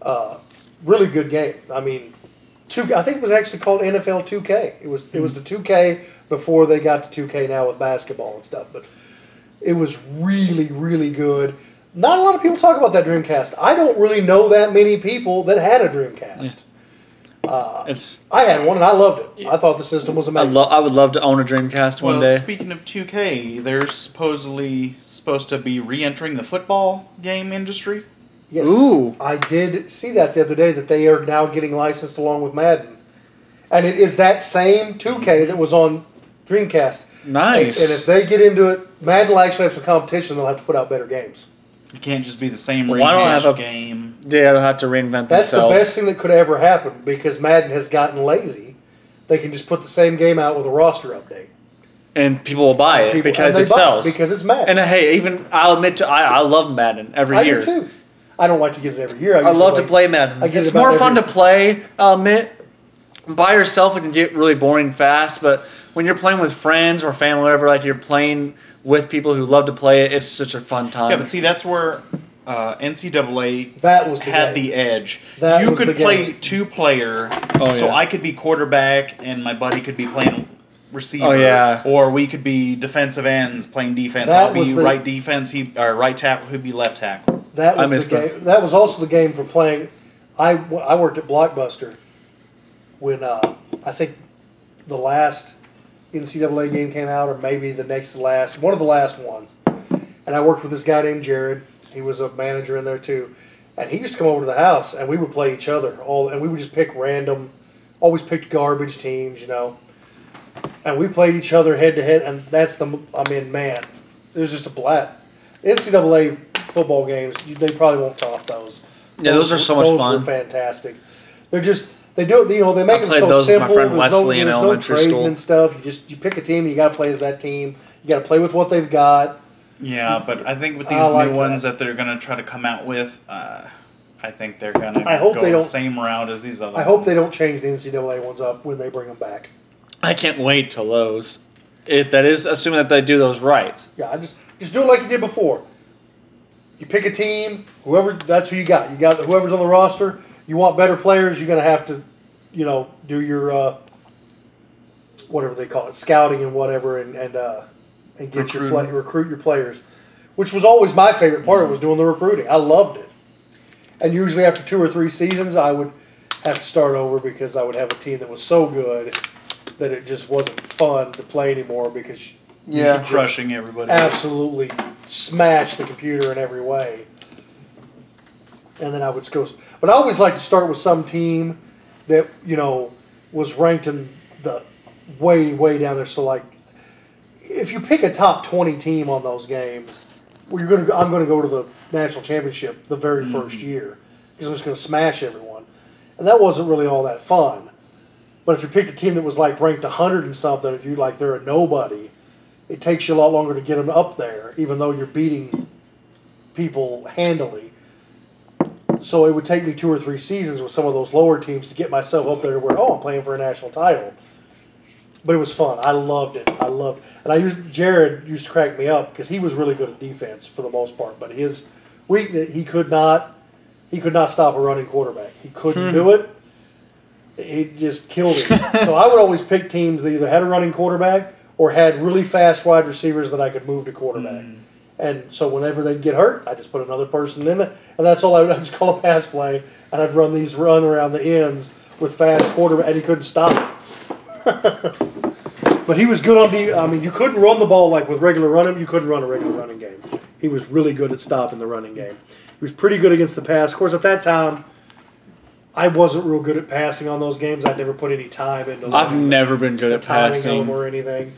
Uh, really good game. I mean, two. I think it was actually called NFL 2K. It was it was the 2K before they got to 2K now with basketball and stuff. But it was really really good. Not a lot of people talk about that Dreamcast. I don't really know that many people that had a Dreamcast. Uh,
it's.
I had one and I loved it. I thought the system was
I,
amazing.
lo- I would love to own a Dreamcast
Well,
one day.
speaking of 2K, they're supposedly supposed to be re-entering the football game industry.
Yes.
Ooh.
I did see that the other day that they are now getting licensed along with Madden. And it is that same 2K that was on Dreamcast. And, and
nice.
if they get into it, Madden will actually have some competition. They'll have to put out better games.
It can't just be the same
Well, I don't
rehash
have a-
game.
yeah, they'll have to reinvent
That's
themselves.
the best thing that could ever happen because Madden has gotten lazy. They can just put the same game out with a roster update.
and people will buy it
People-
because
and
it
they buy
sells.
because it's Madden.
and uh, hey, even I'll admit to I, I love Madden every
I
year.
do too. I don't like to get it every year. I,
I
used
love to
wait.
play Madden.
I get
It's
about
more
every-
fun to play. I'll admit, by yourself it can get really boring fast. But when you're playing with friends or family, whatever, like you're playing with people who love to play it, it's such a fun time.
Yeah, but see, that's where uh, NCAA
That was the
had
game.
the edge.
That
you
was the
could
game.
play two player,
Oh,
so
yeah.
I could be quarterback and my buddy could be playing receiver.
Oh, yeah.
Or we could be defensive ends playing defense.
That
I'll
was
be
the-
right defense, he or right tackle, he'd be left tackle.
That
I
was
missed
the
that.
game. That. was also the game for playing. I, w- I worked at Blockbuster when uh, I think the last NCAA game came out, or maybe the next to last, one of the last ones. and I worked with this guy named Jared. He was a manager in there too, and he used to come over to the house, and we would play each other all, and we would just pick random, always picked garbage teams, you know, and we played each other head to head, and that's the I mean, man, it was just a blast. NCAA football games, you, they probably won't top those.
Yeah, those are so much
those
fun.
Were fantastic. They're just they do it. You know, they make
I
them
played
so
those with my
simple.
friend
There's no-
Wesley in
there's no
elementary
trading
school.
and stuff. You just you pick a team, and you got to play as that team. You got to play with what they've got.
Yeah, but I think with
I
these
like
new
that.
ones that. they're gonna try to come out with, uh, I think they're gonna
I hope
go
they don't-
the same route as these other.
I hope they
ones.
don't change the NCAA ones up when they bring them back.
I can't wait till those. It, that is assuming that they do those right.
Yeah, I just just do it like you did before. You pick a team, whoever that's who you got. You got whoever's on the roster. You want better players, you're gonna have to, you know, do your uh, whatever they call it, scouting and whatever, and and uh, and get your play,
Recruiting.
recruit your players, which was always my favorite part. Was doing the recruiting. I loved it. And usually after two or three seasons, I would have to start over because I would have a team that was so good that it just wasn't fun to play anymore because
Yeah.
crushing everybody.
Uh, absolutely smash the computer in every way. And then I would go, but I always like to start with some team that you know was ranked in the way way down there. So like, if you pick a top twenty team on those games, well, you're gonna go, I'm gonna go to the national championship the very first year because I'm just gonna smash everyone, and that wasn't really all that fun. But if you picked a team that was like ranked 100 and something, and you like they're a nobody, it takes you a lot longer to get them up there, even though you're beating people handily. So it would take me two or three seasons with some of those lower teams to get myself up there to where oh I'm playing for a national title. But it was fun. I loved it. I loved, and I used Jared used to crack me up because he was really good at defense for the most part. But his weakness, he could not, he could not stop a running quarterback. He couldn't do it. It just killed him. so I would always pick teams that either had a running quarterback or had really fast wide receivers that I could move to quarterback. And so whenever they'd get hurt, I just put another person in it, and that's all I would. I just call a pass play, and I'd run these run around the ends with fast quarterback, and he couldn't stop it. but he was good on the. I mean, you couldn't run the ball like with regular running. You couldn't run a regular running game. He was really good at stopping the running game. He was pretty good against the pass. Of course, at that time, I wasn't real good at passing on those games. I'd never put any time into.
I've
learning
never been good
the
at
timing of them
passing.
or anything.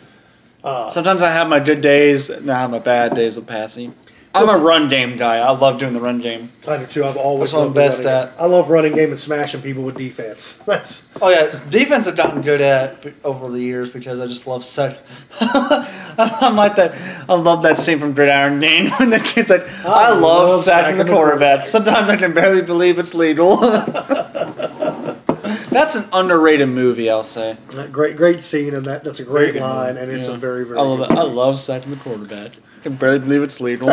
Sometimes I have my good days, and I have my bad days of passing. I'm a run game guy. I love doing the run game.
I do too. I've always
That's what I'm
loved the
best
running game.
at.
I love running game and smashing people with defense. That's
Oh yeah, it's- defense I've gotten good at b- over the years because I just love sex.
I'm like that. I love that scene from Gridiron Dane when the kid's like, "I, love,
love
sacking the
sacking the
quarterback." Sometimes I can barely believe it's legal. That's an underrated movie, I'll say.
a great, great scene, and that that's a great line, and it's
Yeah.
a very, very.
I love it.
good
I love sacking the quarterback. I can barely believe it's legal.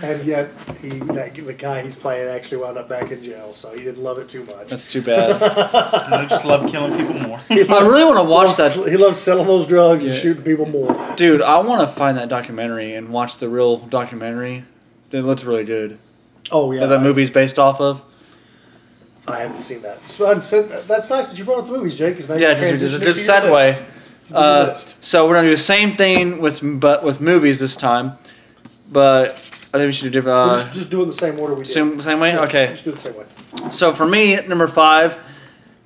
And yet, he that, the guy he's playing actually wound up back in jail, so he didn't love it too much.
That's too bad.
And I just love killing people more.
I really want to watch that
He loves selling those drugs and
Yeah.
shooting people more.
Dude, I want to find that documentary and watch the real documentary. It looks really good.
Oh yeah,
That that movie's based off of.
I haven't seen that. So, I'd said- that's nice that you brought up the movies, Jake. 'cause now you
Yeah,
can
because it's a
transition
good
it to your
segue.
list. your
Uh,
list.
so we're gonna do the same thing with but with movies this time, but I think we should do
We're
uh,
just, just do it in the same order we did.
same same way.
Yeah,
Okay.
Just do it the same way.
So for me, number five,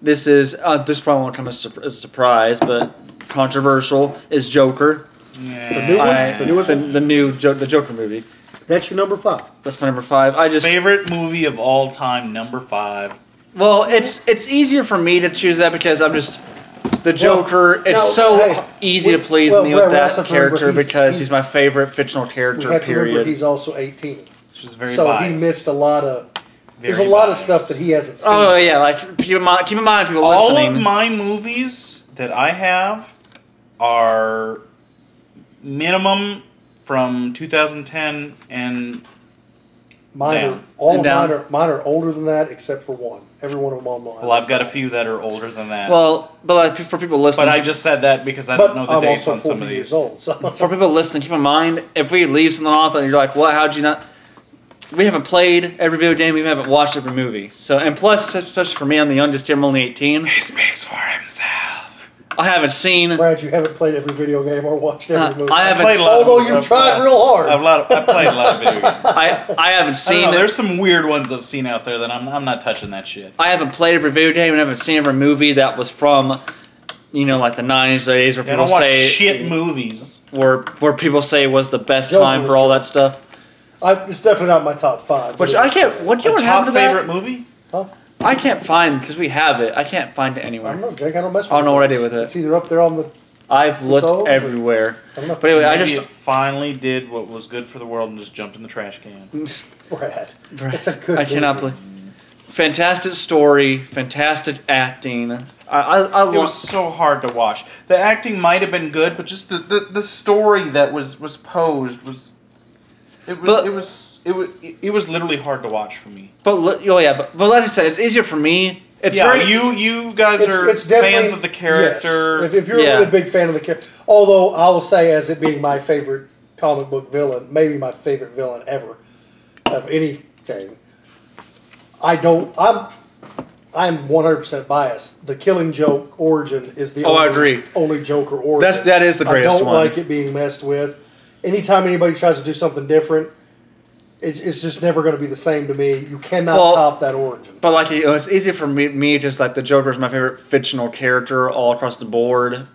this is uh, this probably won't come as, sur- as a surprise, but controversial is Joker.
The new
I-
one. The new
the,
one.
the new jo- the Joker movie.
That's your number five.
That's my number five. I just
Favorite movie of all time, number five.
Well, it's it's easier for me to choose that because I'm just the Joker. it's so
no, hey,
easy
we-
to please
well,
me
we-
with
we also
that
have to remember
character
he's-
because he's,
he's-
my favorite fictional
We
character.
have to remember
Period.
he's also eighteen,
Which was very
so
biased.
he missed a lot of. There's a
Very
lot of
biased.
stuff that he hasn't seen.
Oh yeah, like keep in mind, keep in mind, people
All
listening.
of my movies that I have are minimum from 2010 and
Mine
Down.
are, all of
And down.
mine are, mine are older than that except for one. Every one of them online.
well, I've got a few that are older than that.
well, but like, for people listening,
but I just said that because I
But
don't know the
I'm
dates
also
on some
40
of
years
these.
old. So
for people listening, keep in mind if we leave something off and you're like, "What? How'd you not?" We haven't played every video game. We haven't watched every movie. So, and plus, especially for me, I'm the youngest. here, I'm only 18.
He speaks for himself.
I haven't seen.
Brad, you haven't played every video game or watched every movie.
Uh, I haven't.
played a
s-
lot of-
Although you've tried real hard.
I've, lot I've played a lot of video games.
I, I haven't
I don't
seen.
know, there's some weird ones I've seen out there that I'm, I'm not touching that shit.
I haven't played every video game and I haven't seen every movie that was from, you know, like the '90s, or '80s, where
I
people
don't watch
say
shit movies.
where where people say was the best
Joker
time
was
for all that stuff.
I, it's definitely not my top five.
Which
but
I can't. What do you
My
want
top
to that?
favorite movie?
Huh?
I can't find because we have it. I can't find it
I don't
anywhere.
know, Jake. I don't mess with
I don't know
it.
what I did with
It's
it.
either up there on the.
I've
Those
looked
are-
everywhere.
I don't know.
But anyway, I
Maybe
just
it finally did what was good for the world and just jumped in the trash can.
Brad.
Brad,
It's a good
I cannot
movie.
believe. Fantastic story, fantastic acting. I I, I
It was
want.
so hard to watch. The acting might have been good, but just the, the, the story that was was posed was it was
But-
it was it was it was literally hard to watch for me.
But li- oh yeah, but, but like I said, it's easier for me. It's
yeah,
very
you you guys
It's,
are
it's definitely
fans of the character.
yes. If, if you're
Yeah.
a really big fan of the character, although I will say, as it being my favorite comic book villain, maybe my favorite villain ever of anything. I don't. I'm. I'm 100% biased. The Killing Joke origin is the
Oh,
only,
I agree.
only Joker origin.
That's- that is the
I
greatest
don't
one.
like it being messed with. Anytime anybody tries to do something different, it's, it's just never going to be the same to me. You cannot
Well-
top that origin.
But like you know, it's easy for me, me just like the Joker is my favorite fictional character all across the board,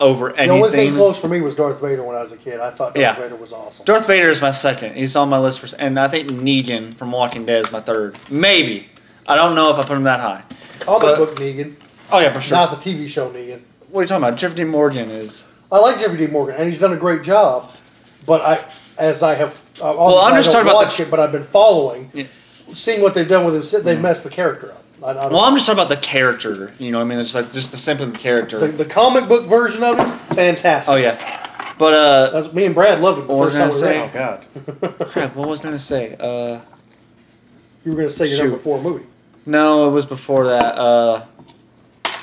over anything.
The only thing close for me was Darth Vader when I was a kid. I thought Darth
Yeah.
Vader was awesome.
Darth Vader is my second. He's on my list for, and I think Negan from Walking Dead is my third. Maybe I don't know if I put him that high.
Comic
but-
book Negan,
Oh yeah, for sure.
not the TV show Negan.
what are you talking about? Jeffrey Dean Morgan is.
I like Jeffrey D. Morgan, and he's done a great job. But I, as I have, I obviously
I'm just
I don't
talking about
watch
the-
it, but I've been following,
Yeah. Mm-hmm.
seeing what they've done with him. si- They've messed the character up. I, I don't
Well, I'm just talking about the character. You know, what I mean, it's like just the simple character.
the, the comic book version of it, fantastic.
oh yeah, but uh,
That's, me and Brad loved it the
What was
first time we
I
read
gonna
God.
it.
crap. What was I gonna say? Uh,
you were going to say your number
Shoot.
four movie.
no, it was before that. Uh.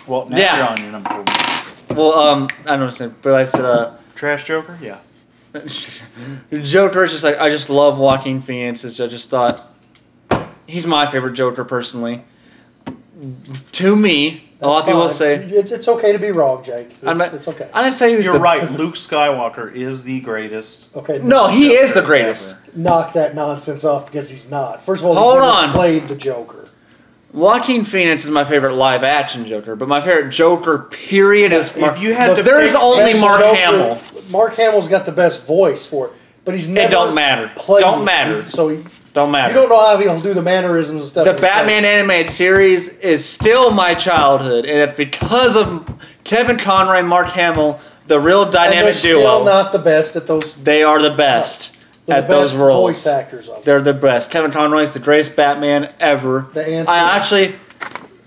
Well, now
Yeah.
you're on your number four.
Well, um, I don't understand, but I said, uh,
Trash Joker, yeah.
Joker is just like I just love Joaquin Phoenix. It's- I just thought he's my favorite Joker personally. To me, a lot of
That's
people
fine.
say
it's, it's okay to be wrong, Jake. It's,
I'm not-
it's okay.
I didn't say he was.
You're
the,
right. Luke Skywalker is the greatest.
okay,
No, Oh, he is the
Joker
greatest.
ever.
knock that nonsense off because he's not. First of all,
Hold
he's never
on.
played the Joker.
Joaquin Phoenix is my favorite live action Joker, but my favorite Joker period is Mark.
If you had
The-
to,
there's
pick
only
Best
Mark
Joker-
Hamill.
Mark Hamill's got the best voice for it, but he's never.
don't matter.
played
Don't
it.
matter.
So he,
Don't matter.
you don't know how he'll do the mannerisms and stuff.
the
in
Batman
face.
animated series is still my childhood, and it's because of Kevin Conroy and Mark Hamill, the real
and they're
dynamic
still
duo.
not the best at those.
they are the best
They're
at
the
those
best
roles.
voice actors of
They're the best. Kevin Conroy is the greatest Batman ever.
The answer-
I actually,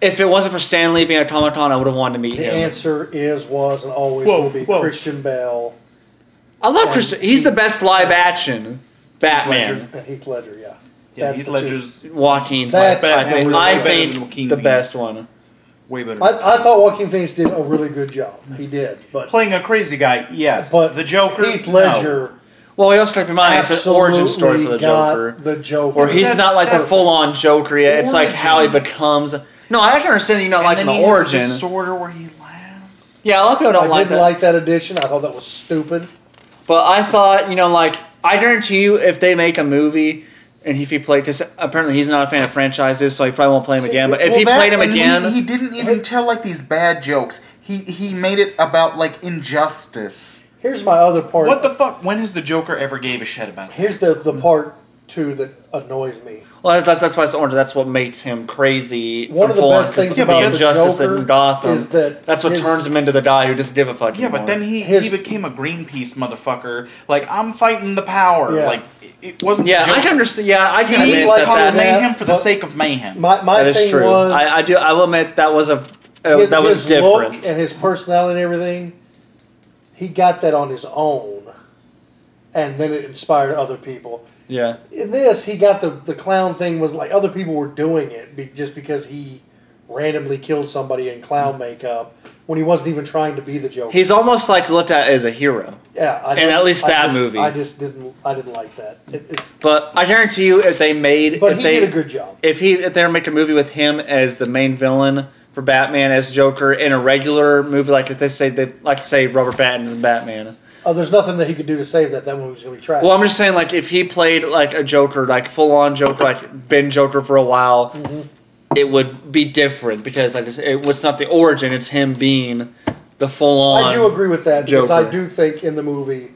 if it wasn't for Stan Lee being at Comic Con, I would have wanted to meet
The
him.
answer is, was, and always
Whoa,
will be
whoa.
Christian Bale
I love
And
Christian. He's the best live action Batman.
Ledger.
and Heath Ledger. Yeah,
Yeah,
That's
Heath
the two.
Ledger's
Joaquin's my,
That's-
I
Batman
think,
was
I
better
think
than Joaquin
the
Phoenix.
best one.
way better.
I, I thought Joaquin Phoenix did a really good job. He did, but
Playing a crazy guy, yes.
but
the Joker,
Heath
no.
Ledger,
Well, we also keep in mind it's an origin
absolutely
story for the
got
Joker.
The Joker,
Or he's
That-
not like the
that-
full on Joker yet. It's like how he
Origin.
becomes. No, I can understand you not
And
liking
then
the
he has
origin.
disorder where he laughs.
yeah, a lot of people
I
don't
did
like that.
like that addition. I thought that was stupid.
but I thought, you know, like I guarantee you, if they make a movie and if he played, because apparently he's not a fan of franchises, so he probably won't play him
See,
again. But if
Well,
he
that
played him
and he-
again,
he, didn't even tell like these bad jokes. He he made it about like injustice.
Here's my other part.
What the fuck? When has the Joker ever gave a shit about? it?
Here's the the part two that annoys me.
well, that's, that's, that's why it's orange. That's what makes him crazy.
One of the
full-on,
best
'cause
things
the
about the
injustice
Joker
in Gotham
is that
that's what
his-
turns him into the guy who doesn't give a fuck.
Yeah, but
anymore.
then he,
His-
he became a Greenpeace motherfucker. Like I'm fighting the power.
Yeah.
Like it, it wasn't.
yeah,
the
I
Joker.
can understand. Yeah, I can
He
admit
like
that
how
that.
caused
they-
mayhem for the
but-
sake of mayhem.
My my
That is
thing
true.
was
I, I do. I will admit that was a uh,
his-
that was
his
different.
look and his personality and everything. He got that on his own, and then it inspired other people.
yeah,
In this, he got the the clown thing was like other people were doing it be, just because he randomly killed somebody in clown makeup when he wasn't even trying to be the Joker.
he's almost like looked at as a hero.
yeah, I
and
didn't-
at least
I
that
just-
movie.
I just didn't I didn't like that. It, it's,
But I guarantee you, if they made,
but
if
he
they,
did a good job.
if he, if they were to make a movie with him as the main villain for Batman as Joker in a regular movie, like if they say they like say Robert Pattinson's Batman.
Oh, there's nothing that he could do to save that. That movie's gonna be trash.
Well, I'm just saying, like if he played like a Joker, like full on Joker, like been Joker for a while,
Mm-hmm.
it would be different because like it's, it was not the origin; it's him being the full on.
I do agree with that because I
Joker.
do think in the movie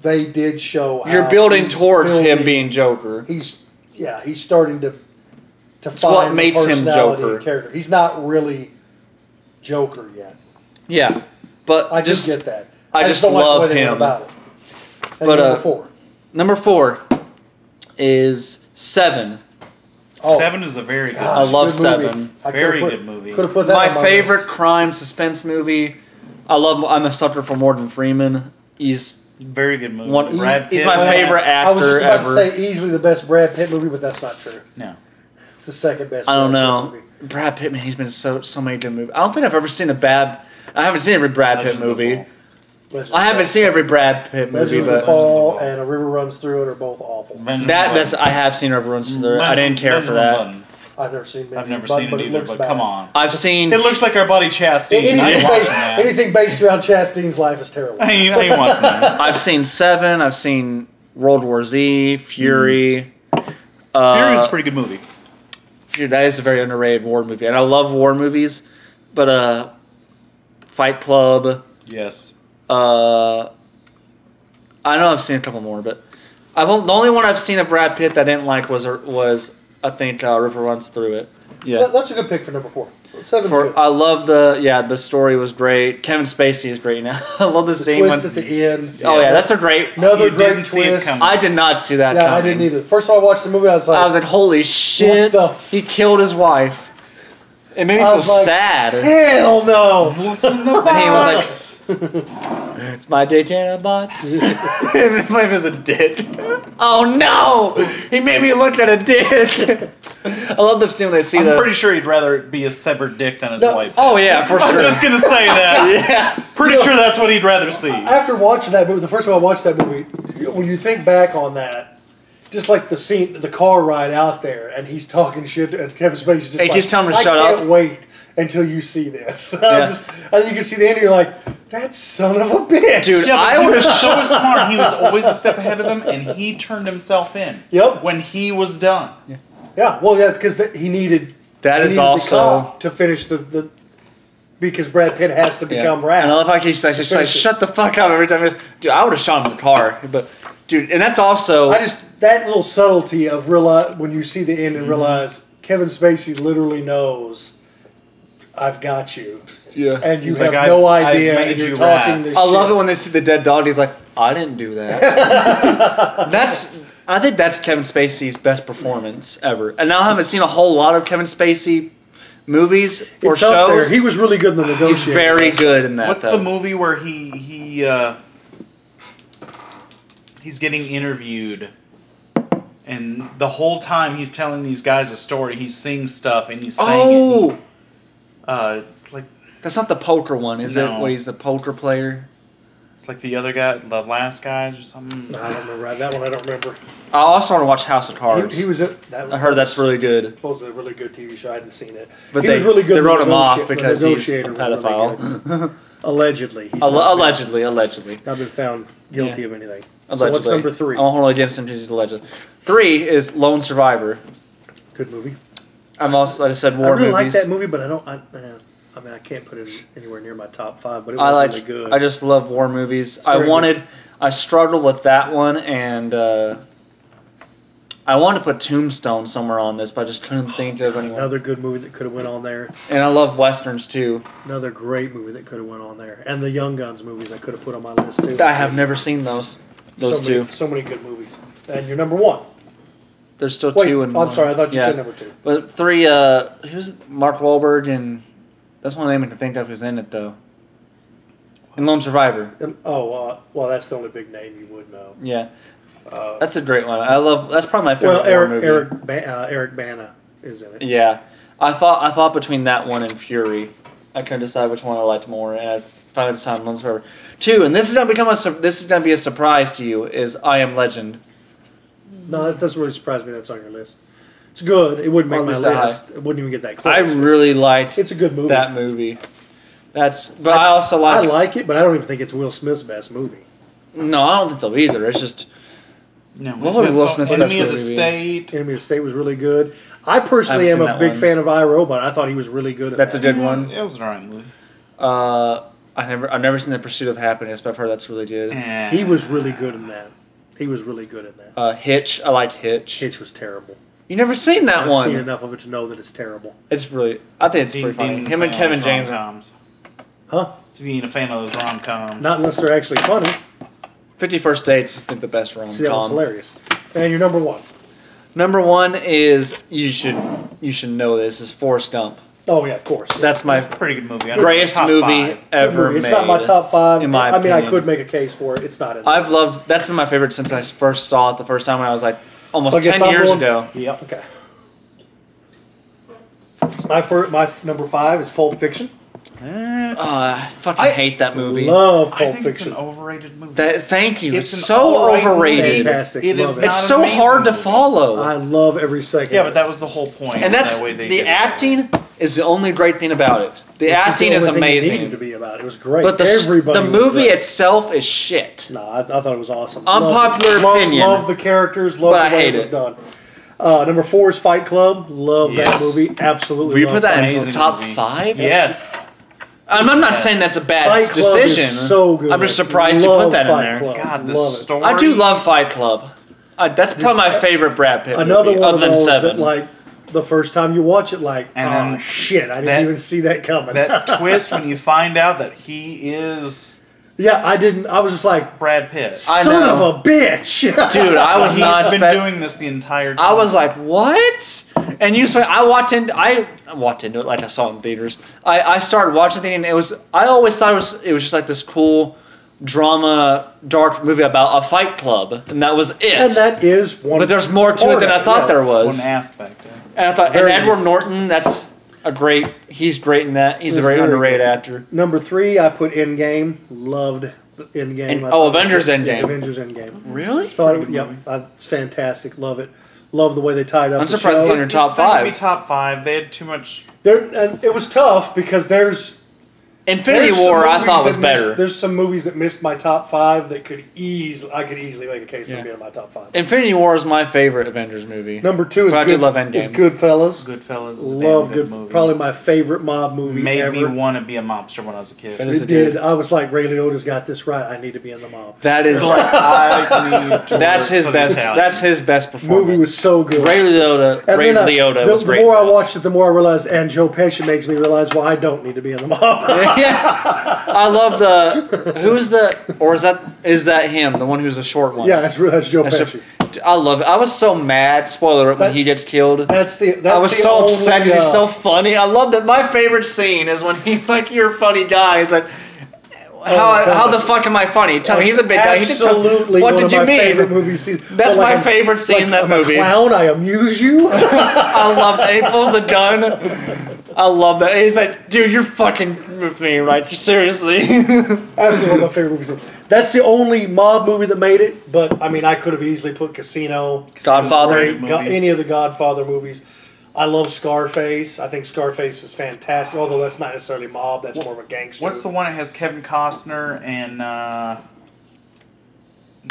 they did show
You're
how
building
he's
towards him
building-
being Joker.
he's yeah he's starting to to
what
find the
makes him
personality
Joker.
and character. He's not really Joker yet.
Yeah, but
I
just
just get that.
I just
don't
love
like the way they
him.
went about it. And
But,
number
uh,
four.
number four is seven.
Oh,
Seven is a very good.
I love Seven.
Very good movie.
Could have put that
my
on my
favorite
list.
crime suspense movie. I love. I'm a sucker for Morgan Freeman. He's
Very good movie.
One-
Brad
he's
Pitt.
my
Well,
favorite
I was just
actor
about
ever.
to say easily the best Brad Pitt movie, but that's not true.
No.
It's the second best.
I don't
Brad
know.
Pitt movie.
Brad Pitt, man, he's been so so many good movies. I don't think I've ever seen a bad. I haven't seen every Brad Pitt
Legends of the
movie.
Fall.
Legends
I haven't
of
seen every Brad Pitt
Legends
movie,
of the
but
Fall and A River Runs Through It are both awful.
Legends of
that
the
that's
Fall.
I have seen everyone's. I
Legends-
didn't care
Legends
for
of the
that.
Fall.
I've never seen.
I've never
but-
seen
but
it
it
either,
looks
but
bad.
come on.
I've seen.
It looks like our buddy Chastain.
Anything,
I ain't watching
based,
that.
anything based around Chastain's life is terrible.
I ain't, I ain't watching that.
I've seen Seven. I've seen World War Z, Fury.
Fury was
Uh,
a pretty good movie.
Dude, that is a very underrated war movie, and I love war movies. But uh, Fight Club.
Yes.
Uh, I know I've seen a couple more, but I've on- the only one I've seen of Brad Pitt that I didn't like was was I think uh, River Runs Through It. Yeah.
That- that's a good pick for number four. Seven's
For,
good.
I love the yeah the story was great. Kevin Spacey is great now. I love the
the
scene when
twist at the end.
oh yeah that's a great.
Another
You
great
didn't see it
twist.
coming.
I did not see that.
Yeah, I
coming.
didn't either. First time I watched the movie, I was like,
I was like holy shit!
the f-
he killed his wife. It made me
I
feel
was like,
sad.
hell no.
And he was like, "Psst, "It's my dick in a box." and my was a dick. Oh no! He made me look at a dick. I love the scene when they see
I'm
the.
pretty sure he'd rather be a severed dick than his
No.
wife's.
oh yeah, for
I'm
sure.
just gonna say that.
yeah.
Pretty sure that's what he'd rather see.
After watching that movie, the first time I watched that movie, when you think back on that, just like the scene, the car ride out there, and he's talking shit, and Kevin Spacey's just
Hey,
like,
just tell him to
I
shut
can't
up."
wait until you see this. I'm
Yeah.
just- and you can see the end, and you're like, that son of a bitch.
Dude,
Yeah, but
I
he
would
was
have.
so smart. He was always a step ahead of them, and he turned himself in.
Yep.
When he was done.
Yeah, well, yeah, because he needed
That
he
is
needed the
also.
cop to finish the, the because Brad Pitt has to
Yeah.
become Ralph.
And I love how he says, just like,
Finish it.
shut the fuck up every time. Dude, I would have shot him in the car. But, dude, and that's also.
I just that little subtlety of realize when you see the end
Mm-hmm.
and realize Kevin Spacey literally knows I've got you,
Yeah.
and you
He's
have
like,
no
"I've- I've
idea,
made
and you're
you
talking
wrath."
this.
I love
shit.
it when they see the dead dog. He's like, I didn't do that. that's. I think that's Kevin Spacey's best performance ever. And now I haven't seen a whole lot of Kevin Spacey movies or
It's up there.
shows.
He was really good in the negotiator.
He's very good in that.
What's
though.
the movie where he he uh, he's getting interviewed, and the whole time he's telling these guys a story, he's seeing stuff and he's saying
Oh,
it. Uh, it's like
that's not the poker one, is
No.
it? Where he's the poker player.
it's like the other guy, the last guys or something.
I don't remember that one. I don't remember.
I also want to watch House of Cards.
He, he was in. That was,
I heard that's really good.
supposedly a really good TV show. I hadn't seen it,
But
he
they,
was really good
they
in The
wrote him off
Negotiator- The
because he's a
Negotiator was really
pedophile.
good. Allegedly, he's
Alle-
not been-
allegedly, allegedly.
not been found guilty
Yeah.
of anything. So
Allegedly. Oh.
what's number three?
I won't hold against him because he's alleged. Three is Lone Survivor.
Good movie.
I'm also, like I said, war
I really like
movies.
that movie, but I don't. I, uh, I mean, I can't put it anywhere near my top five, but it was
I like.
really good.
I just love war movies. I
very
wanted. I struggled with that one, and uh, I wanted to put Tombstone somewhere on this, but I just couldn't think of anyone.
Oh, another good movie that could have went on there.
and I love westerns too.
Another great movie that could have went on there, and the Young Guns movies I could have put on my list too.
I have never seen those. Those
so
two.
Many, so many good movies, and you're number one.
There's still
Wait,
two
I'm
and. one.
sorry, I thought you
Yeah.
said number two.
But three, uh, who's Mark Wahlberg and that's one name I can think of who's in it though. And Lone Survivor,
Um, oh, uh, well, that's the only big name you would know.
yeah,
Uh,
that's a great one. I love that's probably my favorite
well,
war
Eric
movie.
Eric ba- uh, Eric Bana is in it.
Yeah, I thought I thought between that one and Fury, I couldn't decide which one I liked more, and I finally decided on Lone Survivor. Two, and this is gonna become a sur- this is gonna be a surprise to you is I Am Legend.
No, that doesn't really surprise me. That's on your list. It's good. It wouldn't make
Or at
my
least that
list. It wouldn't even get that close.
I really liked
it's a good movie.
that movie. That's, but I, also
I
like.
like it, but I don't even think it's Will Smith's best movie.
No, I don't think so either. It's just
No,
What would Will Smith's best
Enemy of the
movie be?
State.
Enemy of the State was really good. I personally am
haven't
a
seen that
big
one.
fan of iRobot. I thought he was really good. At
that's a
that.
good one.
It was an alright movie.
Uh, I never, I've never seen The Pursuit of Happiness, but I've heard that's really good.
Eh.
He was really good in that. He was really good in that.
Uh, Hitch, I liked Hitch.
Hitch was terrible.
You never seen that
I've
one?
seen enough of it to know that it's terrible.
It's really, I think it's
If you
pretty funny.
ain't a
Him and
fan of
Kevin
those
James.
rom-coms.
Huh?
So if you ain't a fan of those rom coms,
Not unless they're actually funny.
Fifty First Dates, I think the best rom
See, that was
com.
hilarious. And your number one.
Number one is you should you should know this is Forrest Gump.
Oh yeah, of course.
That's my
pretty good movie. I don't
greatest
know, top
movie
five.
Good
ever
movie. It's
made.
not my top five.
in my
I mean, I
opinion.
could make a case for it. It's not in.
I've loved. That's been my favorite since I first saw it the first time when I was like almost
So I guess
ten
I'm
years
going-
ago.
Yep.
Okay. My first, my f- number five is Pulp Fiction.
Eh,
Uh, I fucking hate that movie.
Love
I
Pulp
think it's
Fiction.
an overrated movie.
that thank you. It's,
It's an
so
alright
overrated.
movie.
Fantastic.
It
Love
is
it.
not
It's so
amazing
hard to
movie.
follow.
I love every second.
Yeah,
of
but
it.
that was the whole point.
and that's
that way they
the
did it.
acting is the only great thing about it. The
It's just the
acting is
only thing it
amazing.
needed to be about. It was great.
But the, s-
Everybody
the
was
movie
great.
itself is shit.
No, I, I thought it was awesome.
Unpopular
love,
opinion.
Love, love the characters. Love
But
the
I
way
hate
it was
it.
done. Uh, number four is Fight Club. Love that
Yes.
movie. Absolutely.
We
love
put that in
Fight
Amazing
the top
movie.
five.
Yes.
I'm, I'm not saying that's a bad
Fight Club is
decision.
so good.
I'm just surprised you
Love
put that
Fight
in there.
Club.
God, the
Love it.
story.
I do love Fight Club. I, that's probably my favorite Brad Pitt
Another
movie,
one
other
of
than
those
Seven.
that, like, the first time you watch it, like,
And
oh
then
shit, I didn't
that-
even see that coming.
that twist when you find out that he is
yeah, I didn't. I was just like,
Brad Pitt.
I
son
know.
of a bitch,
Dude, I was
He's
not.
been
expect-
doing this the entire time.
I was like, what? And you, swear- I walked in. I walked into it like I saw it in theaters. I, I started watching it, and it was. I always thought it was. It was just like this cool drama, dark movie about a fight club, and that was it.
and that is one.
but there's more to it than I thought there was.
one aspect. yeah.
And I thought,
Very
and Edward Norton, that's a great. He's great in that. He's a
He's
very,
very
underrated
good.
actor.
Number three, I put Endgame. Loved Endgame.
And- oh,
I thought-
Avengers Endgame.
Avengers Endgame.
Really?
Thought it, yeah, I- it's fantastic. Love it. Love the way they tied up.
I'm
the
surprised it's
show.
on your top
it's not gonna
five.
Be top five. They had too much.
There, and it was tough because there's
Infinity
there's some
War, I
movies
thought was
that missed-
better.
there's some movies that missed my top five that could easily I could easily make a case
Yeah.
for being in my top five.
Infinity War is my favorite Avengers movie.
Number two is
But I do
good,
love Endgame.
is Goodfellas.
Goodfellas. is a damn
Love
good
good,
movie.
probably my favorite mob movie
made
ever.
me want to be a mobster when I was a kid.
That is-
it did. I was like, Ray Liotta's got this right. I need to be in the mob.
That is
It's like, I need to
that's
work
his
for the
best.
Italians.
That's his best performance.
Movie was so good.
Ray Liotta.
And
Ray
then, uh,
Liotta
the,
was
the
great.
more I watched it, the more I realized, and Joe Pesci makes me realize, well, I don't need to be in the mob.
yeah, I love the who's the or is that is that him the one who's a short one?
yeah, that's, that's Joe
That's
Pesci.
a- I love it. I was so mad. Spoiler alert, when
That-
he gets killed.
That's the. That's
I was
the
so
only,
upset because
uh,
he's so funny. I love that. My favorite scene is when he's like, "You're a funny guy." He's like, "How
Oh, God.
how the fuck am I funny? Tell me, he's a big guy. He did tell-
Absolutely.
What
one
did
of
you
my Favorite
mean?
movie scenes.
That's
Well, like,
my
I'm-
favorite scene
like,
in that
I'm
movie.
A clown, I amuse you.
I love that. He pulls the gun. I love that. He's like, "Dude, you're fucking with me, right? Seriously."
Absolutely one of my favorite movies. That's the only mob movie that made it. But I mean, I could have easily put Casino,
Godfather.
Go- any of the Godfather movies. I love Scarface. I think Scarface is fantastic. Although that's not necessarily mob. That's more of a gangster.
What's the one that has Kevin Costner and uh,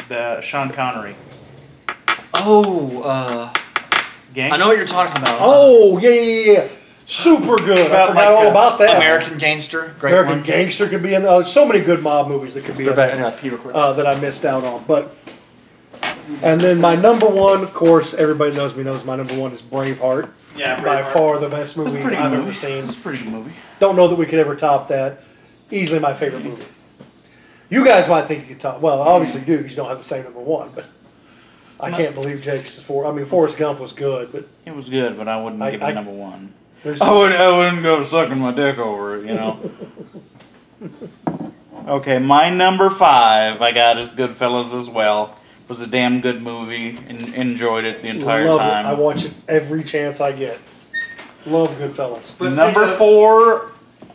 the Sean Connery?
Oh, uh,
Gangster?
I know what you're talking about.
Oh yeah, yeah, yeah. Super good. I
About
forgot
like,
all
uh,
about that.
American Gangster. Great
American
one.
Gangster could be in. Uh, so many good mob movies that could be
Put
in
that
there,
in, uh, Peter quick.
uh, that I missed out on. But and then my number one, of course, everybody knows me knows my number one is Braveheart.
Yeah,
By
Braveheart.
far the best
It's a
movie I've
pretty good movie.
ever seen.
It's a pretty good movie.
Don't know that we could ever top that. Easily my favorite movie. You guys might think you could top. Well, obviously you do. 'cause You don't have the same number one, but I can't believe Jake's four. I mean, Forrest Gump was good, but
It was good, but I wouldn't
I-
give
I-
it number one.
there's
I wouldn't, I wouldn't go sucking my dick over it, you know.
Okay, my number five I got is Goodfellas as well. It was a damn good movie and enjoyed it the entire
love
time.
it. I watch it every chance I get. Love Goodfellas.
number four,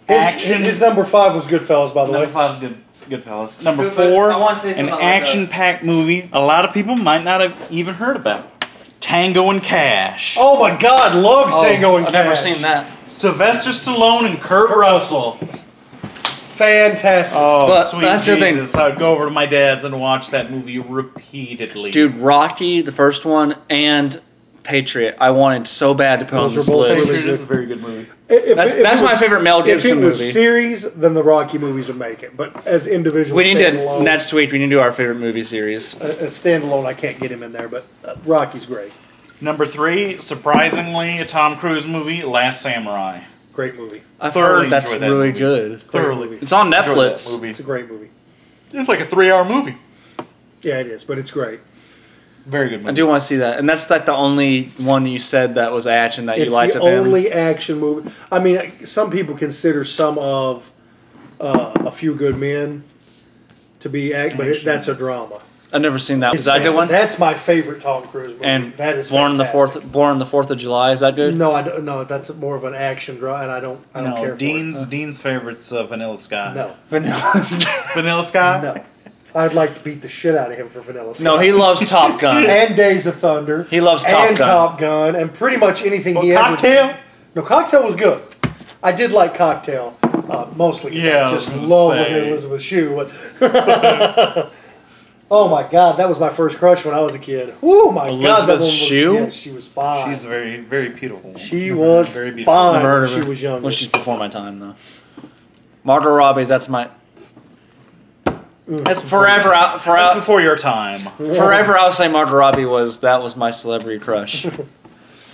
His,
action.
His number five was Goodfellas, by the
number
way.
five is good. Goodfellas. Number
But I
four,
wanna say something
an
about that.
action-packed movie. A lot of people might not have even heard about. Tango and Cash.
Oh my God, loved Tango and
Oh, I've
Cash.
never seen that.
Sylvester Stallone and Kurt Russell.
Fantastic.
Oh,
But
sweet
that's the thing.
Jesus. I would go over to my dad's and watch that movie repeatedly.
Dude, Rocky, the first one, and Patriot, I wanted so bad to put on
Those
this
were both
list.
favorite-
Patriot is a very good movie.
If-
That's-
if it
that's my favorite Mel Gibson
if it was
movie.
Series, then the Rocky movies would make it, but as individual,
We need to,
standalone-
next week, we need to do our favorite movie series.
uh, as standalone. I can't get him in there, but uh, Rocky's great,
Number three, surprisingly, a Tom Cruise movie, Last Samurai.
great movie.
I've
Thoroughly
heard that's
enjoyed that
really
movie.
good.
Thoroughly.
It's on
Enjoyed that
Netflix.
movie.
It's a great movie.
It's like a three hour movie.
Yeah, it is, but it's great.
Very good movie.
I do want to see that. And that's like the only one you said that was action that
It's
you liked
the
of him.
only action movie. I mean, some people consider some of uh, A Few Good Men to be act, but it,
Action,
that's a
yes.
drama.
I've never seen that. Is
It's
that a good
fanta-
one?
That's my favorite Tom Cruise movie.
And
that is
Born on the
fantastic.
Fourth Born on the Fourth of July, is that good?
No, I don't. No, that's more of an action drama, and I don't. I don't
no,
care. for it.
Dean's Dean's favorites uh, Vanilla Sky.
No,
Vanilla Sky.
no. I'd like to beat the shit out of him for Vanilla Sky.
No, he loves Top Gun.
and Days of Thunder.
He loves Top
and
Gun.
Top Gun, and pretty much anything
Well,
he ever
Cocktail?
No, Cocktail was good. I did like Cocktail, uh, mostly 'cause
Yeah, I
I
was
just
gonna
love
say.
looking at Elizabeth Shue. But oh my God, that was my first crush when I was a kid. Oh my God, that
Elizabeth
woman was-
Shue?
yeah, she was fine.
She's very very beautiful.
she was
very beautiful.
fine
Never heard
when
of
she
her.
was younger.
Well, she's before my time though. Margot Robbie, that's my.
Mm.
That's forever out.
That's
Forever,
before your time.
forever. I'll say Margot Robbie was that was my celebrity crush.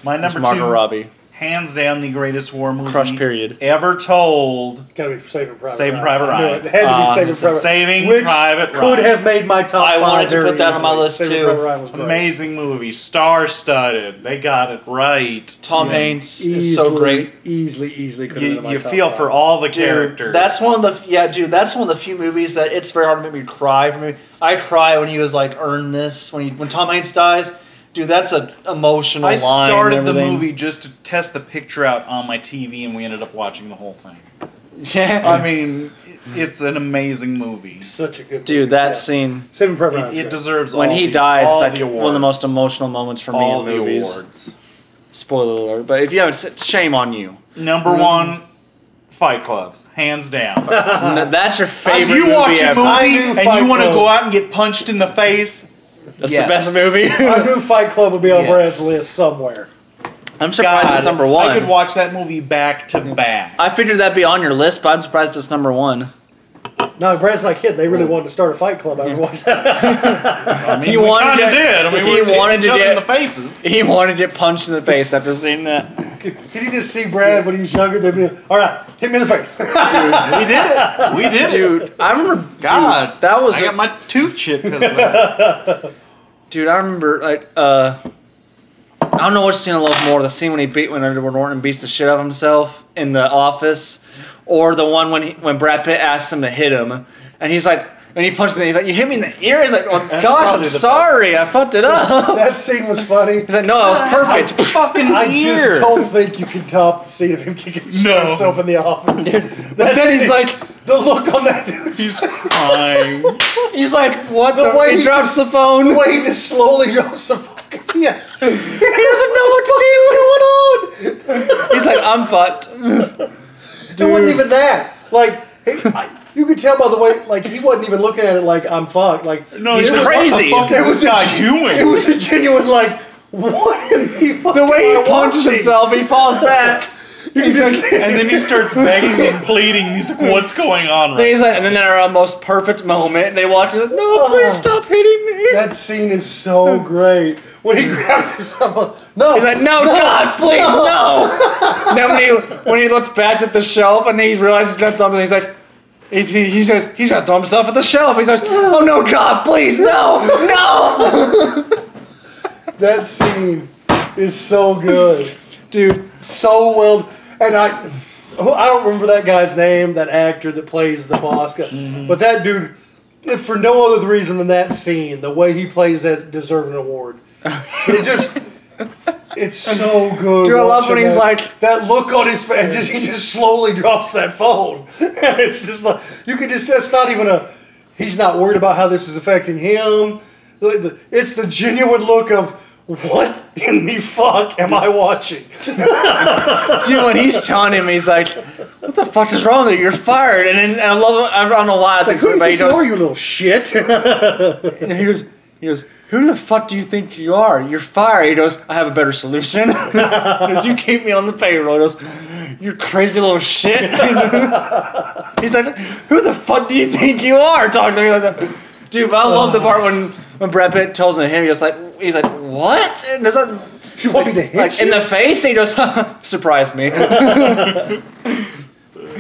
My number
Margot
two,
Robbie.
hands down, the greatest war movie
Crush period.
ever told.
Gotta be Saving Private
Saving
Ryan.
Private
I knew
Ryan.
It. It had to be
Uh,
Saving
it's
a
Private
Saving
which
Private
could
Ryan.
have made my top
I
five
wanted to
very
put that on my
easily.
list,
Saving
too.
Private Ryan was great.
Amazing movie, star studded. They got it right.
Tom Hanks is so great.
Easily, easily could have been
You,
in my
you
top
feel
five.
for all the characters.
That's one of the yeah, dude. That's one of the few movies that it's very hard to make me cry. For me, I cry when he was like, "Earn this." When he when Tom Hanks dies, dude, that's an emotional
I
line. and
started the
everything.
movie just to test the picture out on my TV, and we ended up watching the whole thing.
Yeah,
I mean, it's an amazing movie.
Such a good
dude,
movie,
that
yeah.
scene
Saving Private Ryan.
It, it deserves
when
all
he
the,
dies
all
is like
the
one of the
awards.
most emotional moments for me
all
in
the
movies.
awards.
Spoiler alert! But if you haven't, seen- shame on you.
Number one, Fight Club, hands down.
N- that's your
If
favorite.
you
movie
watch a
ever.
I do
movie and
Fight
you want to
Club.
go out and get punched in the face,
that's
yes.
the best movie.
I knew Fight Club would be on
Yes.
Brad's list somewhere.
I'm surprised
God,
it's number one.
I could watch that movie back to back.
I figured that'd be on your list, but I'm surprised it's number one.
No, Brad's not kidding. They really wanted to start a Fight Club. I watched that.
I mean,
He
we
wanted
kinda
to-
did. I
he
mean, we were hitting
wanted to
each other
get-
in the faces.
He wanted to get punched in the face after seeing that.
Can you just see Brad when he was younger? They'd be all right, hit me in the face.
We did it. We did it.
dude. I remember.
God,
dude, that was
I
a-
got my tooth chipped because of that.
dude. I remember like uh, I don't know which scene I love more: the scene when he beat when Edward Norton beats the shit out of himself in the office, or the one when he, when Brad Pitt asks him to hit him, and he's like. And he punches me. He's like, "You hit me in the ear." He's like, "Oh gosh, I'm
probably the
sorry, I fucked it up."
that scene was funny.
He's like, "No, that was perfect."
fucking
I
ear.
just don't think you can top the scene of him kicking
No.
himself in the office.
But then he's like,
the look on that dude.
He's crying.
he's like, "What the?"
way
he
he
drops the phone.
The way he just slowly drops the fucking. Yeah.
He doesn't know what to do. What's going on? He's like, "I'm fucked."
It wasn't even that. Like, he- I- you could tell by the way, like, he wasn't even looking at it like, I'm fucked. Like,
No,
He's
it was-
crazy.
What the fuck is
It was
this guy
a-
doing?
it was a genuine, like, what in the fuck?
The way
am
he
I
punches
watching?
himself, he falls back.
He's like,
and then he starts begging and pleading. and He's like, "What's going on?"
And
Right?
He's like, and then at our most perfect moment, and they walk in. No, please stop hitting me.
that scene is so great. When he grabs himself up. No.
He's like, no, God, please, no. then when he when he looks back at the shelf and he realizes that thumb, he's like, he, he, he says he's gonna throw himself at the shelf. He's like, oh no, God, please, no, no,
that scene is so good.
dude.
so well. And I, who- I don't remember that guy's name, that actor that plays the boss, guy. but that dude, if for no other reason than that scene, the way he plays that deserved an award. It just, it's so good.
Dude, I love when
watching
he's
that-
like-
that look on his face. Just, he just slowly drops that phone. it's just like you could just. That's not even a. He's not worried about how this is affecting him. It's the genuine look of what in the fuck am I watching?
Dude, when he's telling him, he's like, "What the fuck is wrong with you? You're fired!" And then and I love, it. I don't know why I think,
Who do you
but he
think you
goes,
are, you little shit?
and he goes, he goes, "Who the fuck do you think you are? You're fired." He goes, "I have a better solution." he goes, "You keep me on the payroll." He goes, "You crazy little shit." he's like, "Who the fuck do you think you are?" Talking to me like that. Dude, but I love the part when when Brad Pitt tells him, he goes like, he's like, "What?" And does that.
you want me to hit
Like
you?
in the face, he goes, surprise me.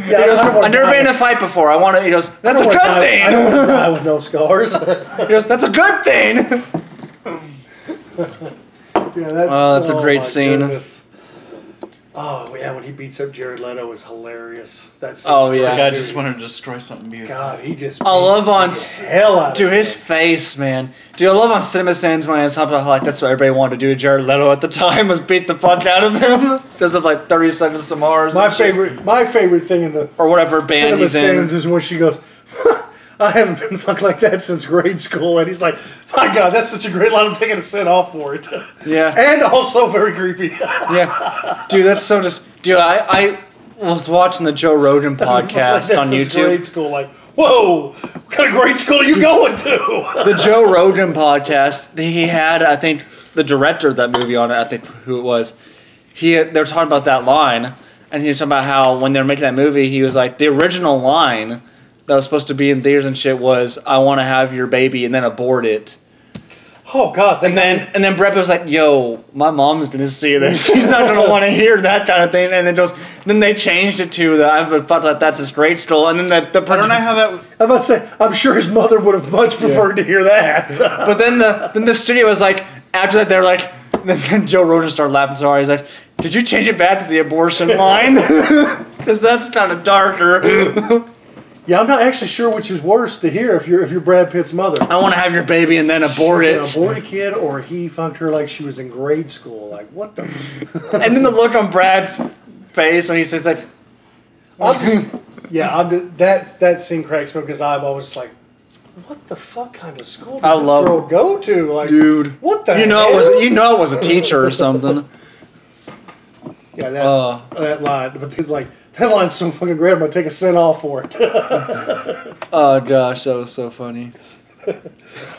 Yeah,
He goes,
I don't wanna
I've never
die.
been in a fight before. I want to. He goes, that's a
I don't wanna
good
die- I don't
thing.
wanna die with no scars.
He goes, that's a good thing.
Yeah, that's,
Oh, that's a great
my
scene.
goodness. Oh yeah, when he beats up Jared Leto is hilarious. That's
Oh, yeah.
Like, I
God,
just want to destroy something beautiful.
God, he just.
I love on
beats
s-
the hell out
Dude,
of
his
him.
face, man. Dude, I love on Cinema Sins when I was talking about how, like that's what everybody wanted to do to Jared Leto at the time was beat the fuck out of him because of like Thirty Seconds to Mars.
My
and shit.
favorite, my favorite thing in the
or whatever band
Cinema
he's
Sins
in.
is when she goes. I haven't been fucked like that since grade school, and he's like, "My God, that's such a great line. I'm taking a cent off for it."
Yeah,
and also very creepy.
yeah. Dude, that's so just. Dude, I I was watching the Joe Rogan podcast on
Since
YouTube.
Grade school, like, whoa, what kind of grade school are you going to?
the Joe Rogan podcast, he had, I think, the director of that movie on it, I think who it was. He they were talking about that line, and he was talking about how when they were making that movie, he was like, the original line that was supposed to be in theaters and shit was, "I want to have your baby and then abort it."
oh God!
And then and then Brett was like, "Yo, my mom's gonna see this. She's not gonna want to hear that kind of thing." And then just then they changed it to the I've been fucked like that's his grade school. And then the, the
I don't know how that.
I'm about to say, I'm sure his mother would have much preferred to hear that.
But then the then the studio was like, after that they're like, then, then Joe Rogan started laughing so hard. He's like, did you change it back to the abortion line? Because that's kind of darker.
yeah, I'm not actually sure which is worse to hear if you're if you're Brad Pitt's mother.
I want to have your baby and then abort
She
it.
Abort a kid, or he fucked her like she was in grade school. Like what the?
And then the look on Brad's face when he says like,
I'm just, yeah, I'm just, that that scene cracks me because I'm always like, what the fuck kind of school did
I
this
love-
girl go to? Like,
Dude.
what the?
you know, it
hell?
was you know it was a teacher or something.
yeah, that,
Uh.
that line. But he's like, that line's so fucking great. I'm gonna take a cent off for it.
Oh gosh, that was so funny.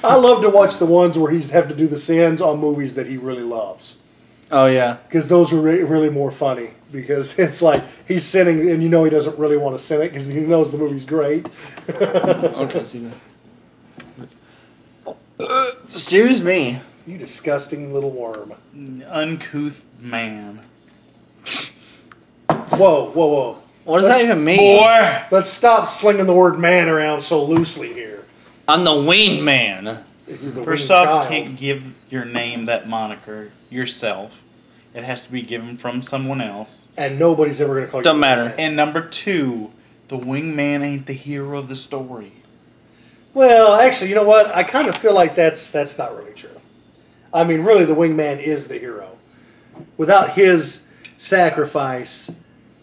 I love to watch the ones where he's have to do the sins on movies that he really loves.
Oh yeah,
because those are re- really more funny because it's like he's sinning and you know he doesn't really want to sin it because he knows the movie's great
okay, I see that. Excuse me.
you disgusting little worm
Uncouth man.
whoa whoa whoa
What does that
That's
even mean?
Boy!
let's stop slinging the word man around so loosely here
I'm the winged man.
If you're the
First
weak
off,
child.
you can't give your name that moniker yourself. It has to be given from someone else.
and nobody's ever going to call
Don't
you
matter.
man.
And number two, the wingman ain't the hero of the story.
well actually you know what i kind of feel like that's that's not really true i mean really the wingman is the hero without his sacrifice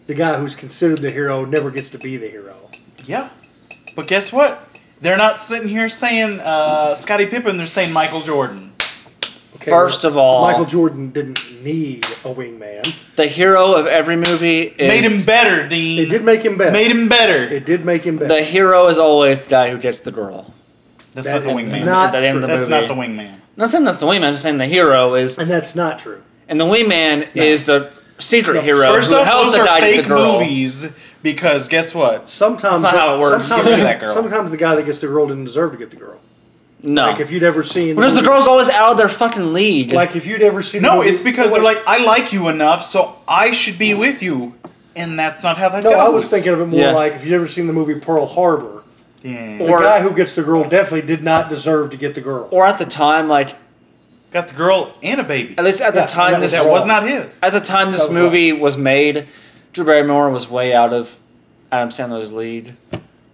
the guy who's considered the hero never gets to be the hero
Yeah. But guess what? They're not sitting here saying uh, Scottie Pippen, they're saying Michael Jordan.
Okay,
First
well,
of all-
Michael Jordan didn't need a wingman.
The hero of every movie is
Made him better, Dean.
It did make him better.
Made him better.
It did make him better.
the hero is always the guy who gets the girl.
That's
That
not the
is
wingman.
not
at the end of the
That's
movie.
not the wingman.
I'm not saying that's the wingman. I'm just saying the hero is,
and that's not true.
and the wingman is the secret hero
First
who
off,
helped
those
the guy
are
get
fake
the girl.
movies because guess what?
Sometimes
That's not how it works.
Give
Sometimes,
me that girl.
sometimes the guy that gets the girl didn't deserve to get the girl.
No,
Like if you'd ever seen,
because the girl's always out of their fucking league.
Like if you'd ever seen. the
No,
movie-
it's because
Oh,
they're
wait.
like, I like you enough, so I should be with you. And that's not how that
No,
goes.
I was thinking of it more
Yeah.
like if you'd ever seen the movie Pearl Harbor.
Yeah.
The
Or-
guy who gets the girl definitely did not deserve to get the girl.
or at the time, like
Got the girl and a baby.
at least at the
Yeah,
time
that
this
was-
that was not his.
at the time this
was
movie was made, Drew Barrymore was way out of Adam Sandler's league.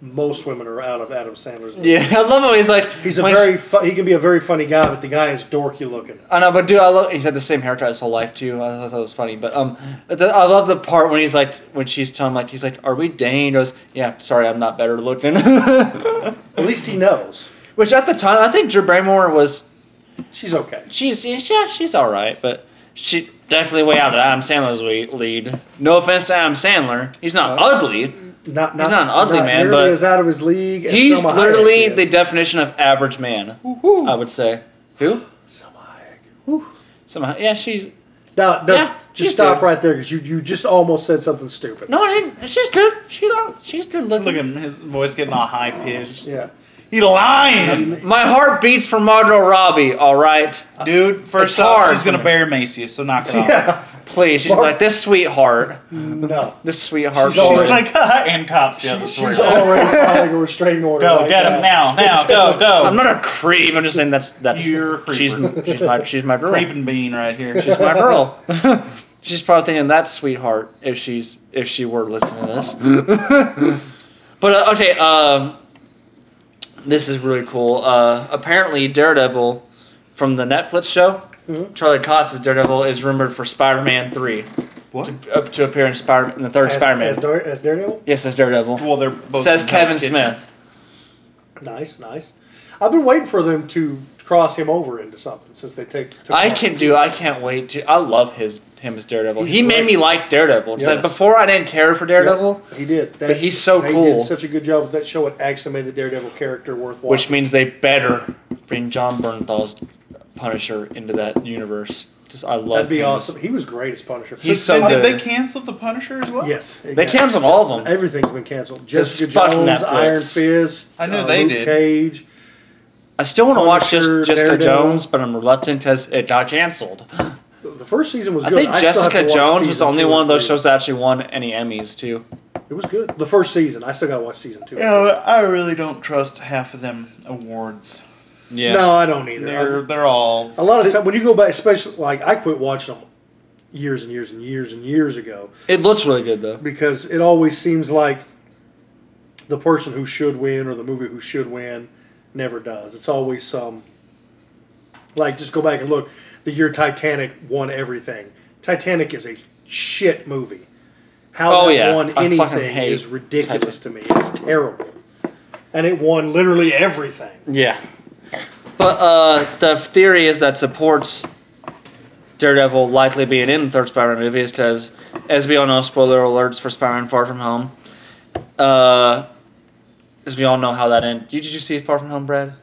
Most women are out of Adam Sandler's. league.
Yeah, I love how he's like
He's a
when
very fu- he can be a very funny guy, but the guy is dorky looking.
I know, but dude, I love. He's had the same haircut his whole life too. I thought it was funny, but um, but the, I love the part when he's like, when she's telling him, like, he's like, "Are we dating?" He goes, "Yeah, sorry, I'm not better looking."
At least he knows.
Which at the time, I think Drew Barrymore was
She's okay.
She's yeah, she's all right, but she definitely way out of Adam Sandler's we- lead. No offense to Adam Sandler, he's not ugly.
Not, not
He's not an ugly man,
nearly
but-
as out of his league. as
He's
Selma Hayek
literally
is.
the definition of average man. I would say. Who?
Selma Hayek.
Somehow, yeah, she's
Now, no,
Yeah, she's
just stop
good.
right there because you, you just almost said something stupid.
no, I didn't. She's good. She's she's good looking.
Look at him, his voice getting all high pitched.
Yeah.
He lying,
My heart beats for Margot Robbie. All right,
dude. First
It's
off,
hard
she's gonna
for me.
bear mace you, so knock it off.
Yeah.
please. She's
Mar-
like this sweetheart.
No.
This sweetheart.
She's already-
She's like, "Uh, and cops. Yeah,
She-
that's
she's
right.
already filing a restraining order.
Go
right
get him now, now. Go, go.
I'm not a creep. I'm just saying that's that's.
You're a
she's
creeper.
she's my she's my girl.
creeping bean right here.
She's my girl. she's probably thinking that sweetheart if she's if she were listening to this. but uh, okay, um, this is really cool. Uh, apparently, Daredevil from the Netflix show,
Mm-hmm.
Charlie Cox's Daredevil is rumored for Spider-Man three.
What?
To, up to appear in Spider in the third
As,
Spider-Man.
As, Dar- as Daredevil?
yes, as Daredevil.
Well, they're both
Says
in
Kevin
Hell's Kitchen.
Smith.
Nice, nice. I've been waiting for them to cross him over into something since they take. took
I
him off.
can do. I can't wait to. I love his him as Daredevil.
He's
he made
great.
me like Daredevil. 'cause, like,
Yes.
before I didn't care for Daredevil.
Yep, he did. That,
But he's so
they
cool.
did such a good job with that show. It actually made the Daredevil character worth watching.
Which means they better bring John Bernthal's Punisher into that universe. Just I love.
That'd be
him.
awesome. He was great as Punisher.
He's
Did-
so
did
good.
they cancel the Punisher as well?
yes,
They
exactly.
canceled all of them.
Everything's been canceled. Jessica
fuck
Jones,
Netflix.
Iron Fist.
I knew
uh,
they
Luke
did.
Cage.
I still want to watch
Punisher,
just, Jessica
Daredevil.
Jones, but I'm reluctant because it got canceled.
The first season was
I
good.
think
still have
Jessica
to watch
Jones was
season
the only
two
one of
and
those
three.
shows that actually won any Emmys too.
It was good. The first season. I still got to watch season two.
You know, I really don't trust half of them awards.
Yeah.
No, I don't either.
They're they're all
a lot of time when you go back, especially like I quit watching them years and years and years and years ago
It looks really good though.
because it always seems like the person who should win or the movie who should win never does. It's always some like just go back and look. The year Titanic won everything. Titanic is a shit movie. How
Oh,
it
yeah. I
won
fucking
anything
hate
is ridiculous to me. It's terrible. And it won literally everything.
Yeah. But uh, the theory is that supports Daredevil likely being in the third Spider-Man movie is because, as we all know, spoiler alerts for Spider-Man: Far From Home. Uh, as we all know how that ended. Did you see Far From Home, Brad?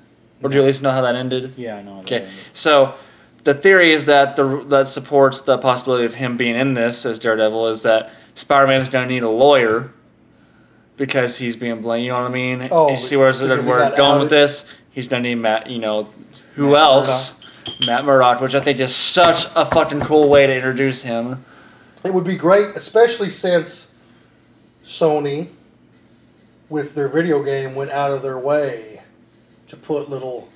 Or do you at least know how that ended?
yeah, I know.
Okay, so the theory is that the that supports the possibility of him being in this as Daredevil is that Spider-Man is going to need a lawyer because he's being blamed. You know what I mean?
Oh,
you see where's where
because he
we're
got
going with
outed.
this? He's going to need Matt. You know, who else? Matt Murdock, which I think is such a fucking cool way to introduce him.
It would be great, especially since Sony, with their video game, went out of their way to put little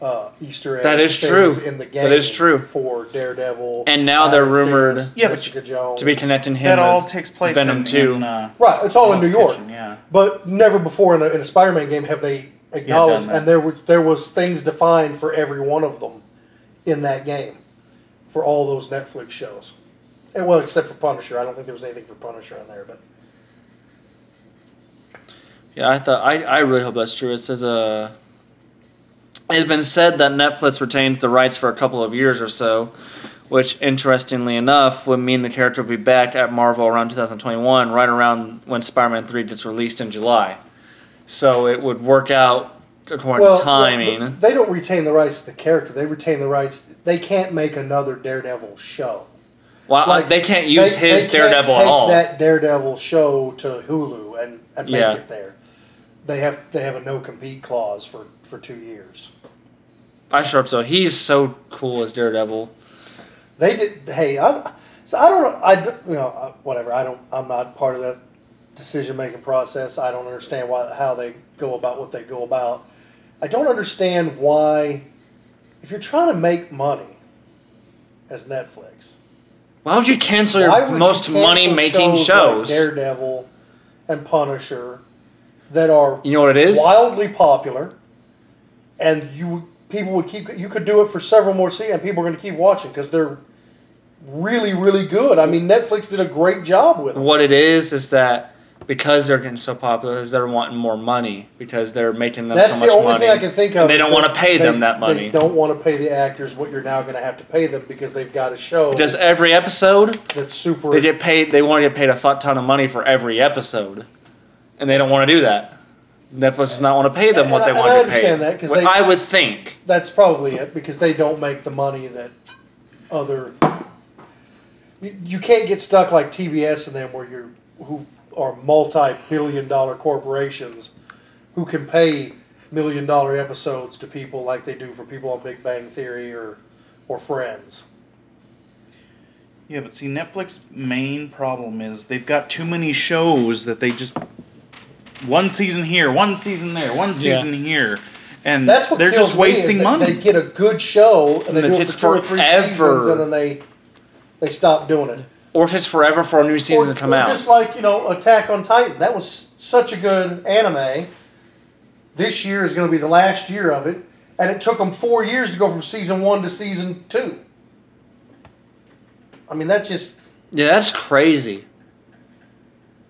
uh, Easter eggs.
That is
things
true.
In the game,
That is true.
For Daredevil,
And now they're
Iron
rumored-
Fist,
Yeah, but
Jessica Jones
To be connecting him
That all
with
takes place
Venom
in,
Two.
in, uh,
Right, it's all Oh, in
Hell's
New York.
Kitchen, yeah.
But never before in a, in a Spider-Man game have they acknowledged,
that.
and there were there was things defined for every one of them in that game for all those Netflix shows. And well, except for Punisher, I don't think there was anything for Punisher in there, but.
Yeah, I thought I, I really hope that's true. It says uh it's been said that Netflix retains the rights for a couple of years or so, which interestingly enough would mean the character will be back at Marvel around 2021, right around when Spider-Man 3 gets released in July. So it would work out according
well,
to timing.
look, They don't retain the rights to the character. They retain the rights. They can't make another Daredevil show.
well,
Like,
uh, they can't use
they-
his
they can't
Daredevil at
take
all.
That Daredevil show to Hulu and, and make
Yeah.
it there. They have they have a no compete clause for, for two years.
I sure hope so. He's so cool as Daredevil.
They did. Hey, I so I don't know. I d- you know uh, whatever. I don't. I'm not part of that decision making process. I don't understand why how they go about what they go about. I don't understand why, if you're trying to make money as Netflix,
Why would you cancel
why
your
would you
most
cancel
money-making shows?
like Daredevil and Punisher that are
you know what it is?
wildly popular, and you people would keep. You could do it for several more seasons, and people are going to keep watching because they're really, really good. I mean, Netflix did a great job with them.
What it is is that because they're getting so popular is they're wanting more money because they're making them
That's
so
the
much
only
money.
thing I can think of.
And they
is
don't
that
want to pay
they-
them that money.
They don't want to pay the actors what you're now going to have to pay them because they've got a show
Because every episode
that's super.
they get paid they want to get paid a fuck ton of money for every episode. And they don't want to do that. Netflix does not want to pay them what
And
they
I-
want
and I
to pay.
understand that, 'cause they-
I would think.
that's probably it because they don't make the money that other. You, you can't get stuck like TBS and them where you're who are multi-billion-dollar corporations who can pay million-dollar episodes to people like they do for people on Big Bang Theory or or Friends.
Yeah, but see, Netflix's main problem is they've got too many shows that they just one season here, one season there, one
Yeah.
season here, and
That's what
they're
kills
just
me is
wasting
that
money.
They get a good show and they
And it
do it
takes
for two or three seasons
forever.
and then they they stop doing it.
Or if it's forever for a new season
or,
to come
or
out.
Just like you know, Attack on Titan. That was such a good anime. This year is going to be the last year of it, and it took them four years to go from season one to season two. I mean, that's just.
yeah, that's crazy.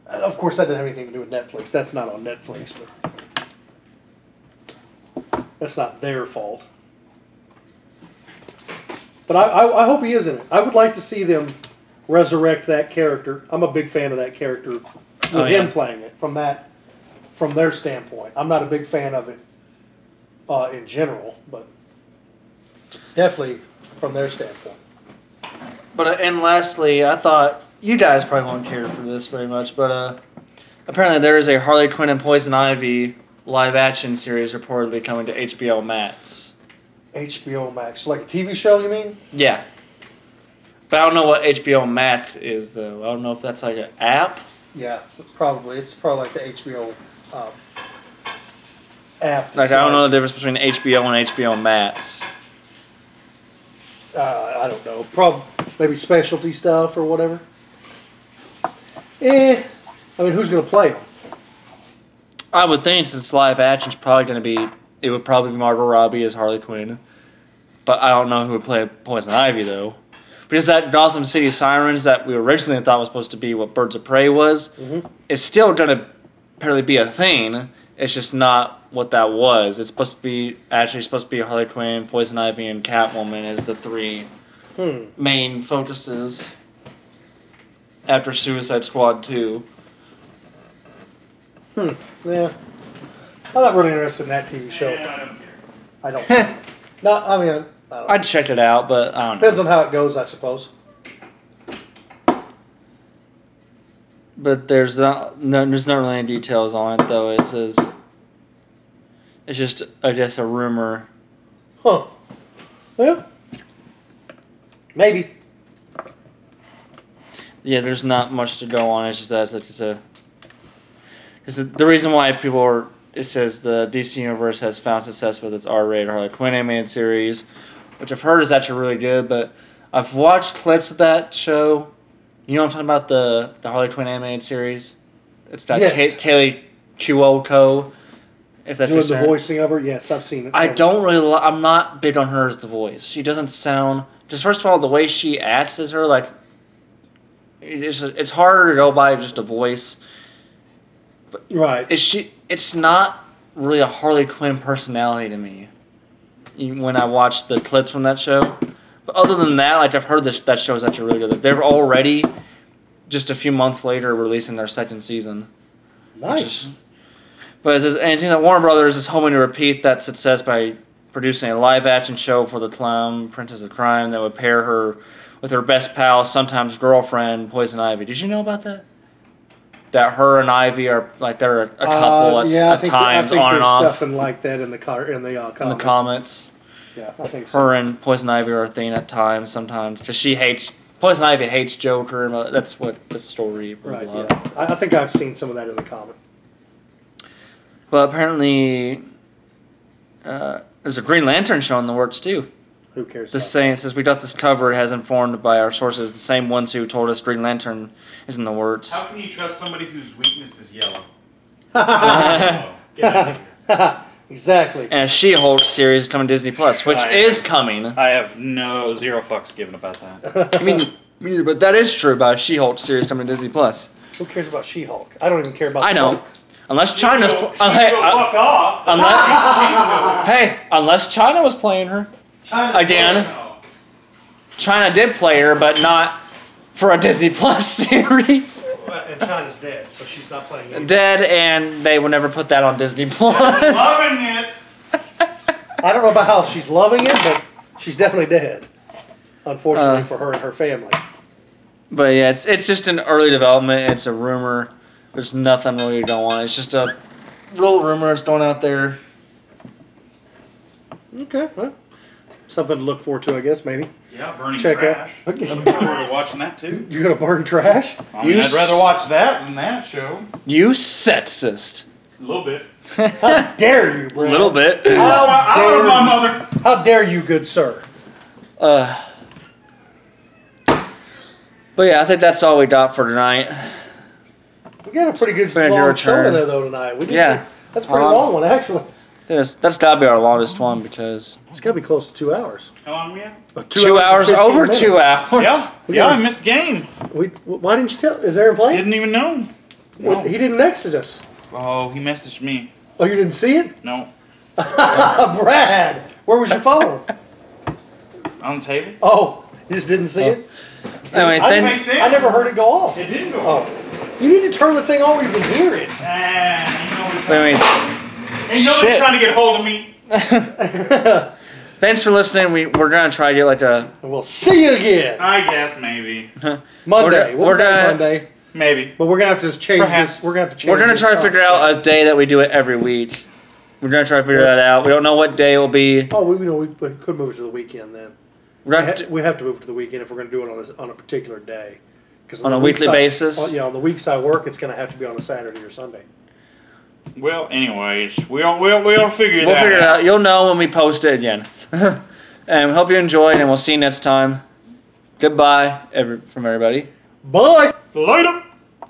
Of course, that doesn't have anything to do with Netflix. That's not on Netflix, but that's not their fault. But I, I, I hope he is in it. I would like to see them resurrect that character. I'm a big fan of that character with
Oh, yeah.
him playing it from that from their standpoint. I'm not a big fan of it uh, in general, but definitely from their standpoint.
But uh, and lastly, I thought you guys probably won't care for this very much, but uh, apparently there is a Harley Quinn and Poison Ivy live action series reportedly coming to HBO Max.
HBO Max, like a TV show, you mean?
Yeah, but I don't know what HBO Max is though. I don't know if that's like an app.
Yeah, probably. It's probably like the HBO uh, app.
Like
It's
I don't know the difference between HBO and HBO Max.
Uh, I don't know. Probably maybe specialty stuff or whatever. Eh, I mean, who's gonna play them?
I would think since live action is probably going to be, it would probably be Margot Robbie as Harley Quinn, but I don't know who would play Poison Ivy though, because that Gotham City Sirens that we originally thought was supposed to be what Birds of Prey was, is still going to apparently be a thing. It's just not what that was. It's supposed to be actually supposed to be Harley Quinn, Poison Ivy, and Catwoman as the three
Hmm.
main focuses after Suicide Squad two.
Yeah, I'm not really interested in that TV show. I don't. not. I mean, I don't. know.
I'd check it out, but I don't know.
Depends on how it goes, I suppose.
But there's not no, there's not really any details on it though. It says it's just I guess a rumor.
Huh? Yeah. Maybe.
Yeah, there's not much to go on. It's just that it's a because the reason why people are it says the DC universe has found success with its R-rated Harley Quinn animated series, which I've heard is actually really good. But I've watched clips of that show. You know what I'm talking about the the Harley Quinn animated series. It's got
Yes.
Kay- Kaylee Cuoco. If that's
Doing
her
the
surname.
voicing of her. Yes, I've seen it.
I don't really. Li- I'm not big on her as the voice. She doesn't sound. Just first of all, the way she acts as her, like, it's it's harder to go by just a voice.
Right.
Is she? It's not really a Harley Quinn personality to me. you- When I watch the clips from that show, but other than that, like I've heard this that show is actually really good. Like, they're already just a few months later releasing their second season.
nice.
But it says, and it seems that Warner Brothers is hoping to repeat that success by producing a live action show for the clown Princess of Crime that would pair her with her best pal, sometimes girlfriend, Poison Ivy. Did you know about that? That her and Ivy are like they're a, a couple
Uh,
at,
yeah, I
at
think, I
times
think
on and
there's
off
stuff in like that in the car in the uh,
in the
comic.
comments.
yeah, I think so.
Her and Poison Ivy are a thing at times, sometimes because she hates Poison Ivy hates Joker, and uh, that's what the story. blah,
Right.
blah, blah.
Yeah. I, I think I've seen some of that in the comic.
But apparently, uh, there's a Green Lantern show in the works too.
Who cares?
The
about
same since we got this covered has informed by our sources the same ones who told us Green Lantern is in the words.
How can you trust somebody whose weakness is yellow?
and
Oh, get out of here.
it? exactly.
a She-Hulk series coming to Disney Plus, which
Right.
is coming.
I have no zero fucks given about that.
I mean, me neither, but that is true about a She-Hulk series coming to Disney Plus.
Who cares about She-Hulk? I don't even care about.
I know.
Hulk.
Unless China's pl- hey, uh,
fuck off.
unless, hey, unless China was playing her. Again, China did play her, but not for a Disney Plus series.
And China's dead, so she's not playing. either.
Dead, and they would never put that on Disney Plus.
Loving it.
I don't know about how she's loving it, but she's definitely dead. Unfortunately
Uh.
for her and her family.
But yeah, it's it's just an early development. It's a rumor. There's nothing really going on. It's just a real rumor. It's going out there.
Okay, well, something to look forward to, I guess. Maybe
Yeah, burning
check
trash.
out. Okay.
Looking forward to watching that too.
You're gonna burn trash?
I mean,
You
I'd rather
s-
watch that than that show.
You sexist.
A little bit. Oh,
How dare you,
A
Brad?
little bit.
How
I
dare
love my
you.
mother.
How dare you, good sir?
Uh, but yeah, I think that's all we got for tonight.
We got a pretty good
Fans, your
long show
turn.
in there though tonight. We did
Yeah.
get- that's a pretty
Um,
long one actually.
This that's gotta be our longest one because
It's got to be close to two hours.
How long we at?
But
two,
and
hours,
15
over
minutes.
two hours.
Yeah, yeah, I missed game.
We, why didn't you tell? Is Aaron playing?
Didn't even know.
What- He didn't exit us.
Oh, he messaged me.
Oh, you didn't see it,
No,
Brad? Where was your phone?
on the table.
Oh, you just didn't see it.
Anyway,
I,
thank-
makes sense.
I never heard it go off.
It didn't go.
Oh, you need to turn the thing on where you can hear it.
anyway,
Ah, ain't nobody trying- ain't nobody
Shit.
trying to get hold of me.
thanks for listening. We we're gonna try to get like a
And we'll see you again
I guess maybe,
We're-
Monday. We'll
we're
be back
gonna-
Monday,
maybe.
but we're gonna have to change
Perhaps.
this. We're gonna have to change.
we're gonna
this
try to
up,
figure
so-
out a day that we do it every week. We're gonna try to figure that out. We don't know what day it will be.
Oh, we, you know, we, we could move it to the weekend then.
We're
We
gonna
ha-
have to-
we have to move it to the weekend if we're going to do it on a, on a particular day. 'Cause
On
the
a
weeks
weekly
I-
basis?
on- yeah, on the weeks I work, it's going to have to be on a Saturday or Sunday.
Well, anyways, we'll we'll we'll figure
we'll
that
figure it
out.
out. You'll know when we post it again. and hope you enjoyed, and we'll see you next time. Goodbye, every, from everybody.
Bye.
Later.